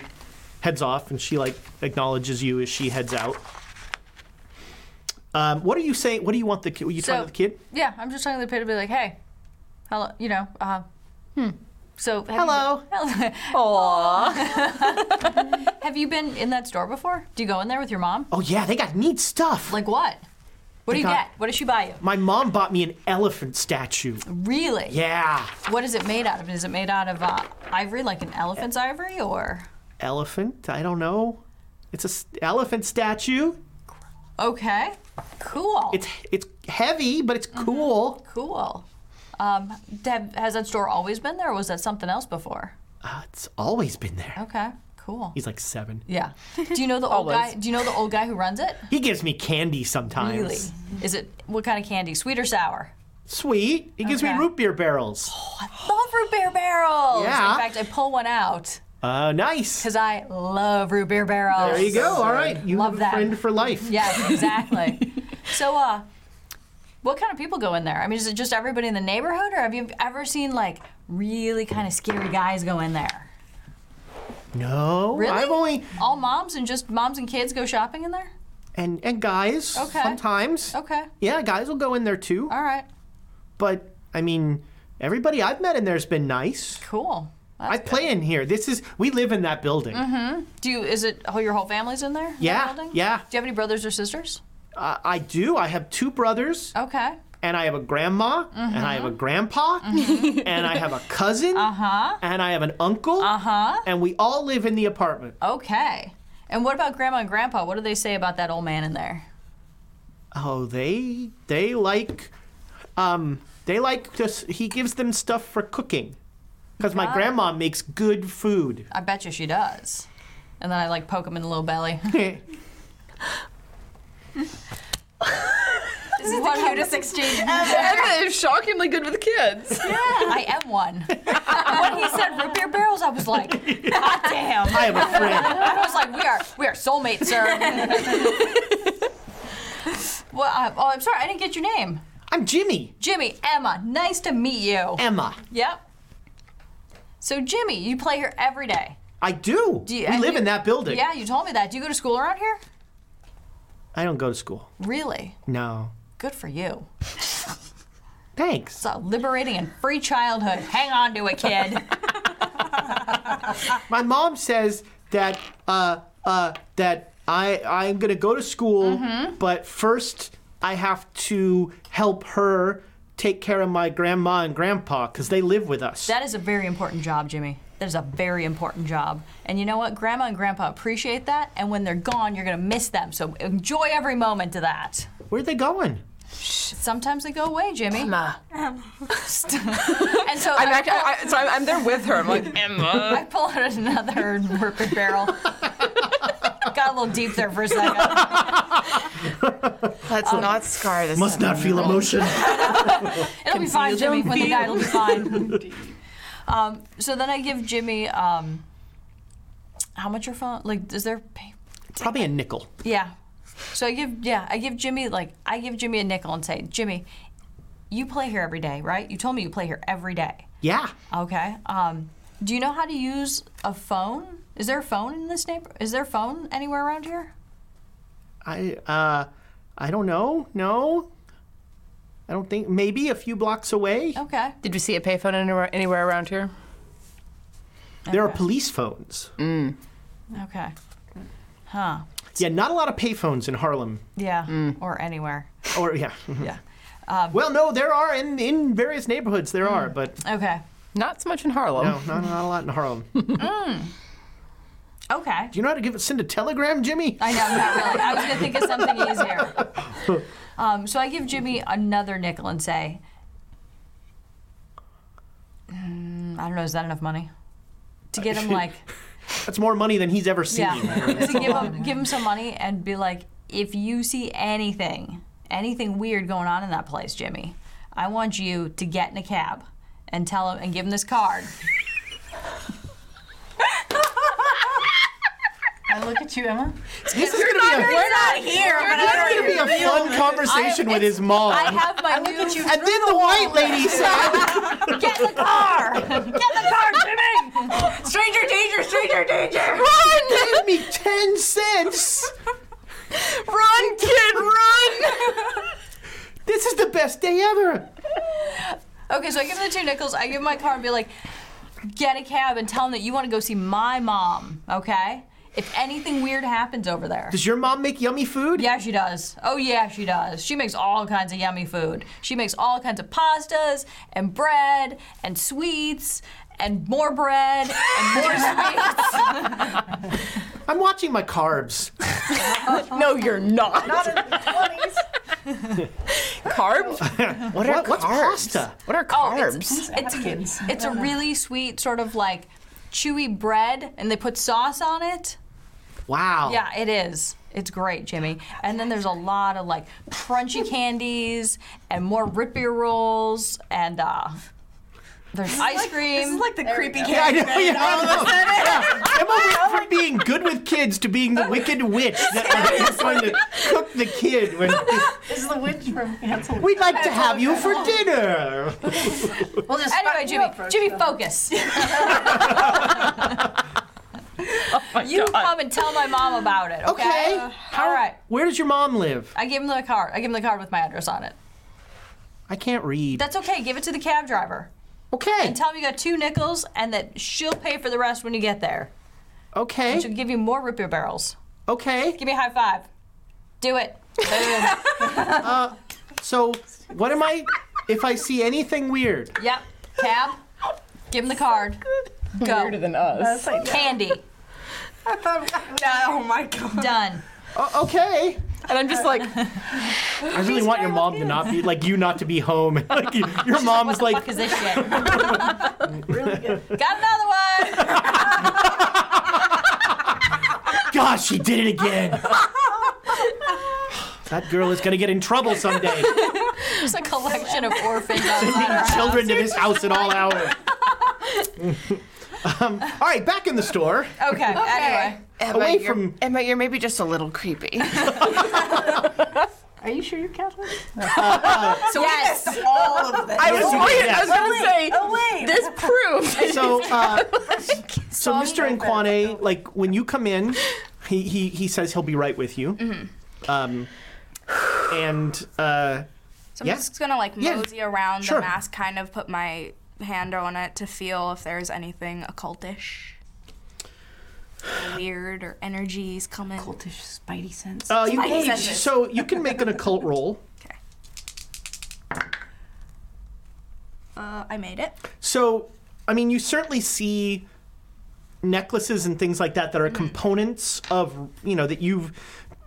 Speaker 3: heads off, and she like acknowledges you as she heads out. Um, what are you saying? What do you want the kid? Were you talking
Speaker 8: So-
Speaker 3: to the kid?
Speaker 8: Yeah, I'm just trying to pay to be like, hey, hello, you know, uh, hmm. So have
Speaker 3: Hello.
Speaker 8: You been, have you been in that store before? Do you go in there with your mom?
Speaker 3: Oh yeah, they got neat stuff.
Speaker 8: Like what? What
Speaker 3: They
Speaker 8: do you
Speaker 3: got-
Speaker 8: get? What does she buy you?
Speaker 3: My mom bought me an elephant statue.
Speaker 8: Really?
Speaker 3: Yeah.
Speaker 8: What is it made out of? Is it made out of uh, ivory, like an elephant's ivory, or?
Speaker 3: Elephant? I don't know. It's a s- elephant statue.
Speaker 8: Okay, cool.
Speaker 3: It's it's heavy, but it's
Speaker 8: Mm-hmm.
Speaker 3: cool.
Speaker 8: Cool. Um, have, has that store always been there, or was that something else before?
Speaker 3: Uh, it's always been there.
Speaker 8: Okay, cool.
Speaker 3: He's like seven.
Speaker 8: Yeah. Do you know the old guy?
Speaker 3: Always.
Speaker 8: Do you know the old guy who runs it?
Speaker 3: He gives me candy sometimes.
Speaker 8: Really? Is it what kind of candy? Sweet or sour?
Speaker 3: Sweet. He gives me
Speaker 8: Okay.
Speaker 3: root beer barrels.
Speaker 8: Love root beer barrels.
Speaker 3: Yeah.
Speaker 8: In fact, I pull one out
Speaker 3: Uh, nice.
Speaker 8: because I love root beer barrels.
Speaker 3: There you go. All right. You
Speaker 8: love
Speaker 3: have a
Speaker 8: that.
Speaker 3: friend for life.
Speaker 8: Yes, exactly. so, uh, what kind of people go in there? I mean, is it just everybody in the neighborhood, or have you ever seen like really kind of scary guys go in there?
Speaker 3: No.
Speaker 8: Mm-hmm. Really?
Speaker 3: I've only
Speaker 8: All moms and just moms and kids go shopping in there?
Speaker 3: and and guys
Speaker 8: Okay.
Speaker 3: sometimes.
Speaker 8: Okay.
Speaker 3: Yeah, guys will go in there too.
Speaker 8: All right.
Speaker 3: But I mean, everybody I've met in there's been nice.
Speaker 8: Cool.
Speaker 3: I play in here. This is we live in that building.
Speaker 8: Do you? Is it? Oh, your whole family's in there? in that
Speaker 3: Yeah,
Speaker 8: building?
Speaker 3: yeah.
Speaker 8: Do you have any brothers or sisters?
Speaker 3: Uh, I do. I have two brothers,
Speaker 8: Okay.
Speaker 3: and I have a grandma, and I have
Speaker 8: Mm-hmm.
Speaker 3: a grandpa, and I have a cousin,
Speaker 8: Uh-huh.
Speaker 3: and I have an uncle,
Speaker 8: Uh-huh.
Speaker 3: and we all live in the apartment.
Speaker 8: Okay. And what about grandma and grandpa? What do they say about that old man in there?
Speaker 3: Oh, they they like, um, they like just he gives them stuff for cooking, because my grandma makes good food.
Speaker 8: I bet you she does. And then I like poke him in the little belly.
Speaker 7: This is the cutest exchange ever.
Speaker 9: And it's shockingly good with kids.
Speaker 8: I am one. when he said root beer barrels, I was like, God damn.
Speaker 3: I have a friend.
Speaker 8: I was like, we are we are soulmates, sir. well, uh, oh, I'm sorry, I didn't get your name.
Speaker 3: I'm Jimmy.
Speaker 8: Jimmy, Emma, nice to meet you.
Speaker 3: Emma.
Speaker 8: Yep. So Jimmy, you play here every day.
Speaker 3: I do.
Speaker 8: Do you-
Speaker 3: we
Speaker 8: and
Speaker 3: live
Speaker 8: you-
Speaker 3: in that building.
Speaker 8: Yeah, you told me that. Do you go to school around here?
Speaker 3: I don't go to school.
Speaker 8: Really?
Speaker 3: No.
Speaker 8: Good for you.
Speaker 3: Thanks.
Speaker 8: It's a liberating and free childhood. Hang on to it, kid.
Speaker 3: My mom says that uh, uh, that I I'm gonna go to school, but first I have to help her take care of my grandma and grandpa because they live with us.
Speaker 8: that is a very important job, Jimmy. That is a very important job. And you know what? Grandma and Grandpa appreciate that. And when they're gone, you're going to miss them. So enjoy every moment of that.
Speaker 3: Where are they going?
Speaker 8: Sometimes they go away, Jimmy.
Speaker 9: Emma.
Speaker 8: And so
Speaker 9: I'm
Speaker 8: I
Speaker 9: actually, I, I- so I'm, I'm there with her. I'm like, Emma.
Speaker 8: I pull out another rupert barrel. Got a little deep there for a second.
Speaker 9: Let's not scar this.
Speaker 3: Must not feel emotion.
Speaker 8: It'll be fine, Jimmy. When they die, it'll be fine. um, so then I give Jimmy um, how much your phone? Like, is there? Pay-
Speaker 3: Probably a nickel.
Speaker 8: yeah. So I give yeah I give Jimmy like I give Jimmy a nickel and say Jimmy, you play here every day, right? You told me you play here every day.
Speaker 3: Yeah.
Speaker 8: Okay. Um, do you know how to use a phone? Is there a phone in this neighbor? Is there a phone anywhere around here?
Speaker 3: I uh, I don't know. No. I don't think. Maybe a few blocks away.
Speaker 8: Okay.
Speaker 5: Did we see a payphone anywhere, anywhere around here?
Speaker 3: There are police phones.
Speaker 8: Okay. Huh.
Speaker 3: Yeah, not a lot of payphones in Harlem.
Speaker 8: Yeah. Or anywhere. Um,
Speaker 3: Or yeah.
Speaker 8: Yeah.
Speaker 3: Well, no, there are in in various neighborhoods. There are, but
Speaker 8: Okay.
Speaker 5: Not so much in Harlem.
Speaker 3: No, not, not a lot in Harlem.
Speaker 8: Okay. Okay.
Speaker 3: Do you know how to give send a telegram, Jimmy?
Speaker 8: I know, not really. I was going to think of something easier. Um, so I give Jimmy another nickel and say, mm, I don't know, is that enough money? To get him like,
Speaker 3: That's more money than he's ever seen.
Speaker 8: yeah, to give him, give him some money and be like, if you see anything, anything weird going on in that place, Jimmy, I want you to get in a cab and tell him and give him this card.
Speaker 11: I look at you, Emma.
Speaker 3: This is gonna be a,
Speaker 8: We're not here, but
Speaker 3: this
Speaker 8: I
Speaker 3: is gonna be a fun conversation with his mom.
Speaker 8: I have my new
Speaker 3: and then the white lady said,
Speaker 8: Get in the car! Get in the car, Jimmy! Stranger danger, stranger danger! Run!
Speaker 3: "Give me ten cents.
Speaker 8: Run, kid, run!
Speaker 3: This is the best day ever."
Speaker 8: Okay, so I give him the two nickels, I give him my car and be like, get a cab and tell him that you want to go see my mom, okay? If anything weird happens over there.
Speaker 3: Does your mom make yummy food?
Speaker 8: Yeah, she does. Oh, yeah, she does. She makes all kinds of yummy food. She makes all kinds of pastas and bread and sweets and more bread and more sweets.
Speaker 3: I'm watching my carbs.
Speaker 9: No, you're not. Not in the 20s. Carbs?
Speaker 3: What are what's pasta?
Speaker 9: What are
Speaker 8: Oh,
Speaker 9: carbs?
Speaker 8: it's it's, a, it's a really sweet sort of like chewy bread, and they put sauce on it.
Speaker 3: Wow.
Speaker 8: Yeah, it is. It's great, Jimmy. And then there's a lot of like crunchy candies and more rip beer rolls and uh, there's ice cream.
Speaker 14: This is like the creepy
Speaker 3: Yeah, I
Speaker 14: kid.
Speaker 3: know. Yeah, I know. Yeah. Emma went from being good with kids to being the wicked witch that was going to cook the kid. When
Speaker 11: This is the witch from Hansel.
Speaker 3: we'd like to have you for dinner.
Speaker 11: We'll just
Speaker 8: anyway, Jimmy, Jimmy, focus. you come and tell my mom about it. Okay.
Speaker 3: Okay.
Speaker 8: All right.
Speaker 3: Where does your mom live?
Speaker 8: I gave him the card. I gave him the card with my address on it.
Speaker 3: I can't read.
Speaker 8: That's okay. Give it to the cab driver.
Speaker 3: Okay.
Speaker 8: Tell him you got two nickels and that she'll pay for the rest when you get there. She'll
Speaker 3: Okay.
Speaker 8: give you more root beer barrels.
Speaker 3: Okay.
Speaker 8: Give me a high five. Do it. Boom.
Speaker 3: So, what am I? If I see anything weird,
Speaker 8: yep. Cab. Give him the card. Go.
Speaker 9: Weirder than us.
Speaker 8: Candy.
Speaker 14: Oh my god.
Speaker 8: Done.
Speaker 3: O- okay.
Speaker 9: And I'm just like,
Speaker 3: I really want your mom to not be like you, not to be home. Like you, your mom's
Speaker 8: What the
Speaker 3: like,
Speaker 8: fuck is this shit? really good. Got another one.
Speaker 3: gosh, she did it again. that girl is gonna get in trouble someday.
Speaker 8: It's a collection of orphans outside our house.
Speaker 3: children to this house at all hours. um, all right, back in the store.
Speaker 8: Okay. Anyway.
Speaker 5: Emma,
Speaker 3: Away
Speaker 5: you're-
Speaker 3: from-
Speaker 5: Emma, you're maybe just a little creepy.
Speaker 11: Are you sure you're Catholic?
Speaker 14: So we missed all of this.
Speaker 9: I was,
Speaker 5: Oh,
Speaker 3: you
Speaker 9: wait, I
Speaker 3: guess.
Speaker 9: was gonna say,
Speaker 14: Oh wait.
Speaker 9: there's proof.
Speaker 3: So, uh, so Mr. Inquane, like when you come in, he, he, he says he'll be right with you.
Speaker 9: Mm-hmm.
Speaker 3: Um, and uh,
Speaker 7: So I'm
Speaker 3: Yeah.
Speaker 7: just gonna like
Speaker 3: Yeah.
Speaker 7: mosey around
Speaker 3: Sure.
Speaker 7: the mask, kind of put my hand on it to feel if there's anything occultish, or weird, or energies coming.
Speaker 11: Cultish spidey sense.
Speaker 3: uh, you,
Speaker 7: Spidey senses.
Speaker 3: so you can make an occult roll.
Speaker 7: Uh, I made it.
Speaker 3: So, I mean, you certainly see necklaces and things like that that
Speaker 9: Mm-hmm.
Speaker 3: are components of, you know, that you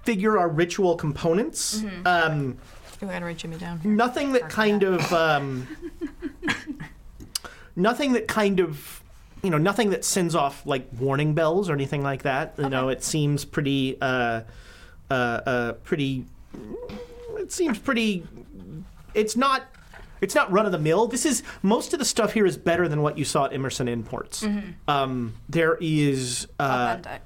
Speaker 3: figure are ritual components.
Speaker 9: Mm-hmm.
Speaker 3: Um,
Speaker 8: We're gonna write Jimmy down.
Speaker 3: nothing that kind of um, nothing that kind of you know nothing that sends off like warning bells or anything like that you know it seems pretty uh, uh, uh, pretty it seems pretty it's not it's not run of the mill this is most of the stuff here is better than what you saw at emerson imports um, there is uh,
Speaker 7: Authentic.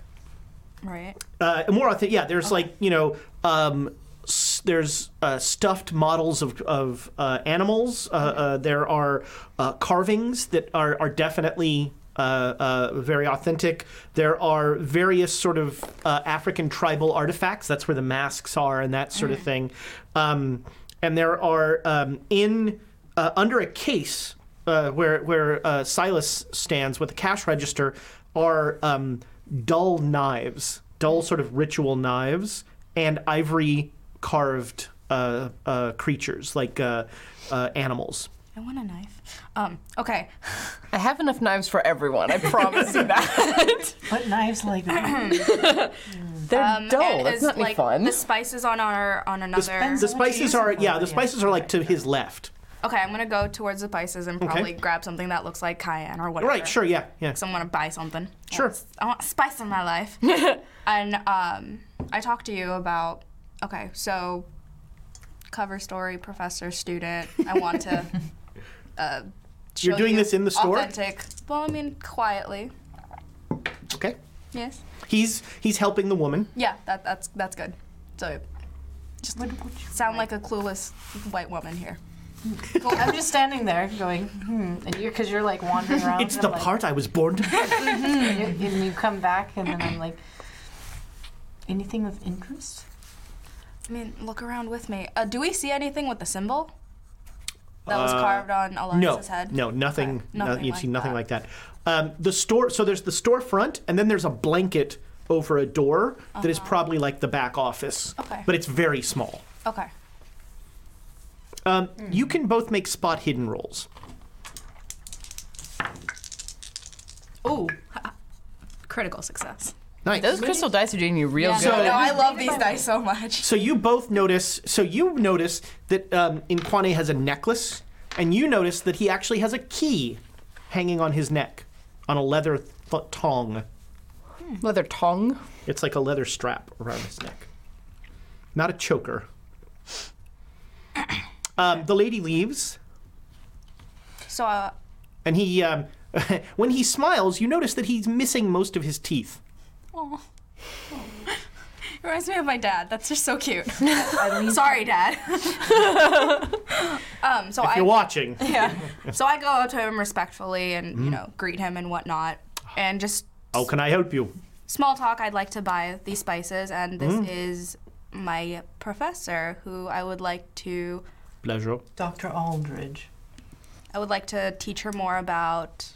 Speaker 7: Right.
Speaker 3: uh, more authentic. Yeah, there's like you know, um, s- there's uh, stuffed models of of uh, animals. Uh, uh, there are uh, carvings that are are definitely. Uh, uh, very authentic. There are various sort of uh, African tribal artifacts. That's where the masks are and that sort of thing. Um, and there are um, in uh, under a case uh, where where uh, Silas stands with a cash register are um, dull knives, dull sort of ritual knives, and ivory carved uh, uh, creatures like uh, uh, animals.
Speaker 7: I want a knife. Um, okay.
Speaker 5: I have enough knives for everyone. I promise you that.
Speaker 6: What knives like
Speaker 5: They're
Speaker 6: Um,
Speaker 5: dull.
Speaker 7: Um, and
Speaker 5: That's
Speaker 7: is,
Speaker 5: not any
Speaker 7: like,
Speaker 5: fun.
Speaker 7: The spices on our on
Speaker 3: The,
Speaker 7: another.
Speaker 3: sp- the spices are yeah. The spices are like to his left.
Speaker 7: Okay, I'm gonna go towards the spices and
Speaker 3: Okay.
Speaker 7: probably grab something that looks like cayenne or whatever.
Speaker 3: Right. Sure. Yeah. Yeah.
Speaker 7: Because I want to buy something.
Speaker 3: Sure.
Speaker 7: I want spice in my life. and um, I talked to you about okay, so cover story, professor, student. I want to. Uh,
Speaker 3: You're
Speaker 7: show
Speaker 3: doing
Speaker 7: you
Speaker 3: this in the store?
Speaker 7: Authentic. Well, I mean, quietly.
Speaker 3: Okay.
Speaker 7: Yes.
Speaker 3: He's he's helping the woman.
Speaker 7: Yeah. That that's that's good. So. Just sound like a clueless white woman here.
Speaker 15: I'm just standing there going, hmm, and you because you're like wandering around.
Speaker 3: It's
Speaker 15: and
Speaker 3: the
Speaker 15: I'm like,
Speaker 3: part I was born to.
Speaker 15: "Mhm," and, you, and you come back, and then I'm like, anything with interest?
Speaker 7: I mean, look around with me. Uh, do we see anything with the symbol that was
Speaker 3: Uh,
Speaker 7: carved on
Speaker 3: no,
Speaker 7: Alexa's head?
Speaker 3: no, nothing. no-
Speaker 7: nothing
Speaker 3: you've
Speaker 7: like
Speaker 3: seen nothing like that. Um, the store. So there's the storefront, and then there's a blanket over a door that is probably like the back office.
Speaker 7: Uh-huh. Okay.
Speaker 3: But it's very small.
Speaker 7: Okay.
Speaker 3: Um,
Speaker 7: Hmm.
Speaker 3: You can both make spot hidden rolls.
Speaker 7: Ooh, critical success.
Speaker 3: Nice.
Speaker 5: Those crystal dice are doing you real
Speaker 7: yeah,
Speaker 5: good.
Speaker 7: No, no, I love these dice so much.
Speaker 3: So you both notice. So you notice that um, Inkwane has a necklace, and you notice that he actually has a key hanging on his neck, on a leather th- tong.
Speaker 5: Leather tongue.
Speaker 3: It's like a leather strap around his neck, not a choker. Um, the lady leaves,
Speaker 7: So, uh,
Speaker 3: and he, um, when he smiles, you notice that he's missing most of his teeth.
Speaker 7: oh. Reminds me of my dad. That's just so cute. Sorry, Dad. um, so
Speaker 3: If
Speaker 7: I
Speaker 3: you're watching,
Speaker 7: yeah. So I go up to him respectfully and
Speaker 3: Mm-hmm.
Speaker 7: you know greet him and whatnot, and just
Speaker 3: how can I help you?
Speaker 7: small talk i'd like to buy these spices and this
Speaker 3: Mm.
Speaker 7: is my professor who i would like to
Speaker 3: Pleasure.
Speaker 6: Dr. Aldridge.
Speaker 7: i would like to teach her more about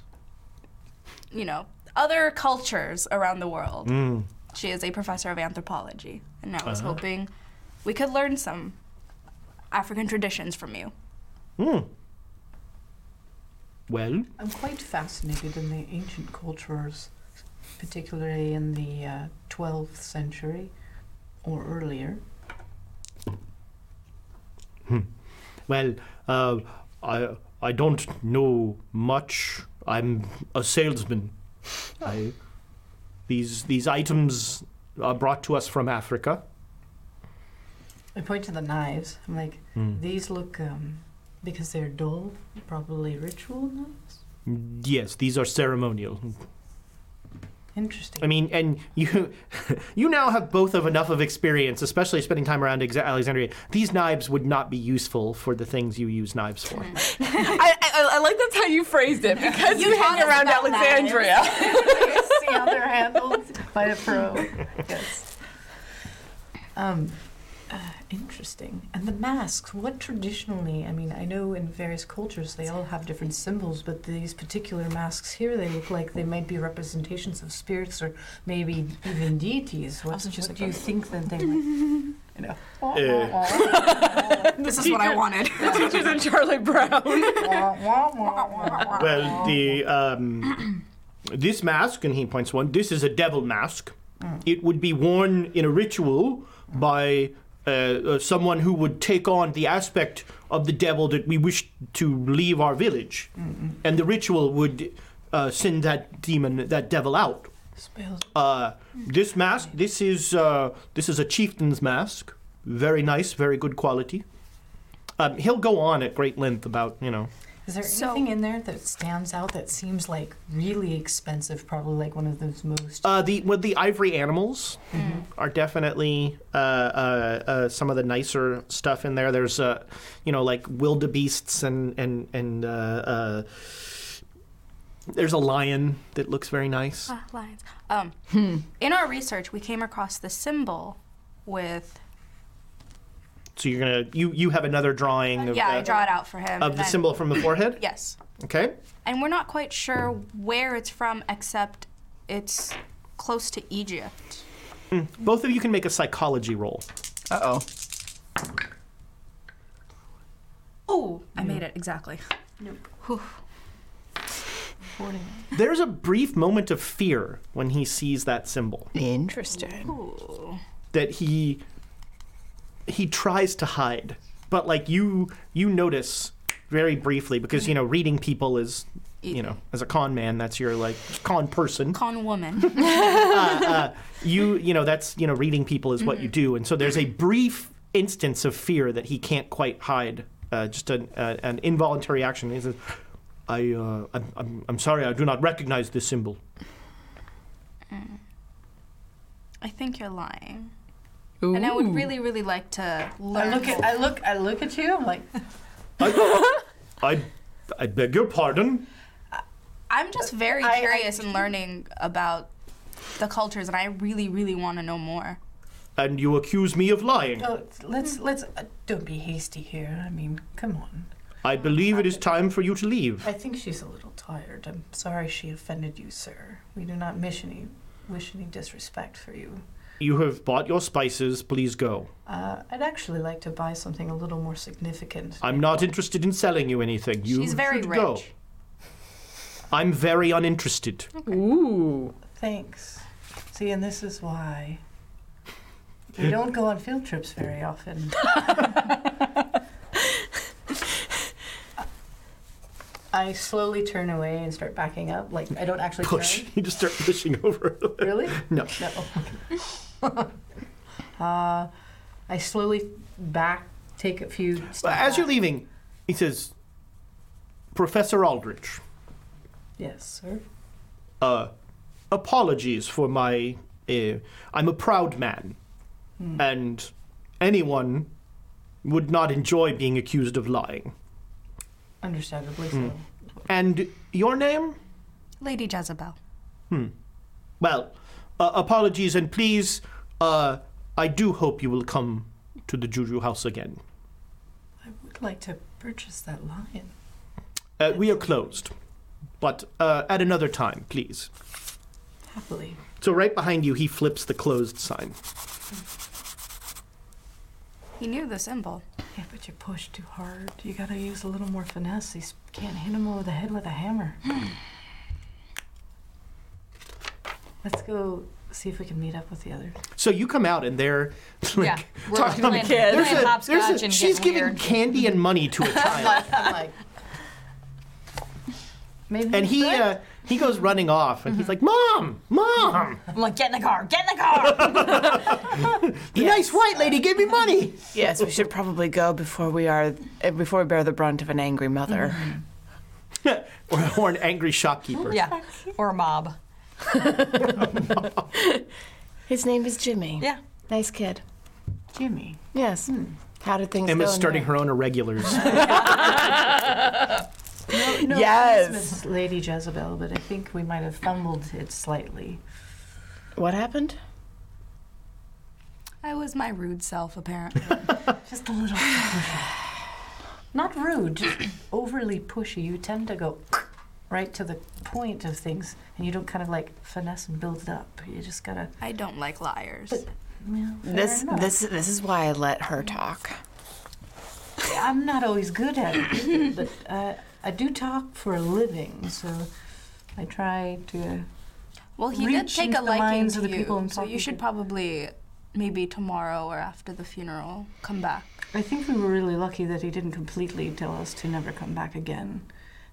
Speaker 7: you know other cultures around the world
Speaker 3: Hmm.
Speaker 16: Mm.
Speaker 7: she is a professor of anthropology and i was
Speaker 3: Uh-huh.
Speaker 16: Ah.
Speaker 7: hoping we could learn some african traditions from you
Speaker 3: Hmm. Well,
Speaker 6: I'm quite fascinated in the ancient cultures, particularly in the uh, 12th century or earlier.
Speaker 17: Well, uh, I I don't know much. I'm a salesman.
Speaker 3: I, these these items are brought to us from Africa.
Speaker 6: I point to the knives. I'm like,
Speaker 3: Mm.
Speaker 6: these look, um, because they're dull, probably ritual knives.
Speaker 17: Yes, these are ceremonial.
Speaker 6: Interesting.
Speaker 3: I mean, and you you now have both of enough of experience, especially spending time around Exa- Alexandria. These knives would not be useful for the things you use knives for.
Speaker 5: I, I, I like that's how you phrased it because you,
Speaker 6: You taught
Speaker 5: hang
Speaker 6: us
Speaker 5: around
Speaker 6: about
Speaker 5: Alexandria.
Speaker 6: See how they're handled by a pro. Yes. Um, uh, interesting. And the masks, what traditionally, I mean, I know in various cultures they all have different symbols, but these particular masks here, they look like they might be representations of spirits or maybe even deities. What, what do you think that they might, you know?
Speaker 7: this is what i wanted
Speaker 5: Teachers and Charlie Brown.
Speaker 17: Well, the um, this mask, and he points one. This is a devil mask. It would be worn in a ritual by uh, uh, someone who would take on the aspect of the devil that we wish to leave our village, and the ritual would uh, send that demon, that devil, out.
Speaker 6: Spells.
Speaker 17: Uh, this mask, this is uh, this is a chieftain's mask. Very nice, very good quality. Um, he'll go on at great length about you know.
Speaker 6: Is there anything in there that stands out that seems like really expensive? Probably like one of those most.
Speaker 3: Uh, the well, the ivory animals
Speaker 7: Mm-hmm.
Speaker 3: are definitely uh, uh, uh, some of the nicer stuff in there. There's uh, you know like wildebeests and and and uh, uh, there's a lion that looks very nice.
Speaker 7: Ah, lions. Um, In our research, we came across the symbol with.
Speaker 3: So you're gonna you you have another drawing of
Speaker 7: Uh, yeah,
Speaker 3: the,
Speaker 7: I draw it out for him.
Speaker 3: of the
Speaker 7: and-
Speaker 3: symbol from the forehead.
Speaker 7: Yes.
Speaker 3: Okay.
Speaker 7: And we're not quite sure where it's from, except it's close to Egypt.
Speaker 3: Mm. Both of you can make a psychology roll.
Speaker 5: Uh oh.
Speaker 7: Oh, I made it exactly.
Speaker 18: Nope.
Speaker 3: There's a brief moment of fear when he sees that symbol.
Speaker 5: Interesting.
Speaker 3: That he he tries to hide, but like you you notice very briefly because you know reading people is you know as a con man that's your like con person
Speaker 7: Con woman.
Speaker 3: uh, you you know that's you know reading people is what you
Speaker 6: Mm-hmm.
Speaker 3: do, and so there's a brief instance of fear that he can't quite hide. Uh, just an uh, an involuntary action. He says, "I uh, I'm, I'm I'm sorry, I do not recognize this symbol."
Speaker 7: Mm. I think you're lying. And I would really, really like to learn.
Speaker 6: I look at
Speaker 7: more.
Speaker 6: I look I look at you. I'm like
Speaker 3: I I beg your pardon.
Speaker 7: I'm just very
Speaker 6: I- I-
Speaker 7: curious and learning about the cultures, and I really, really want to know more.
Speaker 3: And you accuse me of lying.
Speaker 6: Oh, let's let's uh, don't be hasty here. I mean, come on.
Speaker 3: I believe it is time for you to leave.
Speaker 6: I think she's a little tired. I'm sorry she offended you, sir. We do not wish any wish any disrespect for you.
Speaker 3: You have bought your spices. Please go.
Speaker 6: Uh, I'd actually like to buy something a little more significant.
Speaker 3: I'm not interested in selling you anything. You
Speaker 6: She's very
Speaker 3: should go.
Speaker 6: rich.
Speaker 3: I'm very uninterested.
Speaker 6: Ooh. Thanks. See, and this is why we don't go on field trips very often. I slowly turn away and start backing up. Like I don't actually
Speaker 3: Push.
Speaker 6: turn.
Speaker 3: You just start pushing over.
Speaker 6: Really?
Speaker 3: No.
Speaker 6: No. uh, I slowly back, take a few steps.
Speaker 3: As
Speaker 6: back.
Speaker 3: you're leaving, he says, Professor Aldrich,
Speaker 6: Yes, sir.
Speaker 3: uh, apologies for my. Uh, I'm a proud man,
Speaker 6: Hmm.
Speaker 3: and anyone would not enjoy being accused of lying.
Speaker 6: Understandably
Speaker 3: Hmm.
Speaker 6: so.
Speaker 3: And your name?
Speaker 7: Lady Jezebel.
Speaker 3: Hmm. Well, uh, apologies, and please, uh, I do hope you will come to the Juju house again.
Speaker 6: I would like to purchase that lion.
Speaker 3: Uh, we are closed, but uh, at another time, please.
Speaker 6: Happily.
Speaker 3: So right behind you, he flips the closed sign.
Speaker 7: He knew the symbol.
Speaker 6: Yeah, but you push too hard. You gotta use a little more finesse. You s- can't hit him over the head with a hammer. Let's go see if we can meet up with the others.
Speaker 3: So you come out and they're like
Speaker 6: Yeah, we're
Speaker 3: talking
Speaker 6: like playing-
Speaker 3: to kids.
Speaker 6: playing hopscotch and
Speaker 3: she's
Speaker 6: getting
Speaker 3: giving
Speaker 6: weird.
Speaker 3: candy and money to a child,
Speaker 6: I'm like, maybe.
Speaker 3: and he uh, he goes running off, and he's like, "Mom, mom,
Speaker 8: I'm like, get in the car, get in the car.
Speaker 3: the nice white lady gave me money."
Speaker 5: Yes, we should probably go before we are uh, before we bear the brunt of an angry mother.
Speaker 6: Mm-hmm.
Speaker 3: or, or an angry shopkeeper.
Speaker 8: yeah, or a mob.
Speaker 5: His name is Jimmy.
Speaker 8: Yeah,
Speaker 5: nice kid.
Speaker 6: Jimmy.
Speaker 5: Yes. How did things go?
Speaker 3: Emma's
Speaker 5: in
Speaker 3: starting her own irregulars.
Speaker 6: No, no
Speaker 5: Yes.
Speaker 6: yes. Lady Jezebel, but I think we might have fumbled it slightly.
Speaker 5: What happened?
Speaker 7: I was my rude self, apparently.
Speaker 6: Just a little. Not rude, just overly pushy. You tend to go right to the point of things, and you don't kind of like finesse and build it up. You just gotta.
Speaker 7: I don't like liars.
Speaker 6: Yeah, fair
Speaker 5: This
Speaker 6: enough.
Speaker 5: this this is why I let her talk.
Speaker 6: I'm not always good at it, either, but uh, I do talk for a living, so I try to.
Speaker 7: Well, he did
Speaker 6: reach
Speaker 7: take
Speaker 6: into
Speaker 7: a
Speaker 6: the
Speaker 7: liking
Speaker 6: minds
Speaker 7: to
Speaker 6: of the
Speaker 7: you,
Speaker 6: people and
Speaker 7: so
Speaker 6: talk
Speaker 7: you
Speaker 6: to
Speaker 7: should probably, maybe tomorrow or after the funeral, come back.
Speaker 6: I think we were really lucky that he didn't completely tell us to never come back again.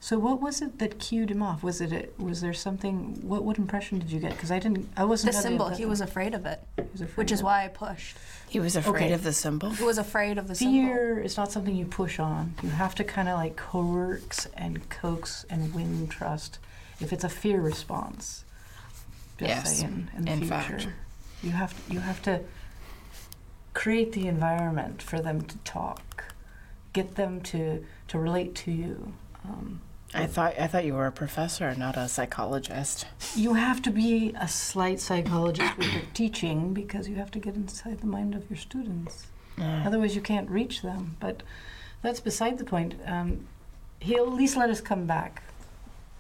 Speaker 6: So what was it that cued him off? Was it a, was there something? What what impression did you get? Because I didn't. I wasn't.
Speaker 7: The
Speaker 6: under
Speaker 7: symbol. He
Speaker 6: impression-
Speaker 7: was afraid of it,
Speaker 6: was afraid
Speaker 7: which is
Speaker 6: of-
Speaker 7: why I pushed.
Speaker 5: He was afraid
Speaker 6: Okay.
Speaker 5: of the symbol.
Speaker 7: He was afraid of the symbol.
Speaker 6: Fear is not something you push on. You have to kind of like coerce and coax and win trust. If it's a fear response, just
Speaker 5: Yes,
Speaker 6: saying, in the
Speaker 5: in
Speaker 6: future,
Speaker 5: fact.
Speaker 6: you have you have to create the environment for them to talk, get them to to relate to you. Um,
Speaker 5: I thought I thought you were a professor, not a psychologist.
Speaker 6: you have to be a slight psychologist with your teaching because you have to get inside the mind of your students. Otherwise, you can't reach them. But that's beside the point. Um, he'll at least let us come back.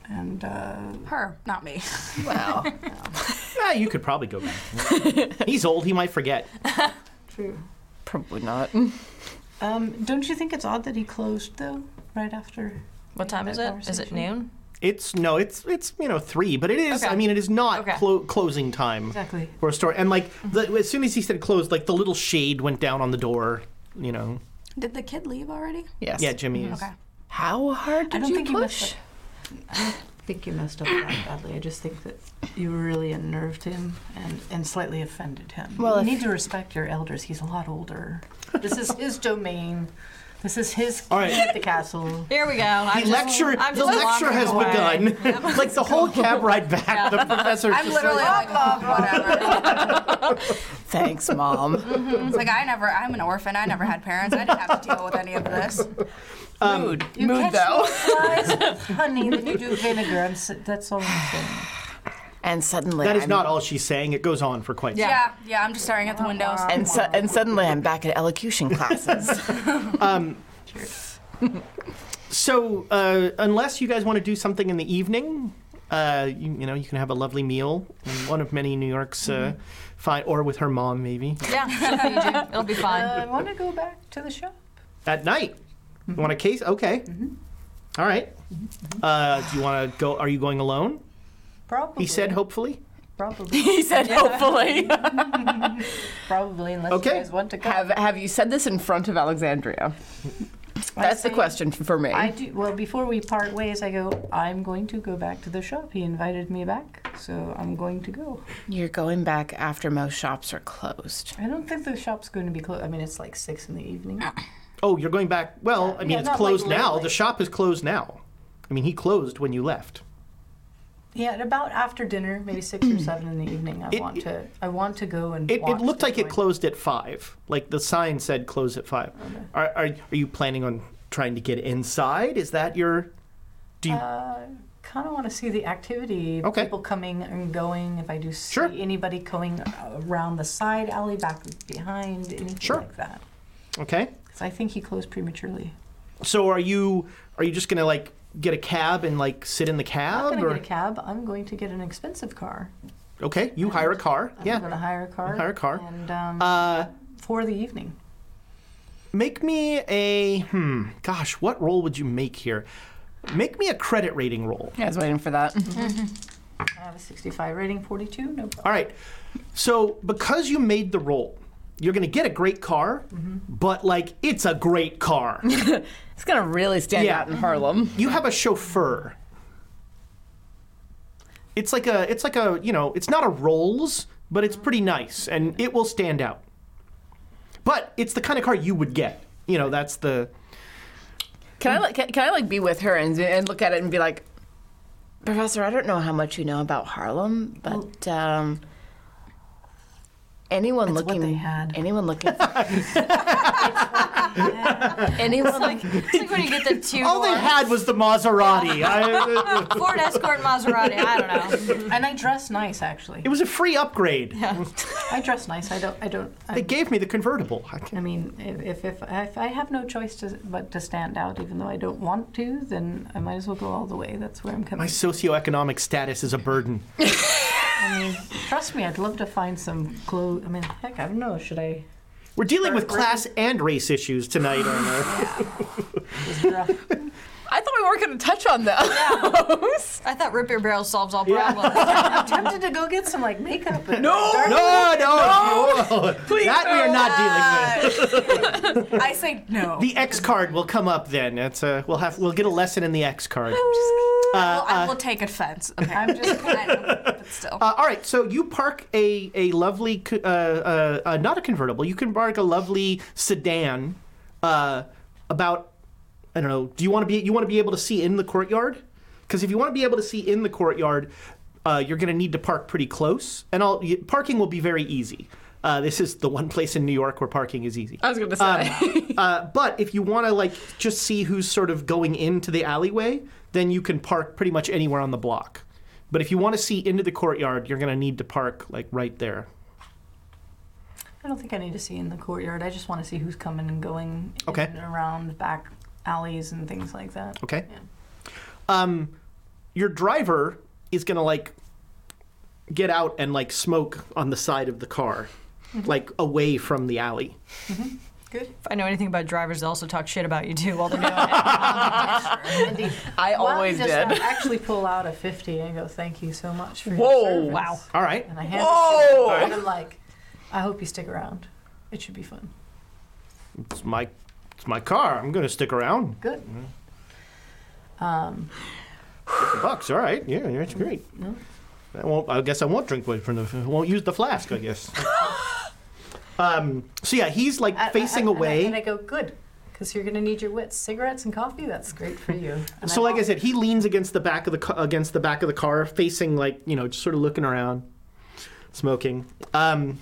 Speaker 6: And uh,
Speaker 7: Her, not me.
Speaker 5: Well,
Speaker 3: yeah, you could probably go back. He's old; he might forget.
Speaker 6: true.
Speaker 5: probably not.
Speaker 6: Um, don't you think it's odd that he closed though, right after
Speaker 8: What time is it? Is it noon?
Speaker 3: It's no, it's it's you know three, but it is.
Speaker 8: Okay.
Speaker 3: I mean, it is not
Speaker 8: Okay.
Speaker 3: clo- closing time.
Speaker 8: Exactly.
Speaker 3: For a store, and like the, as soon as he said closed, like the little shade went down on the door. You know.
Speaker 7: Did the kid leave already?
Speaker 3: Yes. Yeah, Jimmy is.
Speaker 7: Okay.
Speaker 5: How hard
Speaker 6: I
Speaker 7: did
Speaker 6: don't
Speaker 7: you
Speaker 6: think
Speaker 7: push?
Speaker 6: You messed up. I don't think you messed up that badly. I just think that you really unnerved him and, and slightly offended him.
Speaker 5: Well,
Speaker 6: you
Speaker 5: if-
Speaker 6: need to respect your elders. He's a lot older. This is his domain. This is his key
Speaker 3: All right.
Speaker 6: at the castle.
Speaker 8: Here we go.
Speaker 3: The
Speaker 8: I'm
Speaker 3: lecture,
Speaker 8: Just, I'm
Speaker 3: the
Speaker 8: just
Speaker 3: lecture
Speaker 8: wandering
Speaker 3: has
Speaker 8: away.
Speaker 3: begun. like the whole cab ride back, the professor.
Speaker 7: I'm
Speaker 3: just
Speaker 7: literally
Speaker 3: like,
Speaker 7: like, oh, whatever.
Speaker 5: Thanks, mom.
Speaker 7: Mhm. It's like I never. I'm an orphan. I never had parents. I didn't have to deal with any of this.
Speaker 3: mood,
Speaker 6: You catch more flies with honey than you do vinegar. I'm s- that's all I'm saying.
Speaker 5: And suddenly,
Speaker 3: that is
Speaker 5: I'm-
Speaker 3: not all she's saying. It goes on for quite.
Speaker 7: Yeah. yeah, I'm just staring at the windows.
Speaker 5: And, su- and suddenly, I'm back at elocution classes.
Speaker 3: Um, so, uh, unless you guys want to do something in the evening, uh, you, you know, you can have a lovely meal in one of many New York's uh, fine, or with her mom maybe
Speaker 8: Yeah, it'll be fine.
Speaker 6: Uh, I want to go back to the shop.
Speaker 3: at night. You want a case? Okay. All right. Uh, do you want to go? Are you going alone?
Speaker 6: Probably.
Speaker 3: He said, hopefully.
Speaker 6: Probably.
Speaker 19: He said,
Speaker 6: Yeah.
Speaker 19: hopefully.
Speaker 6: Probably, unless you guys want to go.
Speaker 19: Have Have you said this in front of Alexandria? That's the
Speaker 6: say-
Speaker 19: question for me.
Speaker 6: I do. Well, before we part ways, I go. I'm going to go back to the shop. He invited me back, so I'm going to go.
Speaker 5: You're going back after most shops are closed.
Speaker 6: I don't think the shop's going to be closed. I mean, it's like six in the evening.
Speaker 3: Oh, you're going back. Well, I mean,
Speaker 6: Yeah,
Speaker 3: it's
Speaker 6: not like
Speaker 3: closed now.
Speaker 6: literally.
Speaker 3: The shop is closed now. I mean, he closed when you left.
Speaker 6: Yeah, at about after dinner, maybe six or seven in the evening. I
Speaker 3: It-
Speaker 6: want to. I want to go and.
Speaker 3: It, it
Speaker 6: watch
Speaker 3: looked
Speaker 6: the
Speaker 3: like it closed at five. Like the sign said, close at five. Are, are are you planning on trying to get inside? Is that your? Do you?
Speaker 6: Uh, kind of want to see the activity.
Speaker 3: Okay.
Speaker 6: People coming and going. If I do see anybody going around the side alley, back behind, anything
Speaker 3: Sure.
Speaker 6: like that.
Speaker 3: okay.
Speaker 6: 'Cause I think he closed prematurely.
Speaker 3: So are you are you just gonna like get a cab and like sit in the
Speaker 6: I'm
Speaker 3: cab
Speaker 6: not
Speaker 3: or?
Speaker 6: going to get a cab. I'm going to get an expensive car.
Speaker 3: Okay, you hire a car.
Speaker 6: I'm
Speaker 3: yeah,
Speaker 6: going to hire a car.
Speaker 3: hire a car.
Speaker 6: And um,
Speaker 3: Uh,
Speaker 6: for the evening.
Speaker 3: Make me a hmm. Gosh, what roll would you make here? Make me a credit rating roll.
Speaker 5: Yeah, I was waiting for that.
Speaker 6: I have a 65 rating, 42. No problem.
Speaker 3: All right. So because you made the roll, you're gonna get a great car, but like it's a great car.
Speaker 19: It's gonna really stand out in Harlem.
Speaker 3: You have a chauffeur. It's like a it's like a you know it's not a Rolls, but it's pretty nice and it will stand out. But it's the kind of car you would get. You know that's the
Speaker 19: Can I like? Can, can I like be with her and and look at it and be like,
Speaker 5: Professor, I don't know how much you know about Harlem, but um, anyone
Speaker 6: It's what
Speaker 5: looking
Speaker 6: they had.
Speaker 5: anyone looking for, anyone like
Speaker 8: It's like when you get the two.
Speaker 3: all they had was the Maserati. I,
Speaker 8: Ford Escort Maserati. I don't know.
Speaker 6: and I dress nice, actually.
Speaker 3: it was a free upgrade.
Speaker 6: I dress nice. I don't. I don't.
Speaker 3: They
Speaker 6: I,
Speaker 3: gave me the convertible. I
Speaker 6: I mean, if, if if if I have no choice to but to stand out, even though I don't want to, then I might as well go all the way. That's where I'm
Speaker 3: My
Speaker 6: coming.
Speaker 3: socioeconomic status is a burden.
Speaker 6: I mean, trust me, I'd love to find some clothes. I mean, heck, I don't know. Should I?
Speaker 3: We're dealing with class and race issues tonight on the.
Speaker 19: I thought we weren't gonna touch on those.
Speaker 8: I thought Rip Your Barrel solves all problems.
Speaker 6: I'm tempted to go get some like makeup. And
Speaker 3: No, no, no. that we are not dealing with.
Speaker 7: I say no.
Speaker 3: The X card will come up then. It's uh, we'll have we'll get a lesson in the X card.
Speaker 7: Well, I will take offense. Okay.
Speaker 6: I'm just.
Speaker 7: I know, but still.
Speaker 3: Uh, all right, so you park a a lovely co- uh, uh, uh, not a convertible. You can park a lovely sedan. Uh, about I don't know. Do you want to be you want to be able to see in the courtyard? Because if you want to be able to see in the courtyard, uh, you're going to need to park pretty close, and all y parking will be very easy. Uh, this is the one place in New York where parking is easy.
Speaker 19: I was gonna say.
Speaker 3: Uh, but if you want to like just see who's sort of going into the alleyway, then you can park pretty much anywhere on the block. But if you want to see into the courtyard, you're gonna need to park like right there.
Speaker 6: I don't think I need to see in the courtyard. I just want to see who's coming and going. in
Speaker 3: Okay.
Speaker 6: and around back alleys and things like that.
Speaker 3: Okay. Um, your driver is gonna like get out and like smoke on the side of the car, like away from the alley.
Speaker 8: Good. If I know anything about drivers, they also talk shit about you too while they're doing
Speaker 6: Indeed.
Speaker 5: I
Speaker 6: Well,
Speaker 5: always
Speaker 6: just,
Speaker 5: did.
Speaker 6: uh, actually pull out a 50 and go, thank you so much for
Speaker 5: Whoa.
Speaker 6: your service.
Speaker 5: Wow.
Speaker 3: All right.
Speaker 6: And I hand it to
Speaker 5: Whoa.
Speaker 6: him,
Speaker 5: All right.
Speaker 6: and I'm like, I hope you stick around. It should be fun.
Speaker 3: It's my, it's my car. I'm gonna stick around.
Speaker 6: Good. Um,
Speaker 3: Fifty bucks. All right. Yeah, yeah, it's great.
Speaker 6: no.
Speaker 3: I won't. I guess I won't drink away from the. Won't use the flask. I guess. um. So yeah, he's like facing
Speaker 6: I- and I-
Speaker 3: away.
Speaker 6: And I, go, good, because you're going to need your wits. Cigarettes and coffee, that's great for you. And
Speaker 3: so like I said, he leans against the back of the ca- against the back of the car, facing like you know, just sort of looking around, smoking. Um,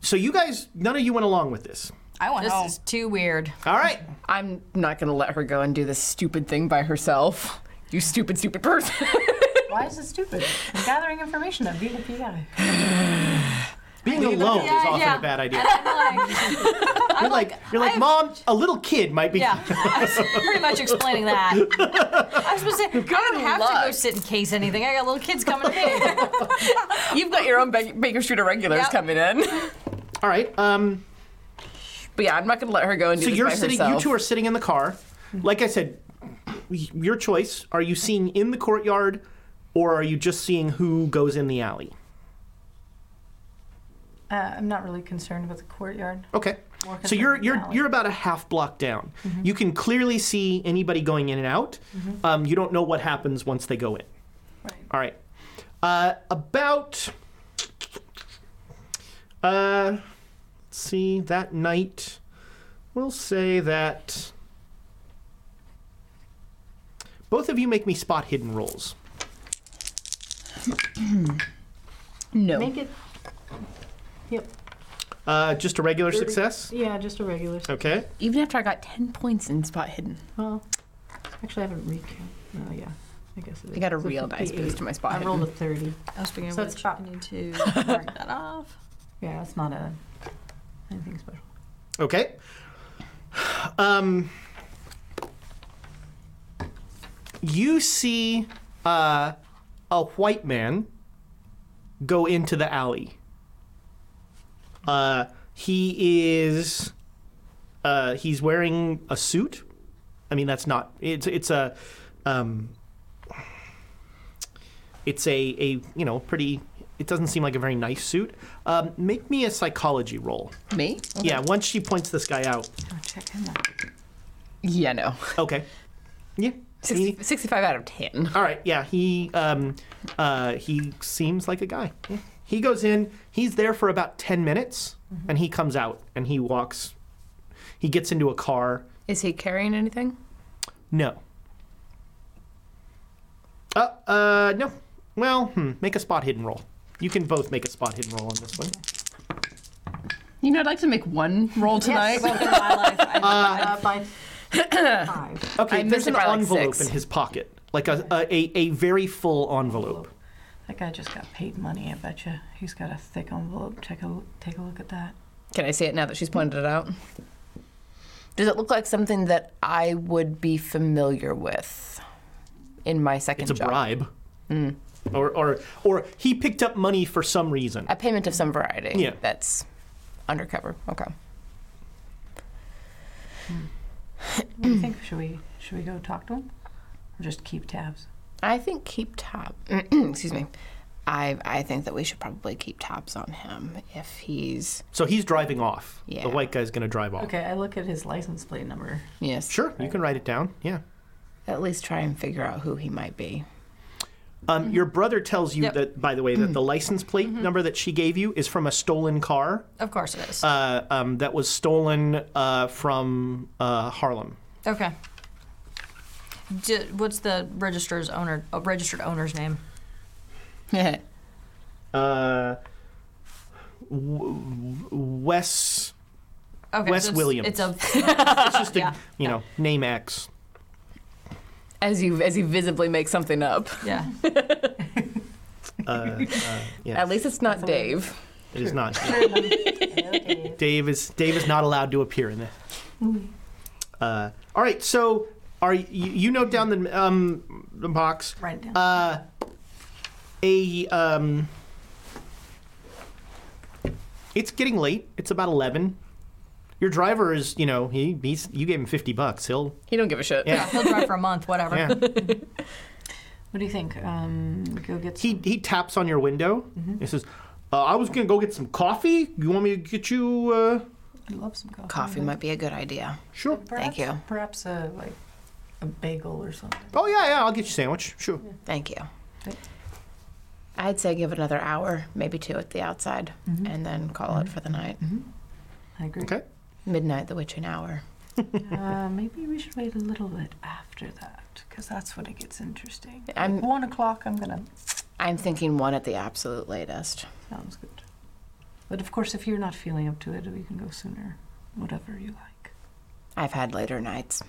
Speaker 3: so you guys, none of you went along with this.
Speaker 8: I want This is too weird.
Speaker 3: All right.
Speaker 5: I'm not going to let her go and do this stupid thing by herself. You stupid, stupid person.
Speaker 6: Why is it stupid? I'm gathering information. I'm being a PI.
Speaker 3: Being
Speaker 6: Being
Speaker 3: alone
Speaker 6: alone.
Speaker 3: is often
Speaker 6: Yeah, yeah.
Speaker 3: a bad idea.
Speaker 6: And
Speaker 3: you're like, you're like, mom, a little kid might be.
Speaker 8: Yeah, I was pretty much explaining that. I was supposed to say, I don't have to go sit in case anything. I got little kids coming to me.
Speaker 5: You've got your own Bak- Baker Street irregulars
Speaker 8: Yep.
Speaker 5: coming in.
Speaker 3: All right. Um,
Speaker 5: but yeah, I'm not going to let her go and do
Speaker 3: so
Speaker 5: this
Speaker 3: you're
Speaker 5: by
Speaker 3: sitting.
Speaker 5: herself.
Speaker 3: You two are sitting in the car. Like I said, y- your choice. Are you seeing in the courtyard, or are you just seeing who goes in the alley?
Speaker 6: Uh, I'm not really concerned about the courtyard.
Speaker 3: Okay.
Speaker 6: More
Speaker 3: So
Speaker 6: concerned
Speaker 3: you're
Speaker 6: with the
Speaker 3: you're
Speaker 6: alley.
Speaker 3: you're about a half block down. You can clearly see anybody going in and out. Um, you don't know what happens once they go in.
Speaker 6: Right.
Speaker 3: All right. Uh, about uh, let's see that night. We'll say that both of you make me spot hidden rolls.
Speaker 5: No.
Speaker 6: Make it. Yep.
Speaker 3: Uh, just a regular
Speaker 6: Thirty-
Speaker 3: success.
Speaker 6: Yeah, just a regular.
Speaker 3: Okay.
Speaker 5: Even after I got 10 points in Spot Hidden.
Speaker 6: Well, actually, I haven't recount. No, yeah. I guess it is.
Speaker 5: I got a
Speaker 6: So
Speaker 5: real dice
Speaker 6: 58.
Speaker 5: boost to my spot
Speaker 6: I rolled a
Speaker 5: hidden.
Speaker 6: 30.
Speaker 8: I was speaking
Speaker 6: So
Speaker 8: of
Speaker 6: it's
Speaker 8: which,
Speaker 6: about-
Speaker 8: I need to mark that off.
Speaker 6: Yeah, it's not a anything special.
Speaker 3: Okay. Um, you see uh, a white man go into the alley. Uh, he is. Uh, he's wearing a suit. I mean, that's not. It's it's a. Um, it's a a you know pretty. It doesn't seem like a very nice suit. Um, make me a psychology roll.
Speaker 5: Me?
Speaker 3: Yeah, once she points this guy out.
Speaker 6: Oh, check him out.
Speaker 5: Yeah, no.
Speaker 3: Okay. Yeah.
Speaker 5: 60, 65 out of 10.
Speaker 3: All right. Yeah. He um, uh, he seems like a guy. Yeah. He goes in. He's there for about ten minutes,
Speaker 5: Mm-hmm.
Speaker 3: and he comes out and he walks. He gets into a car.
Speaker 5: Is he carrying anything?
Speaker 3: No. Uh, uh, no. Well, hmm, make a spot hidden roll. You can both make a spot hidden roll on this one.
Speaker 5: You know, I'd like to make one roll tonight.
Speaker 6: Uh, by five.
Speaker 3: Okay,
Speaker 5: I'm
Speaker 3: there's
Speaker 5: missing
Speaker 3: an
Speaker 5: by, like,
Speaker 3: envelope
Speaker 5: six.
Speaker 3: in his pocket, like a, a, a, a very full envelope.
Speaker 6: That guy just got paid money. I bet you he's got a thick envelope. Check a take a look at that.
Speaker 5: Can I see it now that she's pointed it out? Does it look like something that I would be familiar with in my second
Speaker 3: It's a
Speaker 5: job?
Speaker 3: bribe. Or, or, or he picked up money for some reason.
Speaker 5: A payment of some variety.
Speaker 3: Yeah.
Speaker 5: That's undercover. Okay.
Speaker 6: What do you think? Should we should we go talk to him, or just keep tabs?
Speaker 5: I think keep tab. excuse me. I I think that we should probably keep tabs on him if he's
Speaker 3: So he's driving off.
Speaker 5: Yeah.
Speaker 3: The white guy's going to drive off.
Speaker 6: Okay, I look at his license plate number.
Speaker 5: yes.
Speaker 3: Sure, you can write it down. Yeah.
Speaker 5: At least try and figure out who he might be.
Speaker 3: Um, Your brother tells you
Speaker 8: Yep.
Speaker 3: that, by the way, that the license plate number that she gave you is from a stolen car
Speaker 8: Of course it is.
Speaker 3: uh, um, that was stolen uh, from uh, Harlem.
Speaker 8: Okay. D- what's the register's owner? uh registered owner's name?
Speaker 3: Uh, w- Wes,
Speaker 8: Okay,
Speaker 3: Wes
Speaker 8: so it's,
Speaker 3: Williams.
Speaker 8: It's a.
Speaker 3: It's just a,
Speaker 8: yeah.
Speaker 3: you know, name X.
Speaker 5: As you as you visibly make something up.
Speaker 8: Yeah.
Speaker 3: Uh, uh, yeah.
Speaker 5: At least it's not Dave.
Speaker 3: It is not. Dave is Dave is not allowed to appear in this. Uh, all right, so are you, you note down the um the box?
Speaker 6: Write it down.
Speaker 3: Uh, a um. It's getting late. It's about eleven. Your driver is, you know, he he's, you gave him fifty bucks. He'll
Speaker 5: He don't give a shit.
Speaker 3: Yeah.
Speaker 8: He'll drive for a month, whatever.
Speaker 3: Yeah.
Speaker 6: What do you think? Um, go get.
Speaker 3: He he taps on your window. He says, uh, "I was gonna go get some coffee. You want me to get you?" Uh...
Speaker 6: I love some coffee.
Speaker 5: Coffee might be a good idea.
Speaker 3: Sure.
Speaker 5: Thank you.
Speaker 6: Perhaps a like a bagel or something.
Speaker 3: Oh yeah, yeah. I'll get you a sandwich. Sure.
Speaker 5: Thank you. I'd say give it another hour, maybe two at the outside,
Speaker 6: Mm-hmm.
Speaker 5: and then call it for the night.
Speaker 6: I agree.
Speaker 3: Okay.
Speaker 5: Midnight, the witching hour.
Speaker 6: uh, maybe we should wait a little bit after that because that's when it gets interesting.
Speaker 5: I'm-
Speaker 6: Like, one o'clock. I'm gonna.
Speaker 5: I'm thinking one at the absolute latest.
Speaker 6: Sounds good. But of course, if you're not feeling up to it, we can go sooner. Whatever you like.
Speaker 5: I've had later nights.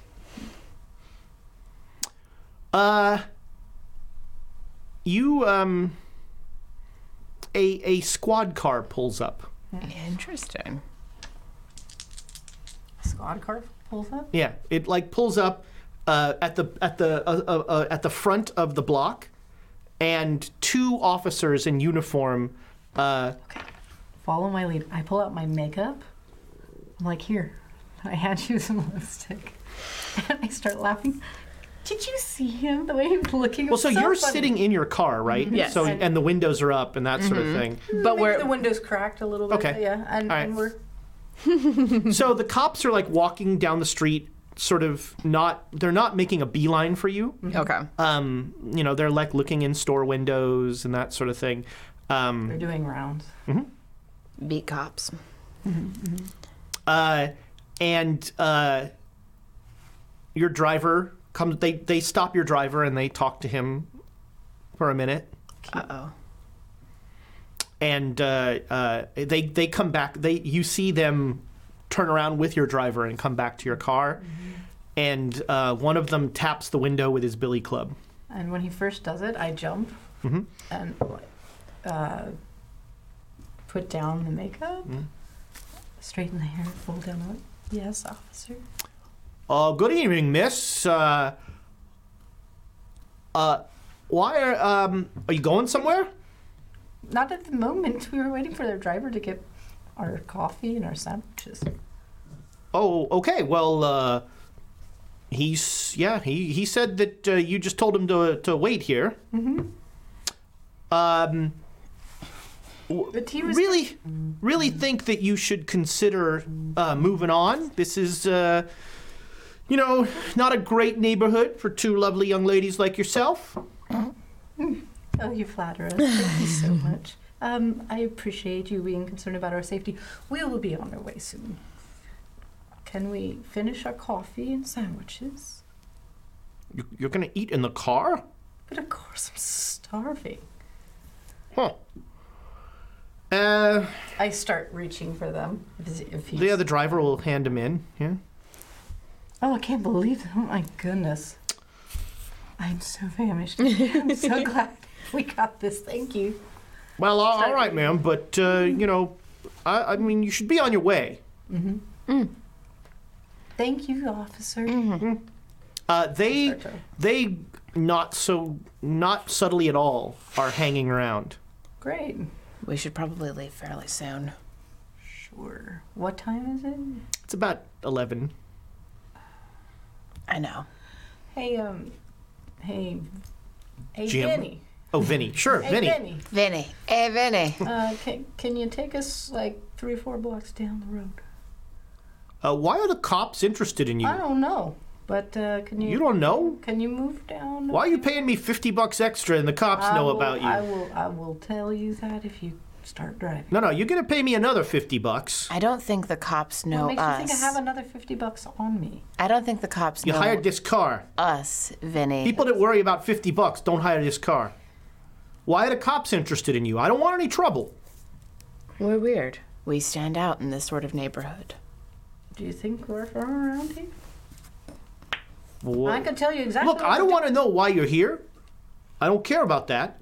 Speaker 3: Uh, you um, a a squad car pulls up.
Speaker 5: Interesting.
Speaker 6: Squad car pulls up.
Speaker 3: Yeah, it like pulls up uh, at the at the uh, uh, uh, at the front of the block, and two officers in uniform. Uh,
Speaker 6: Follow my lead. I pull out my makeup. I'm like, here, I hand you some lipstick. And I start laughing. Did you see him? The way he was looking. It
Speaker 3: Well,
Speaker 6: was
Speaker 3: so, you're
Speaker 6: funny.
Speaker 3: sitting in your car, right?
Speaker 6: Mhm. Yes. Mm-hmm.
Speaker 3: So and the windows are up and that sort of thing.
Speaker 6: But where the windows cracked a little bit.
Speaker 3: Okay.
Speaker 6: Yeah, and,
Speaker 3: All right.
Speaker 6: and we're
Speaker 3: so the cops are like walking down the street, sort of not. They're not making a beeline for you.
Speaker 5: Okay.
Speaker 3: Um, you know, they're like looking in store windows and that sort of thing. Um,
Speaker 6: They're doing rounds.
Speaker 5: Beat cops.
Speaker 3: Uh, and uh, your driver comes. They they stop your driver and they talk to him for a minute.
Speaker 5: Uh oh.
Speaker 3: And uh, uh, they they come back. They you see them turn around with your driver and come back to your car. And uh, one of them taps the window with his billy club.
Speaker 6: And when he first does it, I jump
Speaker 3: hmm
Speaker 6: and uh, put down the makeup, straighten the hair, pull down the lip. Yes, officer.
Speaker 3: Uh, good evening, miss. Uh, uh, why are, um, are you going somewhere?
Speaker 6: Not at the moment. We were waiting for their driver to get our coffee and our sandwiches.
Speaker 3: Oh, okay. Well, uh, he's, yeah, he, he said that uh, you just told him to, to wait here.
Speaker 6: Mm-hmm.
Speaker 3: Um, w-
Speaker 6: But he was
Speaker 3: really, really think that you should consider uh, moving on. This is, uh, you know, not a great neighborhood for two lovely young ladies like yourself.
Speaker 6: Oh, you flatter us. Thank you so much. Um, I appreciate you being concerned about our safety. We will be on our way soon. Can we finish our coffee and sandwiches?
Speaker 3: You- You're gonna eat in the car?
Speaker 6: But of course, I'm starving.
Speaker 3: Huh. Uh,
Speaker 6: I start reaching for them. If, if he's-
Speaker 3: the other driver will hand him in. Yeah.
Speaker 6: Oh, I can't believe that. Oh, my goodness. I'm so famished. I'm so glad we got this. Thank you.
Speaker 3: Well, all- all right, ma'am, but uh, you know, I, I mean, you should be on your way.
Speaker 6: Mm-hmm. Thank you, officer.
Speaker 3: Uh, they, they, not so, not subtly at all, are hanging around.
Speaker 6: Great.
Speaker 5: We should probably leave fairly soon.
Speaker 6: Sure. What time is it?
Speaker 3: It's about eleven.
Speaker 5: I know.
Speaker 6: Hey, um, hey, hey,
Speaker 3: Jim.
Speaker 6: Vinny.
Speaker 3: Oh, Vinny. Sure,
Speaker 6: Hey,
Speaker 3: Vinny.
Speaker 6: Vinny.
Speaker 5: Vinny. Hey, Vinny.
Speaker 6: Uh, can, can you take us like three, four blocks down the road?
Speaker 3: Uh, why are the cops interested in you?
Speaker 6: I don't know, but uh, can you?
Speaker 3: You don't know?
Speaker 6: Can you move down?
Speaker 3: Why are you paying me fifty bucks extra and the cops
Speaker 6: I
Speaker 3: know
Speaker 6: will-
Speaker 3: about you?
Speaker 6: I will. I will tell you that if you start driving.
Speaker 3: No, no, you're gonna pay me another fifty bucks.
Speaker 5: I don't think the cops know
Speaker 6: what makes
Speaker 5: us.
Speaker 6: you think I have another fifty bucks on me?
Speaker 5: I don't think the cops
Speaker 3: You
Speaker 5: know
Speaker 3: hired this car.
Speaker 5: us, Vinny.
Speaker 3: People that worry about 50 bucks don't hire this car. Why are the cops interested in you? I don't want any trouble.
Speaker 5: We're weird. We stand out in this sort of neighborhood.
Speaker 6: Do you think we're from around here?
Speaker 3: Wha-
Speaker 6: I can tell you exactly.
Speaker 3: Look, I don't want to know why you're here. I don't care about that.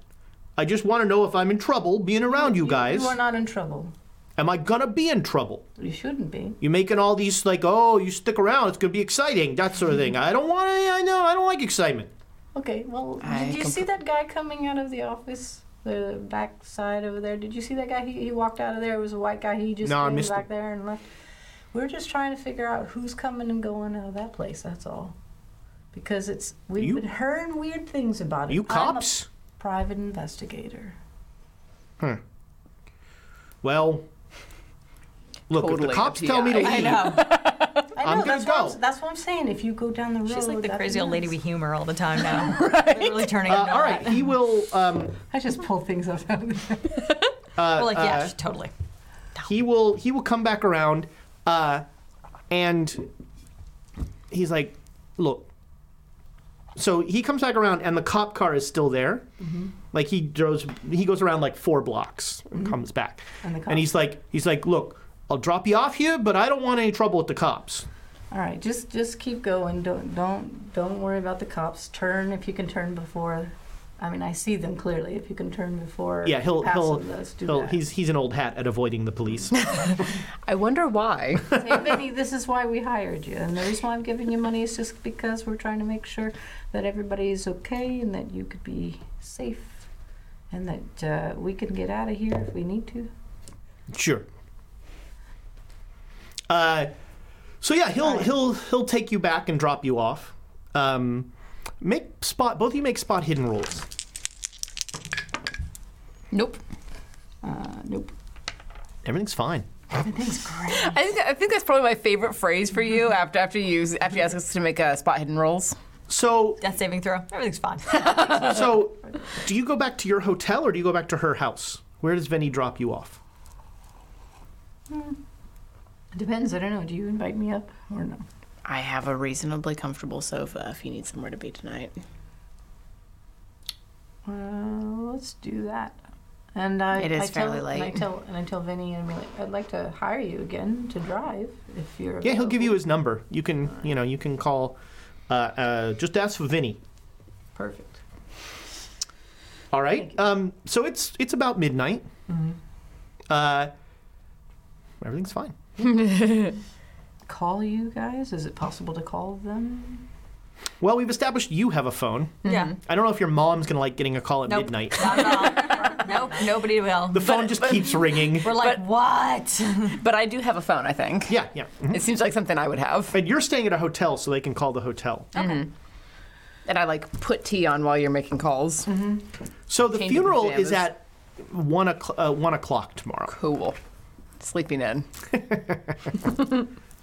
Speaker 3: I just want to know if I'm in trouble being around you guys.
Speaker 6: You are not in trouble.
Speaker 3: Am I gonna be in trouble?
Speaker 6: You shouldn't be.
Speaker 3: You're making all these like, oh, you stick around, it's gonna be exciting, that sort of thing. I don't want any. I know, I don't like excitement.
Speaker 6: Okay. Well,
Speaker 3: I
Speaker 6: did you
Speaker 3: can
Speaker 6: see that guy coming out of the office? The back side over there. Did you see that guy? He, he walked out of there. It was a white guy. He just
Speaker 3: No, I
Speaker 6: came
Speaker 3: missed
Speaker 6: back
Speaker 3: it.
Speaker 6: there and left. We're just trying to figure out who's coming and going out of that place. That's all. Because it's we've
Speaker 3: You-
Speaker 6: been hearing weird things about it.
Speaker 3: You
Speaker 6: I'm a
Speaker 3: cops?
Speaker 6: private investigator.
Speaker 3: Hmm. Well, look, if the
Speaker 6: Totally
Speaker 3: cops
Speaker 6: a
Speaker 3: tell me to leave,
Speaker 6: PI. I know. I know.
Speaker 3: I'm gonna
Speaker 6: that's what I'm-
Speaker 3: go.
Speaker 6: that's what I'm saying. If you go down the road,
Speaker 8: She's like the
Speaker 6: that'd be
Speaker 8: crazy old lady
Speaker 6: nice.
Speaker 8: we humor all the time now. Literally turning
Speaker 3: Uh,
Speaker 8: it
Speaker 6: all right, he
Speaker 3: will. Um,
Speaker 6: I just pull things up.
Speaker 3: uh,
Speaker 8: We're like, yeah,
Speaker 3: uh,
Speaker 8: sh- totally.
Speaker 3: he will he will come back around uh, and he's like look so he comes back around and the cop car is still there
Speaker 6: Mm-hmm.
Speaker 3: like he goes he goes around like four blocks and comes back
Speaker 6: Mm-hmm. And the
Speaker 3: and he's like he's like look i'll drop you off here but i don't want any trouble with the cops
Speaker 6: All right, just just keep going. Don't don't don't worry about the cops. Turn if you can turn before. I mean, I see them clearly. If you can turn before.
Speaker 3: yeah he'll
Speaker 6: you pass
Speaker 3: he'll,
Speaker 6: them, let's do
Speaker 3: he'll
Speaker 6: that.
Speaker 3: he's he's an old hat at avoiding the police
Speaker 5: I wonder why.
Speaker 6: Say, Vinny, this is why we hired you, and the reason why I'm giving you money is just because we're trying to make sure that everybody is okay and that you could be safe, and that uh, we can get out of here if we need to.
Speaker 3: Sure. Uh, so yeah, he'll he'll he'll take you back and drop you off. Um, make spot both of you make spot hidden rolls.
Speaker 5: Nope.
Speaker 6: Uh, nope.
Speaker 3: Everything's fine.
Speaker 5: I think I think that's probably my favorite phrase for you after after you after you ask us to make uh, spot hidden rolls.
Speaker 3: So
Speaker 8: death saving throw. Everything's fine.
Speaker 3: so, do you go back to your hotel or do you go back to her house? Where does Vinny drop you off?
Speaker 6: Depends. I don't know. Do you invite me up or no?
Speaker 5: I have a reasonably comfortable sofa if you need somewhere to be tonight.
Speaker 6: Uh, let's do that. And I,
Speaker 5: It is
Speaker 6: I tell,
Speaker 5: fairly
Speaker 6: And I
Speaker 5: late.
Speaker 6: tell and I tell Vinny, I'm like, I'd like to hire you again to drive if you're.
Speaker 3: Yeah, he'll
Speaker 6: available."
Speaker 3: give you his number. You can you know you can call. Uh, uh, just ask for Vinny.
Speaker 6: Perfect.
Speaker 3: All right. Um, so it's it's about midnight.
Speaker 6: Mhm.
Speaker 3: Uh, everything's fine.
Speaker 6: call you guys? Is it possible to call them?
Speaker 3: Well, we've established you have a phone.
Speaker 6: Yeah. Mhm.
Speaker 3: I don't know if your mom's gonna like getting a call at
Speaker 8: Nope.
Speaker 3: midnight.
Speaker 8: nope, nobody will.
Speaker 3: The phone just keeps ringing.
Speaker 8: We're like, what?
Speaker 5: but I do have a phone, I think.
Speaker 3: Yeah, yeah.
Speaker 5: It seems like something I would have.
Speaker 3: And you're staying at a hotel, so they can call the hotel.
Speaker 5: Mhm. And I like put tea on while you're making calls. Mm-hmm.
Speaker 3: So the funeral is at one o'clock, uh, one o'clock tomorrow.
Speaker 5: Cool. Sleeping in.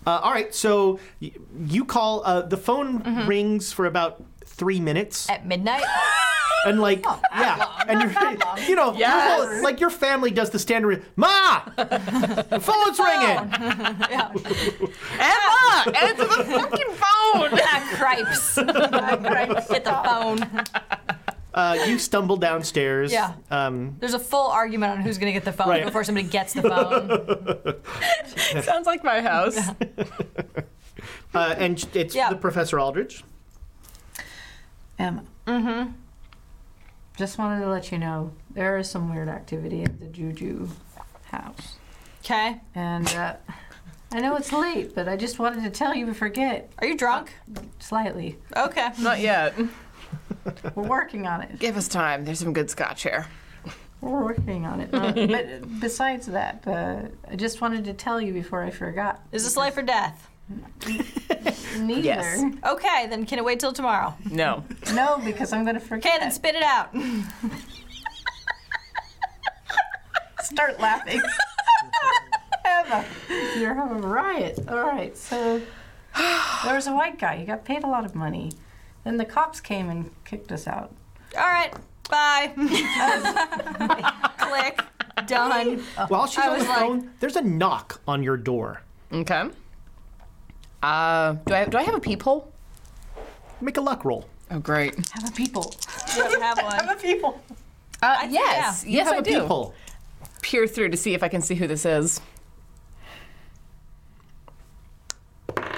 Speaker 3: Uh, all right. So y- you call. Uh, the phone rings for about three minutes.
Speaker 8: At midnight.
Speaker 3: And like, yeah, and you're, you know,
Speaker 8: Yes.
Speaker 3: your whole- like your family does the standard. Ma, the phone's ringing.
Speaker 5: Emma, answer the fucking phone.
Speaker 8: ah, cripes. Ah, cripes. Hit the phone.
Speaker 3: Uh, you stumble downstairs.
Speaker 8: Yeah.
Speaker 3: Um,
Speaker 8: There's a full argument on who's going to get the phone
Speaker 3: Right.
Speaker 8: before somebody gets the phone.
Speaker 5: Sounds like my house.
Speaker 3: uh, and it's the Professor Aldrich.
Speaker 6: Emma. Mm-hmm. Just wanted to let you know there is some weird activity at the Juju house.
Speaker 8: Okay.
Speaker 6: And uh, I know it's late, but I just wanted to tell you. Forget.
Speaker 8: Are you drunk?
Speaker 6: Slightly.
Speaker 8: Okay.
Speaker 5: Not yet.
Speaker 6: We're working on it.
Speaker 5: Give us time. There's some good scotch here.
Speaker 6: We're working on it. Uh, but besides that, uh, I just wanted to tell you before I forgot.
Speaker 8: Is this life or death?
Speaker 6: Neither.
Speaker 8: Okay, then can it wait till tomorrow?
Speaker 5: No.
Speaker 6: No, because I'm going to forget.
Speaker 8: Okay, then spit it out.
Speaker 6: Start laughing. Emma, you're having a riot. All right, so there was a white guy. He got paid a lot of money. Then the cops came and kicked us out.
Speaker 8: All right, bye. Click. Done.
Speaker 3: While she's
Speaker 8: Oh. I
Speaker 3: on
Speaker 8: was
Speaker 3: the
Speaker 8: like-
Speaker 3: phone, there's a knock on your door.
Speaker 5: Okay. Uh, do I do I have a peephole?
Speaker 3: Make a luck roll.
Speaker 5: Oh, great.
Speaker 6: Have a people.
Speaker 8: You don't have one.
Speaker 6: have a people.
Speaker 5: Uh,
Speaker 8: I-
Speaker 5: yes,
Speaker 8: yeah.
Speaker 5: yes,
Speaker 8: You have
Speaker 5: I
Speaker 8: a
Speaker 5: do.
Speaker 8: peephole.
Speaker 5: Peer through to see if I can see who this is.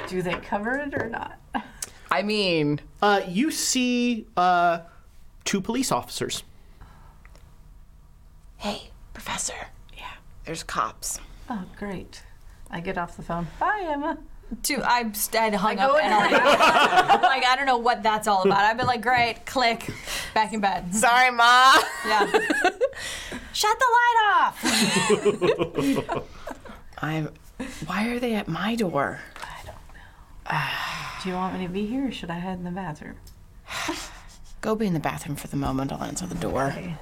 Speaker 6: Do they cover it or not?
Speaker 5: I mean,
Speaker 3: Uh, you see uh, two police officers.
Speaker 5: hey, professor. Yeah. There's cops.
Speaker 6: Oh, great. I get off the phone. Bye, Emma.
Speaker 8: Dude, I'm st- I hung
Speaker 6: I
Speaker 8: up
Speaker 6: go
Speaker 8: and
Speaker 6: in
Speaker 8: I'm like, like, I don't know what that's all about. I've been like, great, click, back in bed.
Speaker 5: Sorry, ma.
Speaker 8: Yeah. Shut the light off.
Speaker 5: I. Why are they at my door?
Speaker 6: Do you want me to be here or should I head in the bathroom?
Speaker 5: Go be in the bathroom for the moment. I'll answer the door.
Speaker 6: I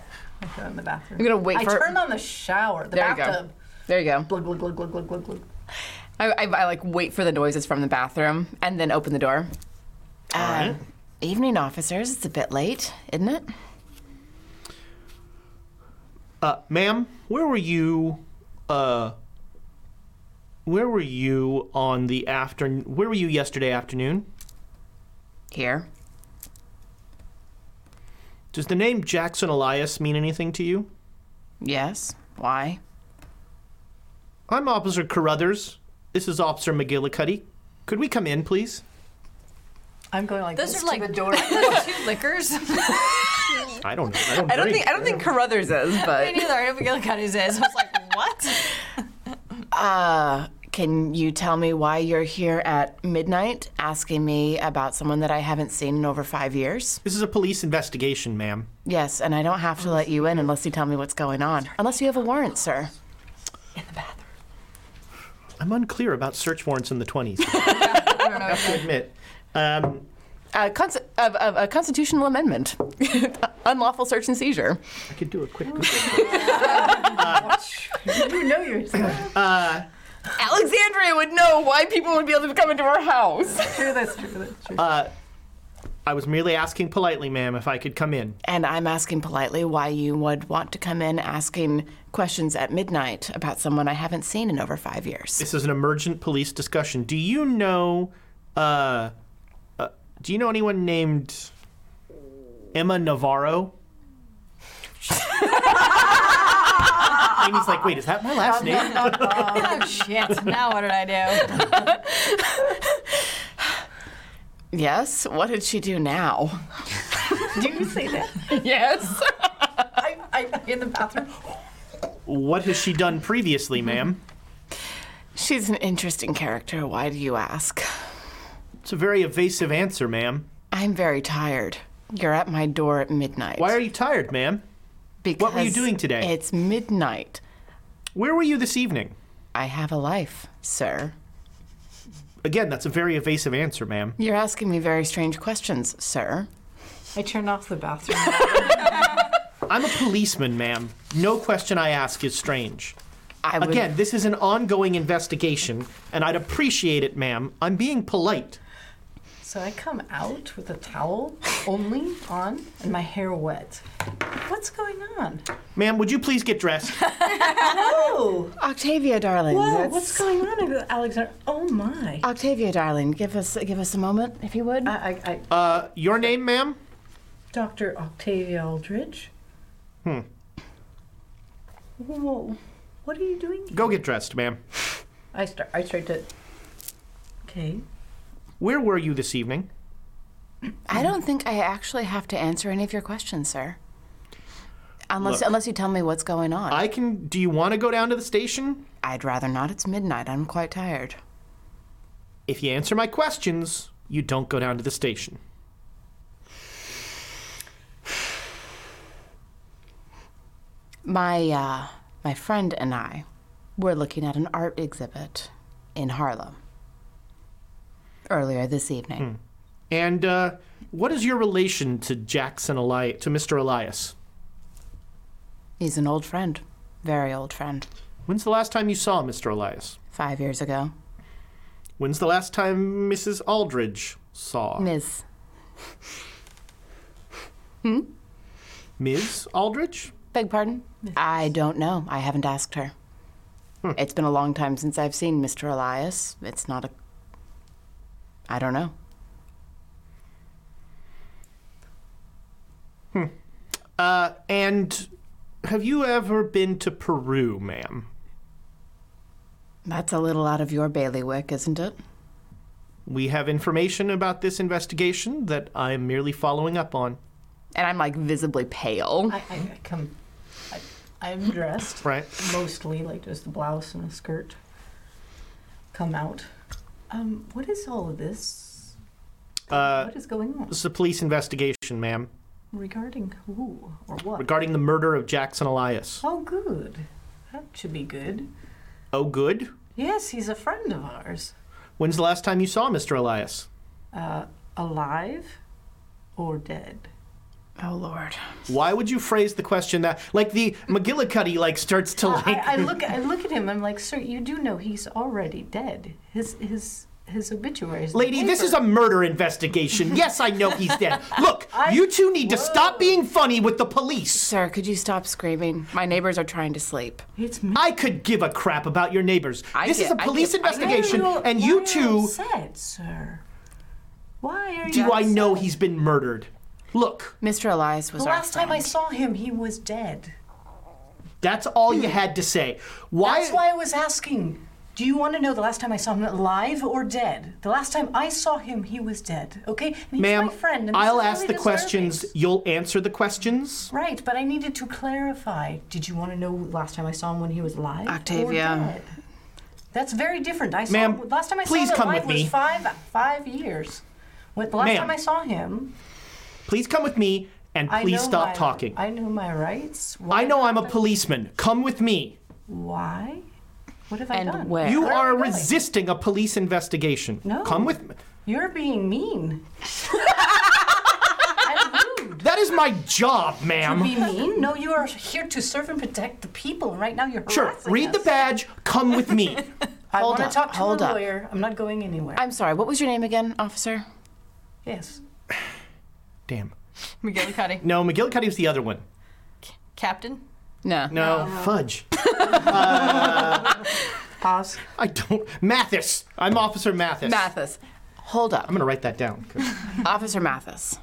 Speaker 6: go in the bathroom.
Speaker 5: I'm gonna wait
Speaker 6: I
Speaker 5: for-
Speaker 6: turn on the shower, the
Speaker 5: There you go.
Speaker 6: bathtub.
Speaker 5: There you go.
Speaker 6: Glug, glug, glug, glug, glug, glug, glug.
Speaker 5: I, I, I like wait for the noises from the bathroom and then open the door.
Speaker 8: Uh-huh.
Speaker 5: Um, Evening, officers. It's a bit late, isn't it?
Speaker 3: Uh, ma'am, where were you? Uh, where were you on the afternoon? Where were you yesterday afternoon?
Speaker 5: Here.
Speaker 3: Does the name Jackson Elias mean anything to you?
Speaker 5: Yes. Why?
Speaker 3: I'm Officer Carruthers. This is Officer McGillicuddy. Could we come in, please?
Speaker 6: I'm going like
Speaker 8: Those
Speaker 6: this
Speaker 8: are like
Speaker 6: to the door.
Speaker 8: those two liquors.
Speaker 3: I don't know. I
Speaker 5: I don't think I don't think Carruthers is,
Speaker 8: Me
Speaker 5: but
Speaker 8: neither. I don't think I'll cut his ass. I was like, what?
Speaker 5: uh, can you tell me why you're here at midnight asking me about someone that I haven't seen in over five years?
Speaker 3: This is a police investigation, ma'am.
Speaker 5: Yes, and I don't have to let you in unless you tell me what's going on. Unless you have a warrant, sir.
Speaker 3: I'm unclear about search warrants in the 20s. I have to admit. Um,
Speaker 5: A, cons- of, of a constitutional amendment, unlawful search and seizure.
Speaker 3: I could do a quick.
Speaker 6: you know you're.
Speaker 3: uh,
Speaker 5: Alexandria would know why people would be able to come into our house.
Speaker 6: True, that's true. That's true.
Speaker 3: uh, I was merely asking politely, ma'am, if I could come in.
Speaker 5: And I'm asking politely why you would want to come in asking questions at midnight about someone I haven't seen in over five years.
Speaker 3: This is an emergent police discussion. Do you know, uh, uh, do you know anyone named Emma Navarro? and he's like, wait, is that my last name?
Speaker 8: oh shit! Now what did I do?
Speaker 5: Yes? What did she do now?
Speaker 6: Do you say that?
Speaker 5: yes.
Speaker 6: I, I, in the bathroom.
Speaker 3: What has she done previously, ma'am?
Speaker 5: She's an interesting character. Why do you ask?
Speaker 3: It's a very evasive answer, ma'am.
Speaker 5: I'm very tired. You're at my door at midnight.
Speaker 3: Why are you tired, ma'am?
Speaker 5: Because
Speaker 3: What were you doing today?
Speaker 5: It's midnight.
Speaker 3: Where were you this evening?
Speaker 5: I have a life, sir.
Speaker 3: Again, that's a very evasive answer, ma'am.
Speaker 5: You're asking me very strange questions, sir.
Speaker 6: I turn off the bathroom.
Speaker 3: I'm a policeman, ma'am. No question I ask is strange.
Speaker 5: I would-
Speaker 3: Again, this is an ongoing investigation, and I'd appreciate it, ma'am. I'm being polite.
Speaker 6: So I come out with a towel only on and my hair wet. What's going on?
Speaker 3: Ma'am, would you please get dressed?
Speaker 6: Oh,
Speaker 5: Octavia, darling.
Speaker 6: whoa,
Speaker 5: that's-
Speaker 6: what's going on, Alexander? Oh my.
Speaker 5: Octavia, darling, give us give us a moment, if you would.
Speaker 6: I, I, I,
Speaker 3: Uh, your name, ma'am?
Speaker 6: Dr. Octavia Aldridge.
Speaker 3: Hmm.
Speaker 6: Whoa, what are you doing?
Speaker 3: Go get dressed, ma'am.
Speaker 6: I start. I start to. Okay.
Speaker 3: Where were you this evening?
Speaker 5: I don't think I actually have to answer any of your questions, sir. Unless
Speaker 3: Look.
Speaker 5: unless you tell me what's going on.
Speaker 3: I can. Do you want to go down to the station?
Speaker 5: I'd rather not. It's midnight. I'm quite tired.
Speaker 3: If you answer my questions, you don't go down to the station.
Speaker 5: My uh, my friend and I were looking at an art exhibit in Harlem earlier this evening.
Speaker 3: And uh, what is your relation to Jackson Eli- to Mr. Elias?
Speaker 5: He's an old friend, very old friend.
Speaker 3: When's the last time you saw Mr. Elias?
Speaker 5: Five years ago,
Speaker 3: When's the last time Mrs. Aldridge saw
Speaker 5: Miss.
Speaker 3: Ms. Aldridge?
Speaker 5: Beg pardon? I don't know. I haven't asked her. It's been a long time since I've seen Mr. Elias. It's not a. I don't know.
Speaker 3: Uh, and have you ever been to Peru, ma'am?
Speaker 5: That's a little out of your bailiwick, isn't it?
Speaker 3: We have information about this investigation that I'm merely following up on.
Speaker 5: And I'm like visibly pale.
Speaker 6: I, I, I come. I, I'm dressed
Speaker 3: Right.
Speaker 6: mostly like just a blouse and a skirt. Come out. Um, what is all of this?
Speaker 3: Uh,
Speaker 6: what is going on
Speaker 3: this is a police investigation, ma'am,
Speaker 6: regarding who or what?
Speaker 3: regarding the murder of Jackson Elias.
Speaker 6: oh, good. That should be good.
Speaker 3: Oh, good.
Speaker 6: Yes, he's a friend of ours.
Speaker 3: When's the last time you saw Mr. Elias?
Speaker 6: Uh, alive or dead?
Speaker 5: Oh, Lord.
Speaker 3: Why would you phrase the question that like the McGillicuddy like starts to like?
Speaker 6: I, I look, I look at him. I'm like, sir, you do know he's already dead. His his his obituary. is in the
Speaker 3: Lady, this
Speaker 6: paper."
Speaker 3: is a murder investigation. Yes, I know he's dead. Look, you two need to stop being funny with the police.
Speaker 5: Sir, could you stop screaming? My neighbors are trying to sleep.
Speaker 6: It's
Speaker 3: I could give a crap about your neighbors.
Speaker 5: I
Speaker 3: this is
Speaker 5: get-
Speaker 3: a
Speaker 5: I
Speaker 3: police
Speaker 5: get- I get-
Speaker 3: investigation,
Speaker 5: Why are you-
Speaker 3: and
Speaker 5: why
Speaker 3: you
Speaker 5: are you
Speaker 3: two.
Speaker 6: Upset, sir. Why are you?
Speaker 3: Do I
Speaker 6: upset?
Speaker 3: know he's been murdered? Look,
Speaker 5: Mr. Elias
Speaker 6: The last time I saw him, he was dead.
Speaker 3: That's all you had to say. Why?
Speaker 6: Hmm. That's why I was asking. Do you want to know the last time I saw him alive or dead? The last time I saw him, he was dead. Okay, and he's
Speaker 3: Ma'am,
Speaker 6: my friend. And this
Speaker 3: I'll
Speaker 6: is
Speaker 3: ask
Speaker 6: really
Speaker 3: the questions. You'll answer the questions.
Speaker 6: disturbing. Right, but I needed to clarify. Did you want to know last time I saw him when he was alive? or
Speaker 5: Octavia.
Speaker 6: dead? That's very different. I saw
Speaker 5: Ma'am,
Speaker 6: him, last time I
Speaker 5: please
Speaker 6: saw him
Speaker 5: come
Speaker 6: alive
Speaker 5: with me.
Speaker 6: was five five years. When the last
Speaker 3: Ma'am.
Speaker 6: time I saw him,
Speaker 3: Please come with me, and
Speaker 6: I
Speaker 3: please
Speaker 6: know
Speaker 3: stop
Speaker 6: my-
Speaker 3: talking.
Speaker 6: I know my rights.
Speaker 3: I know I'm a policeman. Come with me.
Speaker 6: Why? What have I done?
Speaker 3: You are resisting a police investigation.
Speaker 6: No.
Speaker 3: Come with me.
Speaker 6: You're being mean.
Speaker 3: That is my job, ma'am.
Speaker 6: To be mean? No, you are here to serve and protect the people. and Right now, you're
Speaker 3: Sure,
Speaker 6: harassing
Speaker 3: read the badge, come with me.
Speaker 6: I
Speaker 5: Hold
Speaker 6: want to
Speaker 5: up,
Speaker 6: talk to
Speaker 5: hold
Speaker 6: a
Speaker 5: up.
Speaker 6: lawyer. I'm not going anywhere.
Speaker 5: I'm sorry, what was your name again, officer?
Speaker 6: Yes.
Speaker 3: Damn.
Speaker 8: McGillicuddy.
Speaker 3: No, McGillicuddy was the other one.
Speaker 8: Captain?
Speaker 5: No.
Speaker 3: No, fudge.
Speaker 6: Pause.
Speaker 3: I don't. Mathis. I'm Officer Mathis.
Speaker 5: Mathis. Hold up.
Speaker 3: I'm going to write that down. 'cause-
Speaker 5: Officer Mathis,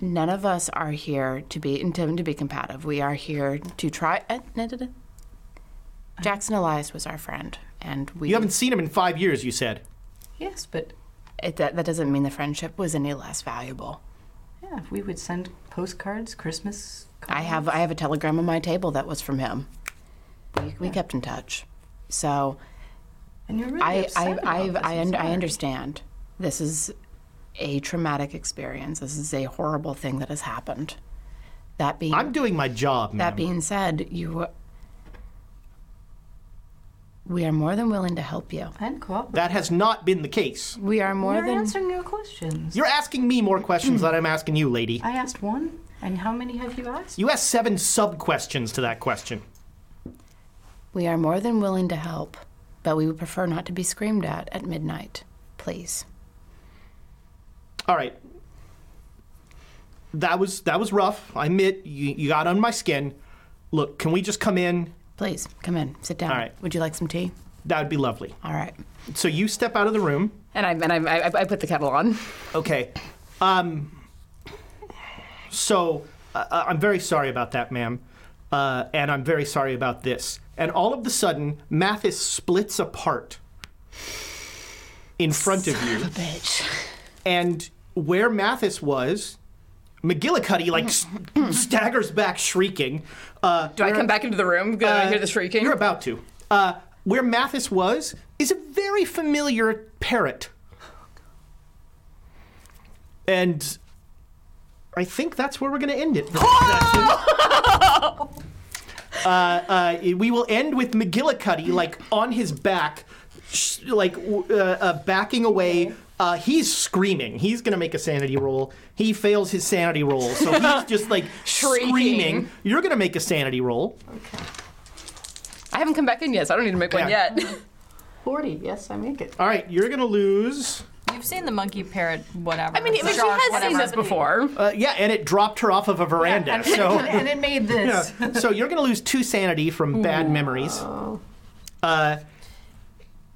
Speaker 5: none of us are here to be intended to be combative. We are here to try. eh, nah, nah, nah. Jackson Elias was our friend, and we.
Speaker 3: You haven't seen him in five years, you said.
Speaker 6: Yes, but
Speaker 5: It, that, that doesn't mean the friendship was any less valuable.
Speaker 6: yeah, if we would send postcards, Christmas.
Speaker 5: I have I have a telegram on my table that was from him. We, we kept in touch, so.
Speaker 6: And you're really
Speaker 5: I
Speaker 6: upset
Speaker 5: I
Speaker 6: about
Speaker 5: I
Speaker 6: this.
Speaker 5: I,
Speaker 6: I'm
Speaker 5: un- I
Speaker 6: sorry.
Speaker 5: understand. This is a traumatic experience. This is a horrible thing that has happened. That being
Speaker 3: I'm doing my job,
Speaker 5: That
Speaker 3: ma'am.
Speaker 5: being said, you we are more than willing to help you.
Speaker 6: And cooperate.
Speaker 3: That has not been the case.
Speaker 5: We are more
Speaker 6: You're
Speaker 5: than
Speaker 6: answering your questions.
Speaker 3: You're asking me more questions than I'm asking you, lady.
Speaker 6: I asked one, and how many have you asked?
Speaker 3: You asked seven sub questions to that question.
Speaker 5: we are more than willing to help, but we would prefer not to be screamed at at midnight. Please.
Speaker 3: All right. That was that was rough. I admit you, you got on my skin. Look, can we just come in?
Speaker 5: Please come in. Sit down.
Speaker 3: All right.
Speaker 5: Would you like some tea?
Speaker 3: That would be lovely.
Speaker 5: All right.
Speaker 3: So you step out of the room.
Speaker 5: And I and I, I, I put the kettle on.
Speaker 3: Okay. Um. So uh, uh, I'm very sorry about that, ma'am, uh, and I'm very sorry about this. And all of the sudden, Mathis splits apart in front of you.
Speaker 5: bitch.
Speaker 3: And where Mathis was, McGillicuddy like s- staggers back shrieking. Uh,
Speaker 20: Do I come back into the room? Do I hear
Speaker 5: Uh,
Speaker 20: the shrieking?
Speaker 3: You're about to. Uh, where Mathis was is a very familiar parrot. And I think that's where we're going to end it. for this session. uh, uh, we will end with McGillicuddy like on his back, sh- like w- uh, uh, backing away. Uh, he's screaming. He's going to make a sanity roll. He fails his sanity roll, so he's just like screaming.
Speaker 20: Shrieking.
Speaker 3: You're going to make a sanity roll.
Speaker 20: I haven't come back in yet, so I don't need to make one
Speaker 8: Uh,
Speaker 3: Yeah.
Speaker 20: yet.
Speaker 6: 40, yes, I make it.
Speaker 3: All right, you're going to lose.
Speaker 8: You've seen the monkey parrot, whatever.
Speaker 20: I mean, I mean, she
Speaker 8: shark,
Speaker 20: has seen
Speaker 8: whatever.
Speaker 20: this before.
Speaker 3: Uh, yeah, and it dropped her off of a veranda. so
Speaker 6: and it made
Speaker 3: Yeah.
Speaker 6: this.
Speaker 3: so you're going to lose two sanity from bad memories. Uh,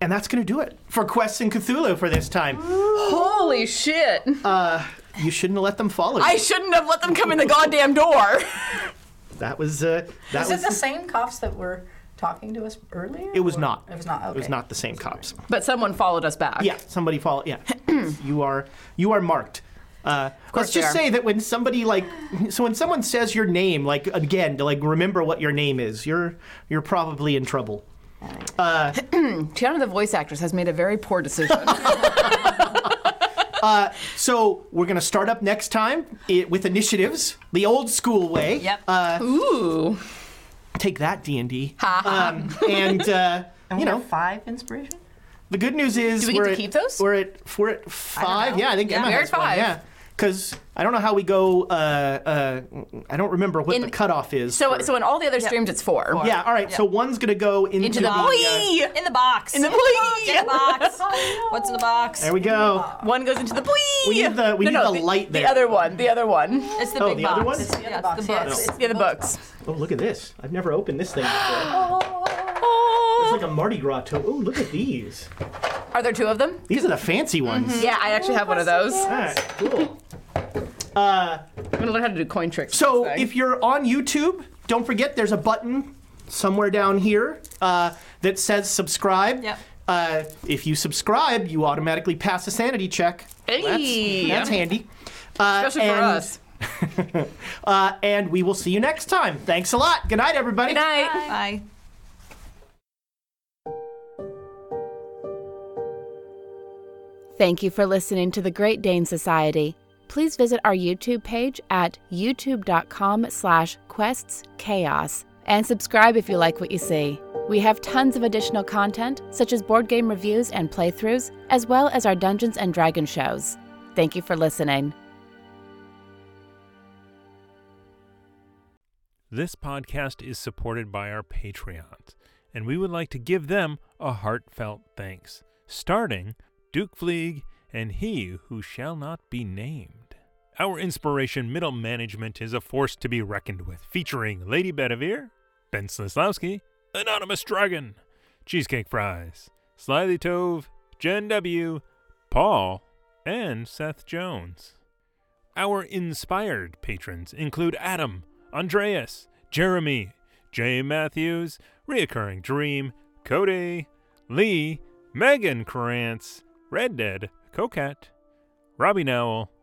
Speaker 3: and that's going to do it for Quests and Cthulhu for this time.
Speaker 20: Holy shit.
Speaker 3: Uh, you shouldn't have let them follow you.
Speaker 20: I shouldn't have let them come in the goddamn door.
Speaker 3: that was uh, that
Speaker 6: Is it
Speaker 3: was.
Speaker 6: the same cops that were talking to us earlier?
Speaker 3: It was not.
Speaker 6: It was not. Okay.
Speaker 3: It was not the same cops.
Speaker 20: But someone followed us back.
Speaker 3: Yeah, somebody follow. Yeah, you are you are marked. Uh, let's
Speaker 20: they
Speaker 3: just
Speaker 20: are.
Speaker 3: say that when somebody like so when someone says your name like again to like remember what your name is, you're you're probably in trouble. Uh,
Speaker 20: Tiana, the voice actress, has made a very poor decision.
Speaker 3: So we're gonna start up next time i with initiatives, the old school way.
Speaker 8: Yep.
Speaker 3: Uh,
Speaker 20: Ooh.
Speaker 3: Take that, D and D.
Speaker 11: Ha ha.
Speaker 3: And uh,
Speaker 11: And we
Speaker 3: you know,
Speaker 11: have five inspiration.
Speaker 3: the good news is
Speaker 11: Do we get
Speaker 3: we're
Speaker 11: to
Speaker 3: at,
Speaker 11: keep those?
Speaker 3: We're at we're at five.
Speaker 11: know.
Speaker 3: Yeah, I think
Speaker 11: Yeah,
Speaker 3: Emma
Speaker 11: we're
Speaker 3: has
Speaker 11: at
Speaker 3: one,
Speaker 11: five.
Speaker 3: Yeah, because I don't know how we go. Uh, uh, I don't remember what the
Speaker 9: In-
Speaker 3: cutoff is.
Speaker 9: So,
Speaker 3: for-
Speaker 9: so in all the other streams, it's four.
Speaker 3: Yeah. All right. So one's gonna go into,
Speaker 9: into the
Speaker 3: uh,
Speaker 8: in the box.
Speaker 9: In the
Speaker 8: box. Oh,
Speaker 9: boy.
Speaker 8: In the box. What's in the box?
Speaker 3: There we go.
Speaker 9: One goes into the boy.
Speaker 3: We need the- we
Speaker 9: no,
Speaker 3: need
Speaker 9: no,
Speaker 3: the light
Speaker 9: The
Speaker 3: there.
Speaker 9: other one. The other one.
Speaker 8: It's
Speaker 3: the Oh, big the other box. one? It's the
Speaker 8: other box.
Speaker 9: Yeah,
Speaker 3: box.
Speaker 9: it's, it's the other books.
Speaker 21: Oh, look at this. I've never opened this thing before. It's like a Mardi Gras to Oh, look at these.
Speaker 9: Are there two of them?
Speaker 3: These are the fancy ones.
Speaker 9: Yeah, I actually have one of those.
Speaker 3: All right, cool. Uh,
Speaker 9: I'm gonna learn how to do coin tricks.
Speaker 3: So if you're on YouTube, don't forget there's a button somewhere down here uh, that says subscribe.
Speaker 8: Yep.
Speaker 3: Uh, if you subscribe, you automatically pass a sanity check. Well,
Speaker 9: Hey.
Speaker 3: That's, that's handy. Uh,
Speaker 9: Especially for
Speaker 3: and-
Speaker 9: us.
Speaker 3: uh, and we will see you next time. Thanks a lot. Good night, everybody.
Speaker 9: Good night.
Speaker 8: Bye.
Speaker 2: Thank you for listening to the Great Dane Society. Please visit our YouTube page at youtube.com slash questschaos and subscribe if you like what you see. We have tons of additional content, such as board game reviews and playthroughs, as well as our Dungeons and Dragon shows. Thank you for listening.
Speaker 1: This podcast is supported by our Patreons, and we would like to give them a heartfelt thanks, starting Duke Fleeg and He Who Shall Not Be Named. Our inspiration, Middle Management, is a force to be reckoned with, featuring Lady Bedivere, Ben Slislawski, Anonymous Dragon, Cheesecake Fries, Slyly Tove, Jen W., Paul, and Seth Jones. Our inspired patrons include Adam, Andreas, Jeremy, Jay Matthews, Reoccurring Dream, Cody, Lee, Megan Krantz, Red Dead, Coquette, Robbie Nowell,